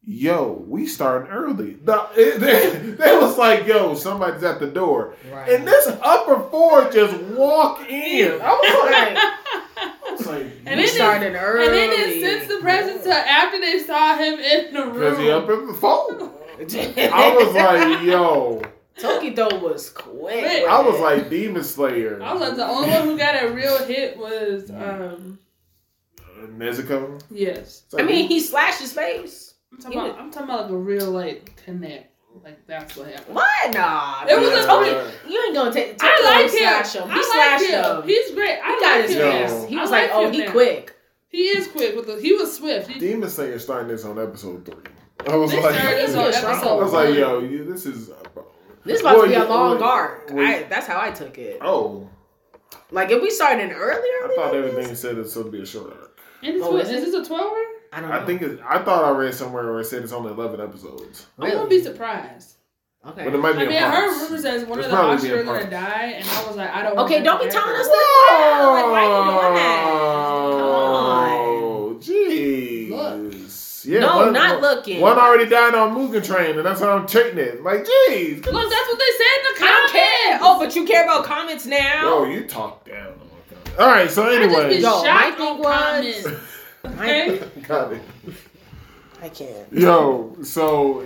S3: Yo, we starting early. The, it- they, they was like, yo, somebody's at the door.
S1: Right.
S3: And this upper four just walk in. I was like, I was like
S2: And
S1: we
S2: it is-
S1: started early.
S2: And then it sends the present to after they saw him in the
S3: Cause he up
S2: room.
S3: in the phone. I was like, yo.
S1: Tokido was quick.
S2: Quick.
S3: I was like Demon Slayer.
S2: I was like, the only one who got a real hit was, um,
S3: Nezuko.
S2: yes.
S3: It's
S1: I
S3: like,
S1: mean, he slashed his face.
S2: I'm talking, about, I'm talking about like a real like connect. Like that's what happened.
S1: What? Nah.
S2: It was a-
S1: Toki.
S3: uh,
S1: You ain't gonna take. Tokido
S2: I like him.
S1: slash him. He slashed
S2: I like him.
S1: him.
S2: He's great. I
S1: he
S2: like
S1: got his
S2: him.
S3: Yo.
S1: ass. He
S2: I
S1: was
S2: like
S1: like, oh,
S2: him
S1: he
S2: now.
S1: quick.
S2: He is quick with the. He was swift. He,
S3: Demon Slayer starting this on episode three. I was
S2: They
S3: like,
S2: started
S1: this on
S3: I
S1: episode
S3: was like,
S2: one.
S3: yo, you, this is. uh,
S1: This is about
S3: Well,
S1: to be
S3: you-
S1: a long
S3: well,
S1: arc.
S3: well,
S1: I, that's how I took it.
S3: Oh,
S1: Like if we started earlier,
S3: I thought everything said it's gonna be a short arc.
S2: And it's
S1: Oh,
S2: what,
S1: is
S2: is
S1: it?
S2: this a twelver?
S1: I don't know.
S3: I think it, I thought I read somewhere where it said it's only eleven episodes,
S2: I wouldn't be surprised.
S1: okay.
S3: but it might
S2: I
S3: be.
S2: mean,
S3: a
S2: I heard
S3: box.
S2: rumors that one
S3: It's
S2: of the
S3: probably
S2: Oscar
S3: being
S2: are gonna
S3: parked.
S2: die, and I was like, I don't. want
S1: Okay,
S2: that
S1: don't be
S2: to
S1: telling
S2: happen.
S1: us that. Like, why are you doing that?
S3: Oh, jeez. Yeah,
S1: no,
S3: one-
S1: not
S3: one-
S1: looking.
S3: One already died on Mugen Train, and that's how I'm treating it. Like, jeez.
S2: Look, that's what they said in the
S1: I don't
S2: comments.
S1: care. Oh, but you care about comments now.
S3: Yo, you talk down. on my God. All right, so anyway,
S2: I
S1: Yo,
S2: just
S1: my
S2: been shocked
S1: thing
S2: on
S1: was-
S2: comments. Okay.
S3: Got it.
S1: I can't.
S3: Yo, so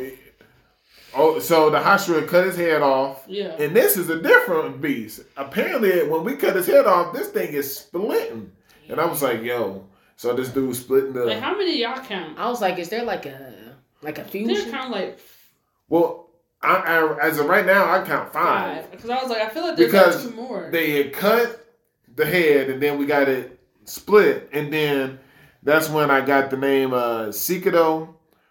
S3: oh, so the Hashira cut his head off,
S2: Yeah.
S3: and this is a different beast. Apparently, when we cut his head off, this thing is splitting, and I was like, yo. So this dude splitting
S2: Like,
S3: the
S2: how many of y'all count?
S1: I was like, is there like a like a
S2: They're
S1: fusion?
S2: kind of like
S3: well. I, I, as of right now, I count five.
S2: five because I was like, I feel like there's
S3: Because
S2: like two more.
S3: They had cut the head, and then we got it split, and then that's when I got the name uh Sikido,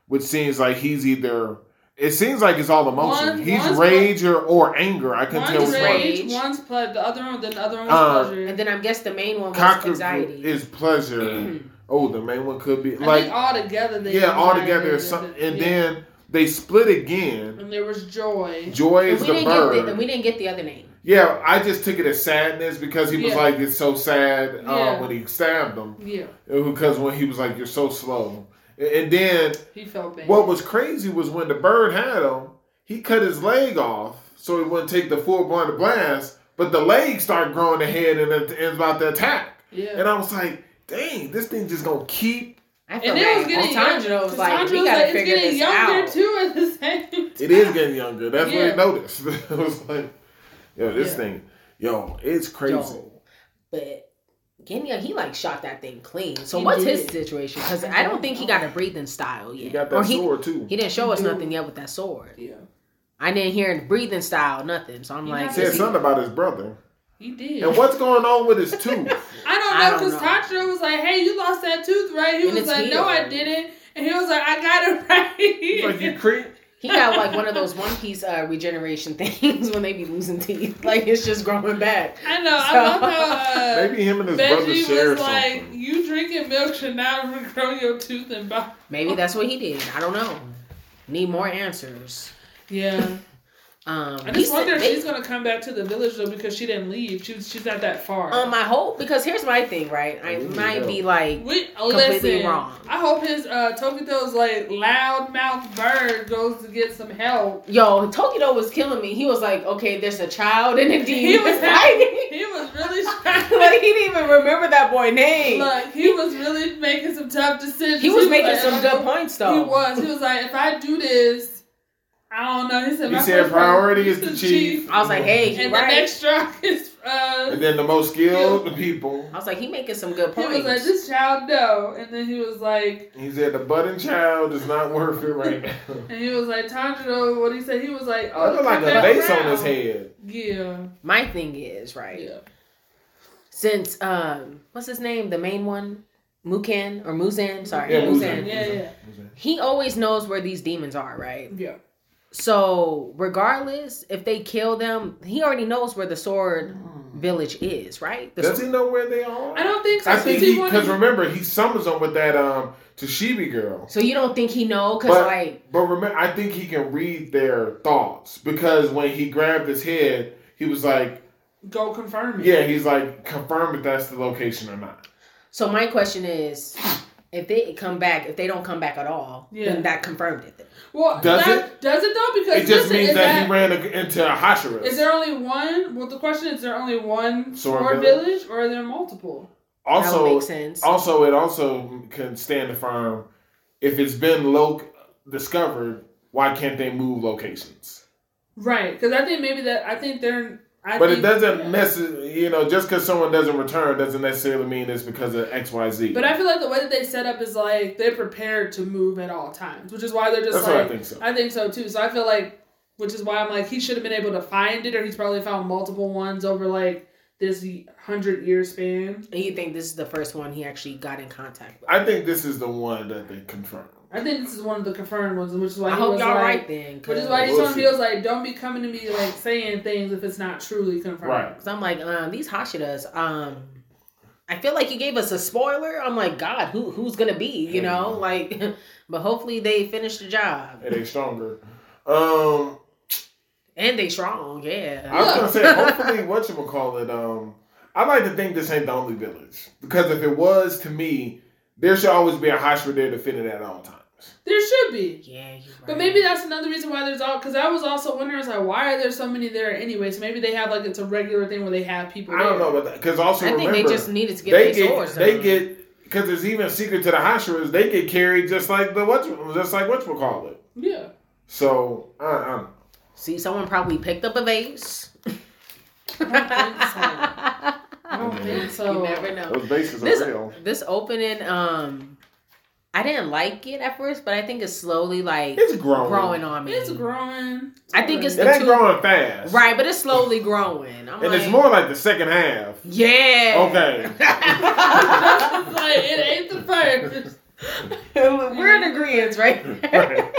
S3: which seems like he's either. It seems like it's all emotion.
S2: One-
S3: he's
S2: one's-
S3: rage or, or anger. I couldn't tell
S2: one's
S3: which
S1: was
S3: one.
S1: rage.
S2: rage, one's pleasure. The other one, then the other one was
S3: Uh,
S2: pleasure.
S1: And then I guess the main one was
S3: Cocker
S1: anxiety.
S3: is pleasure. oh, the main one could be
S2: I
S3: like
S2: think all together. They
S3: yeah, all
S2: united
S3: together.
S2: and
S3: is Some,
S2: did-
S3: and
S2: yeah.
S3: then they split again.
S2: and there was joy.
S3: Joy
S1: and
S3: is
S1: we
S3: the
S1: didn't get the,
S3: bird.
S1: and we didn't get the other name.
S3: yeah, I just took it as sadness because he was
S2: Yeah.
S3: like, "It's so sad" uh,
S2: Yeah.
S3: when he stabbed him.
S2: Yeah,
S3: Because when he was like, "You're so slow," and, and then
S2: he felt bad.
S3: what was crazy was when the bird had him, he cut his leg off so he wouldn't take the full blown blast. But the leg started growing ahead and it- it's about to attack.
S2: yeah.
S3: And I was like, dang, this thing just gonna keep.
S1: I felt
S2: And it was
S1: bad.
S2: getting
S1: Alessandro
S2: young-
S1: was like,
S2: Cassandra
S1: we
S2: was
S1: gotta
S2: like, it's
S1: figure
S2: getting
S1: this
S2: younger
S1: out.
S2: too at the same.
S3: It is getting younger. That's
S2: Yeah.
S3: what I noticed. I was like, yo, this
S2: Yeah.
S3: thing, yo, it's crazy.
S1: Yo. But Genya, he like shot that thing clean. So
S2: He
S1: what's
S2: did.
S1: his situation? Because
S2: I
S1: I
S2: don't
S1: don't think he got a breathing style yet.
S3: He got
S1: Or
S3: that
S1: he,
S3: sword too.
S1: he didn't show us
S2: Dude.
S1: nothing yet with that sword.
S2: Yeah,
S1: I didn't hear his breathing style, nothing. So I'm
S2: He
S1: like,
S2: got
S3: said
S1: is he-
S3: something about his brother.
S2: he did.
S3: And what's going on with his tooth?
S2: I
S1: I
S2: don't know
S1: don't
S2: because
S1: know.
S2: Tantra was like, "Hey, you lost that tooth, right?" He
S1: And
S2: was
S1: it's
S2: like, "No,
S1: healed.
S2: I didn't," and he was like, "I got it right."
S3: He's like, you creep.
S1: he got like one of those One Piece uh, regeneration things when they be losing teeth. Like it's just growing back.
S2: I know. I
S1: So-
S2: love how uh,
S3: Maybe him and his brother
S2: Benji
S3: share
S2: was like,
S3: something.
S2: "You drinking milk should not regrow your tooth and bone."
S1: Maybe that's what he did. I don't know. Need more answers.
S2: Yeah,
S1: Um,
S2: I
S1: he
S2: just
S1: said
S2: wonder if
S1: they-
S2: she's gonna come back to the village though because she didn't leave. She was, she's not that far.
S1: um, I hope because here's my thing, right? I
S3: Ooh,
S1: might
S3: yeah.
S1: be like,
S2: We oh,
S1: completely
S2: listen,
S1: wrong.
S2: I hope his uh, Tokito's like loud mouth bird goes to get some help.
S1: yo, Tokido was killing me. He was like, okay, there's a child in a demon.
S2: He was
S1: like,
S2: he was really
S1: like,
S2: trying.
S1: he didn't even remember that boy name.
S2: Look, he was really making some tough decisions.
S1: he was making
S2: like,
S1: some
S2: if
S1: good
S2: I-
S1: points though.
S2: He was. He was like, if I do this, I don't know. He said,
S3: He
S2: my
S3: said
S2: first priority
S3: priority is the chief.
S1: I was like, hey, he
S2: and
S1: right.
S2: the next truck is. Uh,
S3: And then the most skilled people.
S1: I was like, he making some good
S2: he
S1: points.
S2: was like, this child no, and then he was like.
S3: He said the budding child is not worth it right now.
S2: And he was like, Tanjiro, what he said, he was like, oh,
S3: I look like
S2: come
S3: a
S2: back
S3: vase on
S2: around.
S3: his head.
S2: Yeah,
S1: my thing is right.
S2: yeah.
S1: Since um, what's his name? The main one, Mukan or Muzan? Sorry,
S3: Yeah,
S1: Muzan.
S3: Muzan.
S2: Yeah, yeah,
S1: He always knows where these demons are, right?
S2: yeah.
S1: So regardless, if they kill them, he already knows where the sword village is, right? The
S3: Does he know where they are?
S2: I don't think so.
S3: I think
S2: since
S3: he
S2: wanted-
S3: because remember he summons them with that um Toshibi girl.
S1: So you don't think he know? Cause
S3: But-
S1: like
S3: But remember, I think he can read their thoughts because when he grabbed his head, He was like,
S2: Go confirm it.
S3: yeah, he's like, confirm if that's the location or not.
S1: So my question is, if they come back, if they don't come back at all,
S2: Yeah.
S1: then that confirmed it. Then.
S2: Well,
S3: Does
S2: that, Does it though? Because
S3: It just
S2: listen,
S3: means
S2: is
S3: that he ran a, into a Hashiras.
S2: Is there only one? Well, the question is: is there only one
S3: Sword
S2: sword
S3: village?
S2: village, or are there multiple?
S1: that would
S3: also,
S1: make sense.
S3: also, it also can stand to firm if it's been lo- discovered. Why can't they move locations?
S2: Right, because I think maybe that I think they're. I
S3: But
S2: think,
S3: it doesn't necessarily, you know, just because someone doesn't return doesn't necessarily mean it's because of X, Y, Z.
S2: But I feel like the way that they set up is like they're prepared to move at all times, which is why they're just
S3: That's
S2: like.
S3: what I think so.
S2: I think so too. So I feel like, which is why I'm like, he should have been able to find it, or he's probably found multiple ones over like this hundred year span.
S1: and you think this is the first one he actually got in contact with?
S3: I think this is the one that they confirmed.
S2: I think this is one of the confirmed ones, which is why
S1: I
S2: he
S1: hope
S2: was
S1: y'all
S2: like,
S1: right then,
S2: Which is
S1: because
S2: why
S3: We'll
S2: he's on
S3: see.
S2: feels like, don't be coming to me like saying things if it's not truly confirmed.
S3: Right.
S1: I'm like, um, these Hashidas, um. I feel like you gave us a spoiler. I'm like, God, who who's gonna be? You know, like, but hopefully they finish the job
S3: And they stronger. Um,
S1: and they strong. Yeah,
S3: I was gonna say, hopefully, what you call it. Um, I like to think this ain't the only village because if it was, to me, there should always be a hospital there to fit in at all times.
S2: There should be.
S1: yeah, you right.
S2: But maybe that's another reason why there's all. Because I was also wondering, I was like, why are there so many there anyway? So maybe they have like it's a regular thing where they have people.
S3: I don't
S2: there.
S3: know about that because also
S1: I think
S3: remember
S1: they just needed to get
S3: they
S1: their
S3: get
S1: swords.
S3: they
S1: done.
S3: get because there's even a secret to the Hashiras. They get carried just like the what just like what call it.
S2: Yeah.
S3: So I, I don't know.
S1: See, someone probably picked up a vase.
S2: I don't think so.
S1: You never know.
S3: those bases
S1: This-
S3: are real.
S1: This opening, um, I didn't like it at first, but I think it's slowly like
S3: It's growing.
S1: growing on me.
S2: It's growing.
S1: I think it's
S3: It
S1: the
S3: ain't
S1: two-
S3: growing fast,
S1: right, but it's slowly growing. I'm
S3: And
S1: like,
S3: it's more like the second half.
S1: Yeah.
S3: Okay.
S2: It's like it ain't the first.
S1: We're in agreement, right?
S3: Right.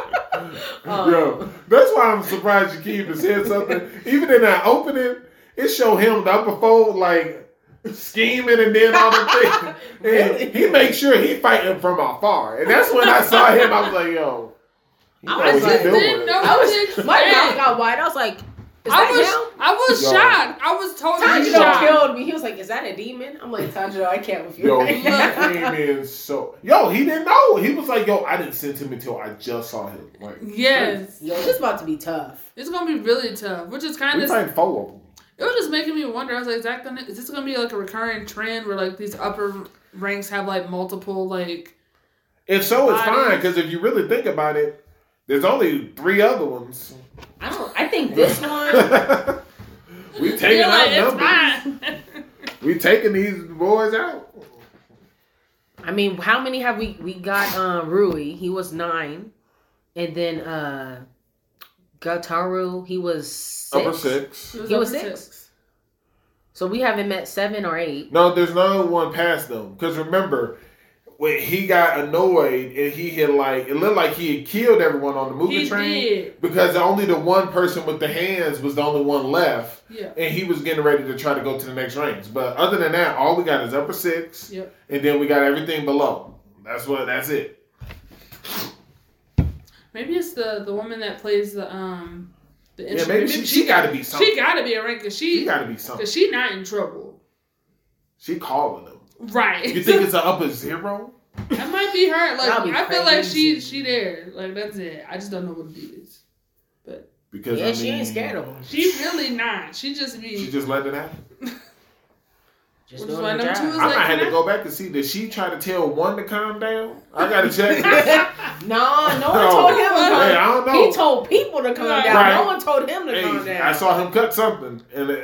S1: Um,
S3: Yo, that's why I'm surprised Jakeem said something. Even in that opening, it showed him the upper fold like scheming and then all the things.
S1: Really?
S3: And he makes sure he fighting from afar. And that's when I saw him, I was like, yo. he
S1: I
S3: know what
S1: was
S3: he
S1: like,
S3: doing.
S2: didn't know-
S1: I was my mouth got wide. I was like, is
S2: I
S1: that
S2: was.
S1: him?
S2: I was
S3: Yo.
S2: shocked. I was totally
S1: Tanjiro
S2: shocked.
S1: killed me. He was like, "Is that a demon?" I'm like, "Tanjiro, I can't with you."
S3: Yo, he
S1: right now."
S3: came in so. Yo, he didn't know. He was like, yo, I didn't send him until I just saw him. Like,
S2: Yes.
S1: Yo, this about to be tough.
S2: It's gonna be really tough, which is kind
S3: we
S2: of
S3: playing four of them.
S2: It was just making me wonder. I was like, is that gonna is this gonna be like a recurring trend where like these upper ranks have like multiple like
S3: If so, it's
S2: Bodies.
S3: fine because if you really think about it, there's only three other ones.
S1: I don't. I think this one.
S3: we taking
S2: You're like,
S3: out numbers.
S2: it's fine.
S3: We taking these boys out.
S1: I mean, how many have we? We got um, Rui. He was nine, and then uh, Gataru. He was six.
S3: Upper six.
S1: He was
S2: upper
S1: six. So we haven't met seven or eight.
S3: No, there's no one past them. Because remember, when he got annoyed and he had like it looked like he had killed everyone on the moving
S2: He
S3: train
S2: did.
S3: because only the one person with the hands was the only one left.
S2: Yeah.
S3: And he was getting ready to try to go to the next range. But other than that, all we got is upper six.
S2: Yep.
S3: And then we got everything below. That's what that's it.
S2: Maybe it's the the woman that plays the um the
S3: Yeah,
S2: instrument.
S3: maybe she, she gotta be something.
S2: she gotta be a rank because
S3: She
S2: she
S3: gotta be something.
S2: because she not in trouble.
S3: She calling them.
S2: Right.
S3: You think it's an upper zero?
S2: that might be her. Like
S1: That'd be
S2: I feel like
S1: crazy.
S2: she she there. Like that's it. I just don't know what it is.
S3: Because
S1: yeah,
S3: I
S1: she
S3: mean,
S1: ain't scared of him.
S2: She really not. She just be
S3: She just let it happen.
S1: Just
S2: Which
S1: doing
S2: is why
S1: her
S2: them two
S1: job.
S2: is
S3: I
S2: like,
S3: might have
S2: can
S3: to
S2: I-
S3: go back and see. Did she try to tell one to calm down? I gotta check. hey,
S1: No, no one
S3: No.
S1: told him.
S2: Hey,
S1: To calm
S3: I don't know.
S1: He told people to calm down.
S3: Right.
S1: No one told him to calm
S3: Hey,
S1: down.
S3: I saw him cut something, and uh,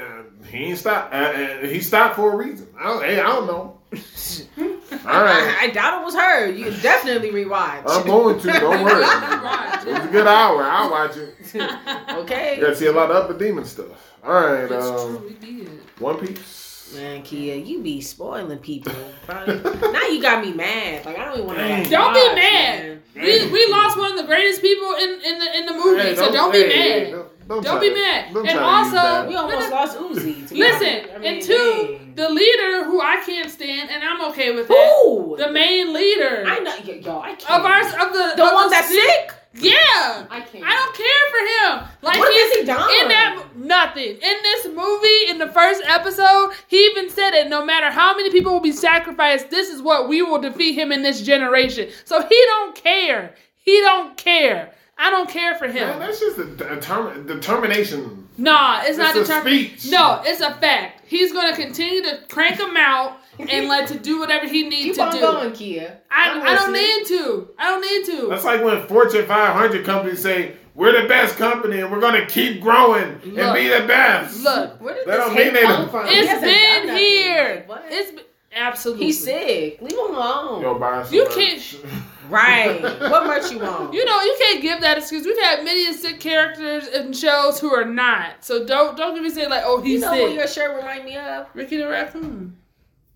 S3: he ain't stopped. Uh, uh, he stopped for a reason. I don't, hey, I don't know. All right, Uh,
S1: I, I doubt it was her. You can definitely rewatch.
S3: I'm going to. Don't worry. It's a
S2: Right.
S3: good hour. I'll watch it.
S1: okay.
S3: You gotta see a lot of upper demon stuff. All right,
S2: That's
S3: um,
S2: true. We did.
S3: One Piece.
S1: Man, Kia, you be spoiling people. Probably- now you got me mad. Like I don't even want to. Like,
S2: Don't be
S1: watch,
S2: mad.
S1: man.
S2: We, we lost one of the greatest people in, in the in the movie,
S3: Hey,
S2: so don't be
S3: hey,
S2: mad.
S3: hey, don't,
S2: Don't
S3: try
S2: be
S3: to-
S2: mad.
S3: don't
S2: And
S3: try to
S2: also,
S3: use that.
S1: We almost lost Uzi. to be honest.
S2: Listen,
S1: I mean,
S2: and two,
S1: dang.
S2: the leader who I can't stand, and I'm okay with it.
S1: who?
S2: The main leader
S1: I know, yo, yo I can't.
S2: of ours of the
S1: the
S2: of
S1: one that's
S2: sect-
S1: sick.
S2: Yeah.
S4: I can't.
S2: I don't care for him. Like
S1: What
S2: he's
S1: has he done?
S2: in that nothing. In this movie, in the first episode, he even said that no matter how many people will be sacrificed, this is what we will defeat him in this generation. So he don't care. He don't care. I don't care for him.
S3: Man, that's just a, a term, determination.
S2: Nah, it's, not
S3: It's a
S2: determined.
S3: speech.
S2: No, it's a fact. He's gonna continue to crank him out and let to do whatever he needs
S1: Keep
S2: to
S1: on
S2: do.
S1: going, Kia.
S2: I,
S1: I'm
S2: I don't
S1: listening.
S2: need to. I don't need to.
S3: That's like when Fortune 500 companies say, we're the best company and we're going to keep growing and
S2: Look.
S3: be the best.
S2: Look,
S1: Where did
S3: That
S1: this
S3: don't
S1: hate
S3: mean
S1: come
S3: anything.
S1: from? He
S2: it's
S1: hasn't done
S2: been
S1: nothing.
S2: here.
S1: Like, what?
S2: It's been, absolutely.
S1: He's sick. Leave him alone.
S3: Yo, buy some
S2: You
S3: merch.
S2: can't-
S1: Right. what merch you want?
S2: You know, you can't give that excuse. We've had many sick characters in shows who are not. So don't don't give me saying like, oh,
S1: You
S2: he's
S1: know who your
S2: sick.
S1: shirt remind me of?
S2: Ricky the raccoon.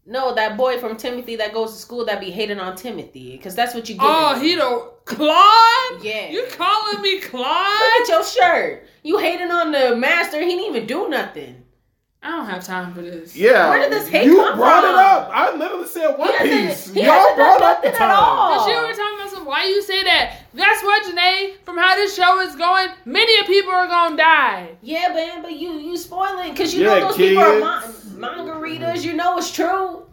S1: No, that boy from Timothy that goes to school that be hating on Timothy, because that's what you get.
S2: Oh, he don't Claude.
S1: Yeah.
S2: You calling me Claude?
S1: Look
S2: I
S1: at your shirt. You hating on the master. He didn't even do nothing.
S2: don't have time for this.
S3: Yeah.
S1: Where did this hate
S3: You
S1: come
S3: brought
S1: from?
S3: it up. I literally said One
S1: He hasn't-
S3: Piece.
S1: he
S3: Y'all
S1: hasn't
S3: brought
S1: done
S3: up the
S1: nothing at
S3: time.
S1: all.
S2: But you were talking about some. Why you say that? That's what Janae from how this show is going. Many people are gonna die.
S1: Yeah, man, but you you spoiling because you
S3: Yeah,
S1: know those people are
S3: kids.
S1: mon- manga readers. You know it's true.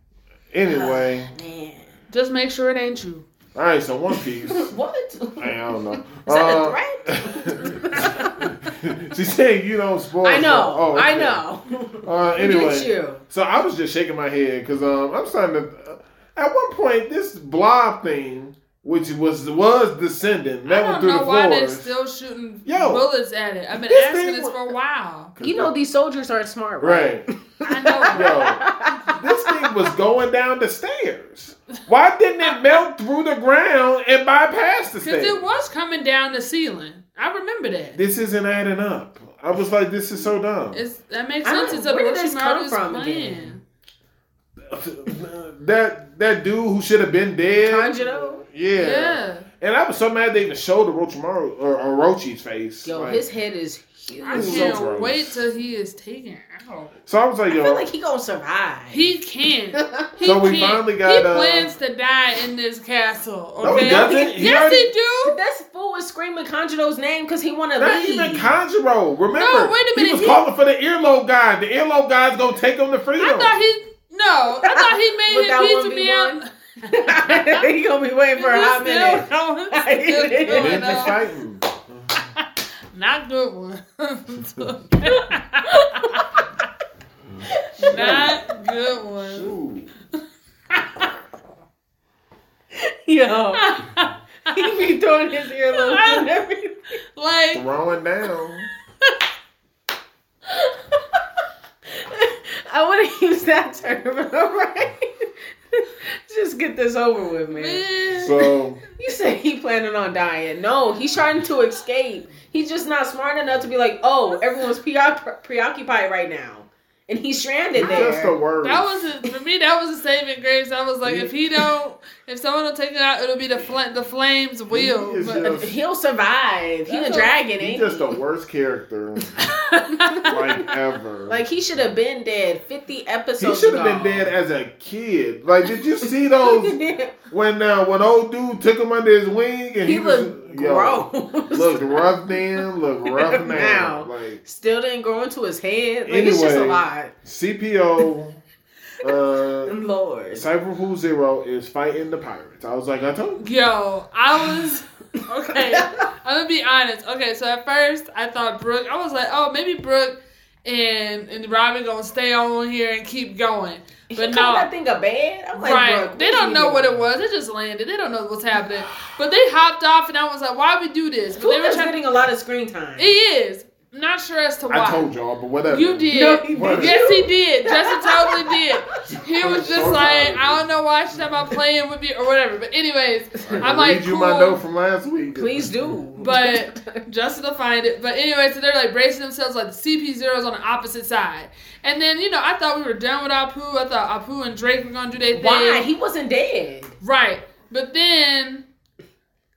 S3: Anyway,
S1: Man,
S2: Just make sure it ain't you.
S3: all right, so One Piece.
S1: what?
S3: I don't know. Is
S1: that a
S3: threat? She's saying you don't spoil.
S1: I know.
S3: stuff. Oh,
S1: I
S3: okay.
S1: know.
S3: Uh,
S1: Look at
S3: anyway,
S1: you.
S3: so I was just shaking my head because um, I'm starting to. at one point, this blob thing, which was was descending, that
S2: I
S3: went
S2: don't
S3: through
S2: know
S3: the
S2: why they're
S3: forest.
S2: still shooting
S3: Yo,
S2: bullets at it. I've been
S3: this
S2: asking
S3: thing
S2: this
S3: was-
S2: for a while.
S1: You know these soldiers aren't smart,
S3: right.
S2: I know.
S1: Oh.
S3: Yo, this thing was going down the stairs. Why didn't it melt through the ground and bypass the
S2: Because
S3: stairs?
S2: it was coming down the ceiling. I remember that.
S3: this isn't adding up. I was like, this is so dumb.
S2: It's, that makes
S1: I don't-
S2: sense. It's a
S1: where did this come
S2: Orochimaru's
S1: from
S2: plan.
S1: again?
S3: that that dude who should have been dead.
S1: Tanjiro?
S3: Yeah.
S2: Yeah.
S3: And I was so mad they even showed Orochimaru or Orochi's face.
S1: Yo,
S3: Like,
S1: his head is huge.
S2: I
S1: I,
S3: This is
S2: can't
S3: so gross.
S2: wait till he is taken out.
S3: so I was like, yo,
S1: feel like he gonna survive.
S2: He can't. He
S3: So we
S2: can't.
S3: finally got,
S2: He
S3: uh,
S2: plans to die in this castle. Okay?
S3: No, he doesn't. He
S2: yes,
S3: already-
S2: he do.
S1: this fool is screaming Kanjiro's name because he want to
S3: not
S1: leave.
S3: even Conjuro. Remember,
S2: No, wait a
S3: he
S2: minute,
S3: was
S2: he-
S3: calling for the earlobe guy. The earlobe guy's gonna take him to freedom.
S2: I thought he. No, I thought he made
S1: With
S2: his
S1: that
S2: pizza be
S1: 1v1?
S2: out.
S1: he gonna be waiting for a hot
S2: It's
S1: minute.
S2: still going, it's still
S3: and
S2: going
S3: then
S2: on.
S3: just fighting.
S2: Not good one. Not good one.
S3: Ooh.
S1: Yo, he be throwing his earlobes and everything.
S2: like
S3: Throwing down.
S1: I wouldn't use that term, alright? Just get this over with, man.
S2: man.
S3: So
S1: You said he planning on dying. No, he's trying to escape. He's just not smart enough to be like, oh, everyone's preoc- preoccupied right now. And he's stranded there.
S3: just the word.
S2: That was a, for me. That was a saving grace. I was like, if he don't, if someone don't take it out, it'll be the fl- the flames will.
S3: is
S2: But,
S3: just-
S1: He'll survive. He
S2: That's
S1: a
S2: a-
S1: dragon,
S3: He's
S1: ain't
S3: just
S1: he?
S3: the worst character like ever.
S1: Like he should have been dead fifty
S3: he
S1: episodes.
S3: should have been dead as a kid. Like, did you see those
S1: dead.
S3: when uh, when old dude took him under his wing and
S1: he,
S3: he, was
S1: looked
S3: yo,
S1: gross.
S3: Looked rough then, look rough now.
S1: Now.
S3: Like
S1: Still didn't grow into his head. Like it's just a
S3: Anyway.
S1: lot.
S3: CPO, uh,
S1: Lord.
S3: Cipher Who Zero is fighting the pirates. I was like, I told you.
S2: yo, I was okay. I'm gonna be honest. Okay, so at first I thought Brooke. I was like, oh, maybe Brooke and and Robin gonna stay on here and keep going.
S1: He
S2: But
S1: called
S2: no.
S1: that thing a bed. I'm like,
S2: right.
S1: Brooke,
S2: they don't
S1: you
S2: know what
S1: doing?
S2: it was. They just landed. They don't know what's happening. But they hopped off, and I was like, why we do this? But they were
S1: Puka's
S2: trying.
S1: getting a lot of screen time.
S2: It is. I'm not sure as to why.
S3: I told y'all, but whatever.
S2: You did.
S1: No, he
S3: didn't.
S2: yes, he did. Justin totally did. He was just
S3: So
S2: like,
S3: sorry.
S2: I don't know why she's not about playing with me or whatever. But anyways,
S3: I
S2: I'm like,
S3: read you my
S2: cool.
S3: note from last week.
S1: Please do.
S2: But- Justin will find it. But anyway, so they're like bracing themselves like the CP0s on the opposite side. And then, you know, I thought we were done with Apu. I thought Apu and Drake were going to do their thing.
S1: why he wasn't dead?
S2: Right. But then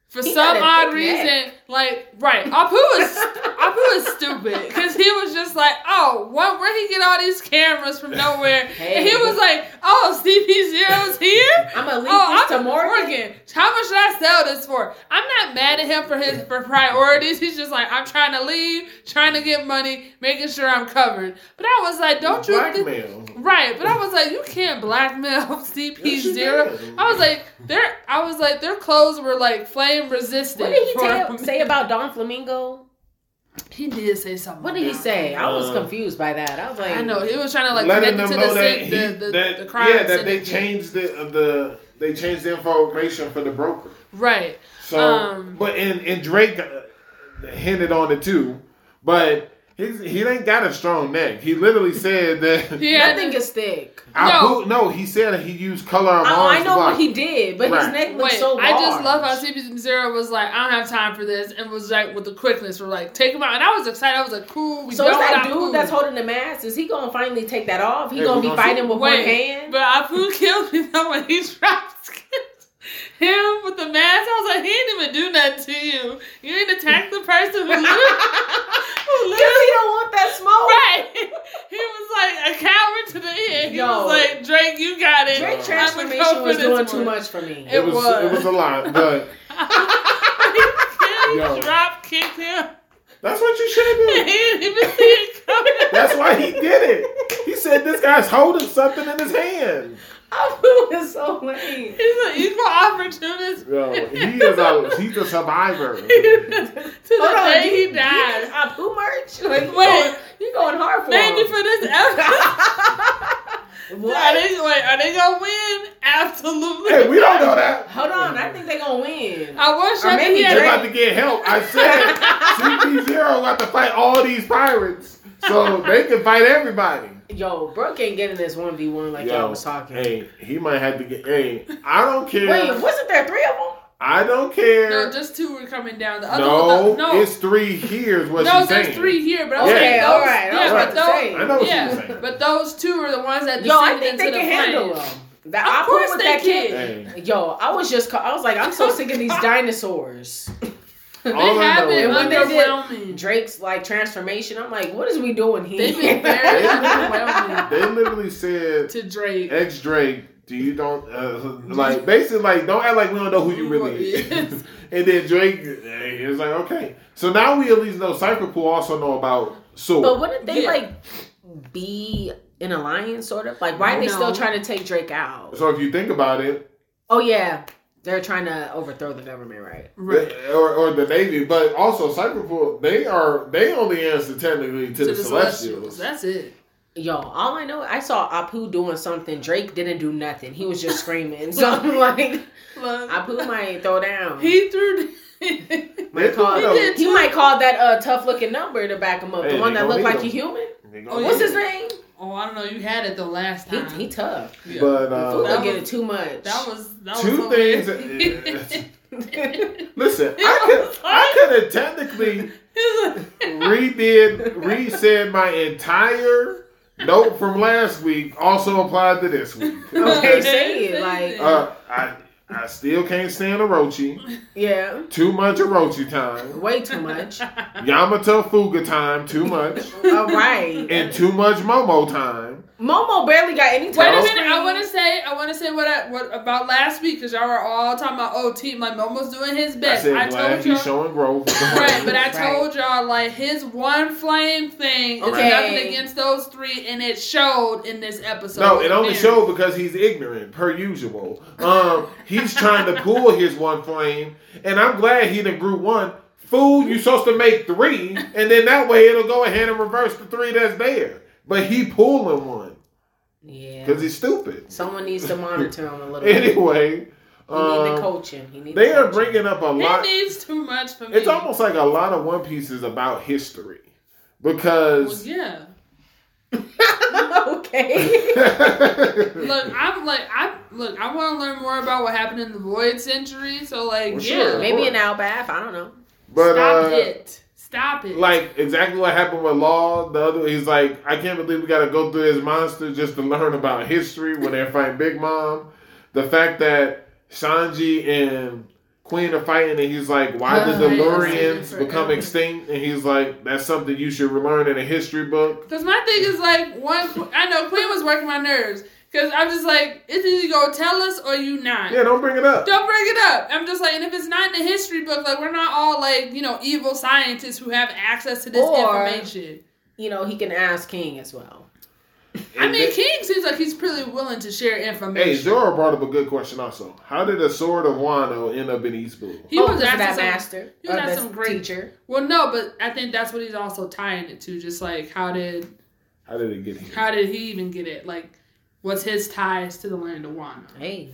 S2: for
S1: He
S2: some
S1: got a
S2: odd
S1: thick
S2: reason,
S1: neck.
S2: like right, Apu is Apu is stupid because he was just like, oh, what? Where he get all these cameras from nowhere? And he
S1: Hey.
S2: was like, oh, Stevie Zero's here?
S1: I'm gonna leave
S2: Oh,
S1: this
S2: I'm
S1: to Morgan.
S2: How much should I sell this for? I'm not mad at him for his for priorities. He's just like, I'm trying to leave, trying to get money, making sure I'm covered. But I was like, don't you thi-
S3: blackmail?
S2: Right, but I was like, you can't blackmail CP
S3: Yes, you
S2: Zero.
S3: can.
S2: I was like, their I was like, their clothes were like flame resistant.
S1: What did he
S2: for a
S1: tell,
S2: minute.
S1: say about Don Flamingo?
S2: He did say something.
S1: What did he
S2: about
S1: say? I was
S3: Uh,
S1: confused by that. I was
S2: that.
S1: like,
S2: I know he was trying to like
S3: Letting
S2: connect
S3: them
S2: it to the,
S3: know that,
S2: syn-
S3: he,
S2: the, the,
S3: that
S2: the crime.
S3: yeah, that they
S2: syndicate.
S3: changed the uh, the they changed the information for the broker.
S2: Right.
S3: So,
S2: Um,
S3: but and and Drake uh, hinted on it too, but his, he ain't got a strong neck. He literally said that.
S2: Yeah,
S1: That thing is thick. Oh,
S3: I
S2: No.
S3: boot- no, he said that he used color of
S1: I,
S3: orange.
S1: I know
S3: block.
S1: what he did, but
S3: Right.
S1: his neck looked
S2: Wait,
S1: so large.
S2: I just love how CP Zero was like, I don't have time for this, and was like with the quickness, we're like, take him out, and I was excited. I was like, cool. We
S1: So it's
S2: done with
S1: that
S2: our
S1: dude
S2: food.
S1: that's holding the mask. Is he gonna finally take that off? He
S3: Hey,
S1: gonna
S3: we
S1: be
S3: gonna
S1: fighting
S3: see-
S1: with one hand?
S2: But Apu killed me though when he dropped him with the mask. I was like, he didn't even do nothing to you. You didn't attack the person who literally, who
S1: Because he
S2: literally
S1: don't want that smoke.
S2: right. He was like a coward to the end. He
S1: Yo.
S2: was like, Drake, you got it.
S1: Drake
S3: I'ma
S1: transformation
S2: go
S1: was
S2: for this
S1: doing too
S2: one.
S1: much for me.
S2: It
S3: Uh, It was, it
S2: was.
S3: was a lot, but Yo.
S2: Drop kicked him.
S3: that's what you should
S2: He
S3: have done.
S2: didn't even see it coming.
S3: That's why he did it. He said this guy's holding something in his hand.
S1: I was so lame.
S2: He's an equal opportunist.
S3: Yo, he is a he's a survivor.
S2: to the
S1: Hold on,
S2: day
S1: you-
S2: he
S1: you
S2: dies.
S1: got Apu merch? Like, you
S2: Wait.
S1: going, you going hard for
S2: Thank you
S1: him.
S2: for this episode. Are
S1: What?
S2: they, wait, are they gonna win? Absolutely.
S3: Hey, we don't know that.
S1: Hold on, I think they gonna win.
S2: I wish
S1: Or
S2: I
S1: maybe
S2: could
S3: They're
S2: hear.
S3: about to get help. I said CP Zero about to fight all these pirates, so they can fight everybody.
S1: Yo, Brooke ain't getting this one v one like y'all was talking.
S3: Hey, he might have to get. Hey, I don't care.
S1: Wait, wasn't there three of them?
S3: I don't care.
S2: No, just two were coming down. The other
S3: No,
S2: one, no,
S3: it's three. Here's what
S2: no,
S3: she's saying.
S2: there's three here, but I was
S3: Yeah.
S2: saying
S1: Okay,
S2: those,
S1: all right.
S2: yeah,
S1: I was
S3: right.
S1: about
S2: but those,
S1: to say.
S3: I know what
S2: yeah,
S3: you were saying.
S2: but those two are the ones that
S1: Yo, I
S2: descended
S1: think
S2: into
S1: they
S2: the
S1: can handle
S2: flames.
S1: them. The
S2: Of
S1: I
S2: course
S1: with
S2: they
S1: that
S2: can.
S1: kid.
S3: Hey,
S1: Yo, I was just, ca- I was like, I'm so sick of these dinosaurs.
S3: all
S2: They
S3: I
S2: have
S3: know
S2: been
S3: is-
S1: when they did-
S2: underwhelming.
S1: Drake's like transformation. I'm like, what is we doing here?
S2: They've been very underwhelming
S3: They literally said,
S2: to Drake.
S3: "Ex Drake, do you don't uh, like basically like don't act like we don't know who you really is."
S2: Yes.
S3: and then Drake eh, is like, "Okay, so now we at least know Cypher Pool also know about Sword."
S1: but wouldn't they
S2: Yeah.
S1: like be in alliance, sort of? Like, why are they
S2: No.
S1: still trying to take Drake out?
S3: so if you think about it,
S1: Oh yeah, they're trying to overthrow the government, right?
S2: Right.
S3: or, or the Navy, but also Cypher Pool, they are they only answer technically to,
S2: To
S3: the,
S2: the
S3: Celestials.
S2: Celestials. That's it.
S1: Yo, all I know, I saw Apu doing something. Drake didn't do nothing. He was just screaming. So I'm like,
S2: Look,
S1: Apu might throw down.
S2: he threw.
S3: They
S1: might call,
S3: thought
S1: he,
S3: that
S2: did too.
S1: might call that uh, tough looking number to back him up.
S3: Hey,
S1: the one
S3: they
S1: that
S3: gonna
S1: looked
S3: need
S1: like a
S3: them.
S1: human.
S3: They
S2: Oh,
S3: gonna-
S2: yeah.
S1: What's his name?
S2: oh, I don't know. You had it the last time.
S1: He, he tough.
S2: Yeah.
S3: But
S1: The
S3: uh,
S1: food
S2: That
S1: will get it
S2: was-
S1: too much.
S2: That was that
S3: Two
S2: was
S3: things.
S2: hilarious.
S3: Listen, I could I could have technically redid resaid my entire note from last week. Also applied to this week.
S1: Okay,
S3: Okay.
S1: say it, like- um,
S3: Uh, I I still can't stand Orochi.
S1: yeah,
S3: Too much Orochi time.
S1: way too much.
S3: Yamato Fuga time. Too much.
S1: All right,
S3: And too much Momo time.
S1: Momo barely got any
S2: Wait
S1: time.
S2: a
S3: Well-
S2: minute! I want to say I want to say what I, what about last week because y'all were all talking about oh team like Momo's doing his
S3: I
S2: best.
S3: said
S2: I,
S3: glad
S2: told
S3: he's
S2: y'all
S3: showing growth.
S2: right, but I
S1: Right.
S2: told y'all like his one flame thing
S1: Okay.
S2: is nothing against those three, and it showed in this episode.
S3: No, it only
S2: Very-
S3: showed because he's ignorant, per usual. Um, he's trying to pull his one flame, and I'm glad he done grew one. Fool, you supposed to make three, and then that way it'll go ahead and reverse the three that's there. But he pulling one
S1: Yeah,
S3: because he's stupid.
S1: someone needs to monitor him a little bit.
S3: Anyway,
S1: He need the
S3: um,
S1: coaching. He need
S3: they
S1: the
S3: are
S1: coaching.
S3: bringing up a
S2: It
S3: lot.
S2: needs too much for me.
S3: It's almost like a lot of One Pieces about history
S2: Well,
S3: because.
S2: yeah.
S1: okay.
S2: Look, I'm like I look. I want to learn more about what happened in the Void Century. So like,
S3: Well,
S2: yeah,
S3: sure.
S1: Maybe an hour bath. I don't know.
S3: but
S2: stop
S3: uh,
S2: it, stop it.
S3: like exactly what happened with Law. The other, he's like, I can't believe we got to go through this monster just to learn about history when they're fighting Big Mom. The fact that Sanji and Queen are fighting, and he's like, Why did the
S2: Oh, yeah, I've
S3: Lurians
S2: seen it
S3: become
S2: forever.
S3: extinct? And he's like, That's something you should learn in a history book.
S2: Cause my thing is like one. I know Queen was working my nerves. Because I'm just like, it's either you gonna tell us or you not.
S3: Yeah, don't bring it up.
S2: Don't bring it up. I'm just like, and if it's not in the history book, like we're not all like you know evil scientists who have access to this
S1: Or-
S2: information.
S1: You know, he can ask King as well.
S2: I
S3: And
S2: mean,
S3: th-
S2: King seems like he's pretty willing to share
S3: hey,
S2: information.
S3: Zora brought up a good question also. How did a sword of Wano end up in East Blue?
S2: he
S1: oh,
S2: was
S1: just
S2: asking
S1: that
S2: some-
S1: master.
S2: he was
S1: or
S2: asking
S1: that
S2: some great-
S1: teacher.
S2: Well, no, but I think that's what he's also tying it to. Just like how did
S3: How did it get here?
S2: how did he even get it? Like, what's his ties to the land of Wano?
S1: Hey,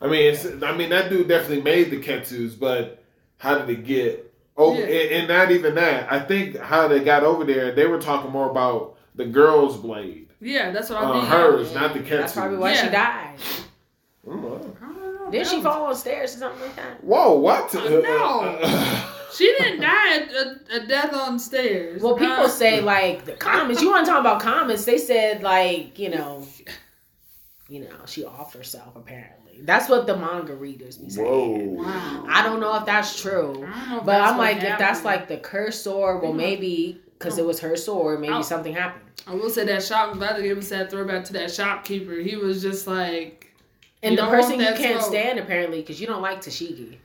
S3: I mean, it's, I mean that dude definitely made the ketsus, but how did it get? Oh,
S2: Yeah.
S3: and, and not even that. I think how they got over there. They were talking more about the girl's blade,
S2: Yeah, that's what I
S3: uh,
S2: mean.
S3: hers, not the ketsu.
S1: that's probably why she
S2: Yeah.
S1: died.
S3: Mm, wow.
S2: I don't know.
S1: Did
S2: That
S1: she
S2: was-
S1: fall on stairs or something like that?
S3: Whoa, what?
S2: Uh, no. She didn't die a, a, a death on stairs.
S1: Well, people
S2: Uh,
S1: say like the comments. You want to talk about comments? They said like you know, you know, she off herself apparently. That's what the manga readers be saying.
S3: Whoa.
S2: wow.
S1: I don't know if that's true,
S2: I don't know if
S1: but
S2: that's
S1: I'm
S2: what
S1: like if that's
S2: happened.
S1: like the cursed sword. Well,
S2: Mhm.
S1: maybe because it was her sword, maybe
S2: Oh.
S1: something happened.
S2: I will say that shop. I'm glad they gave us that throwback to that shopkeeper. He was just like,
S1: And
S2: You
S1: the
S2: don't want
S1: person you
S2: that
S1: can't
S2: sword.
S1: stand apparently because you don't like Tashigi.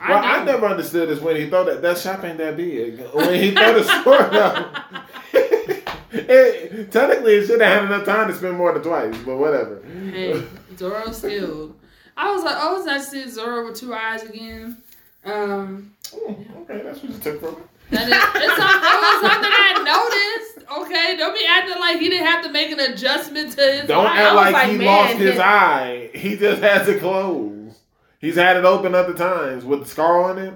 S2: I
S3: Well, I
S2: don't-
S3: never understood this when he thought that that shop ain't that big. When he threw the sword out. It, technically, it should have had enough time to spend more than twice, but whatever.
S2: Hey, Zoro skilled. I was like, oh, it's nice to see Zoro with two eyes again. Um,
S3: Mm, okay, that's what you took from it.
S2: that is, it's not, it was something I noticed. Okay, don't be acting like he didn't have to make an adjustment to his.
S3: Don't
S2: eye.
S1: was
S3: act like,
S1: like,
S3: he
S1: man,
S3: lost his
S1: his-
S3: eye. He just has it closed. He's had it open other times with the scar on it.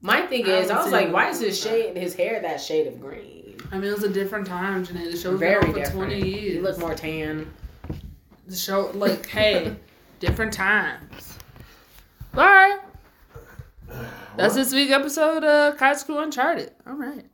S1: My thing
S2: I
S1: is, I
S2: would
S1: was
S2: say
S1: like, why is his
S2: that.
S1: shade, his hair that shade of green?
S2: I mean, it was a different time, Janae. The show's
S1: Very
S2: been on for
S1: different.
S2: twenty years.
S1: You look more tan.
S2: the show, like, hey, different times. All right, that's this week episode of Kite School Uncharted. All right.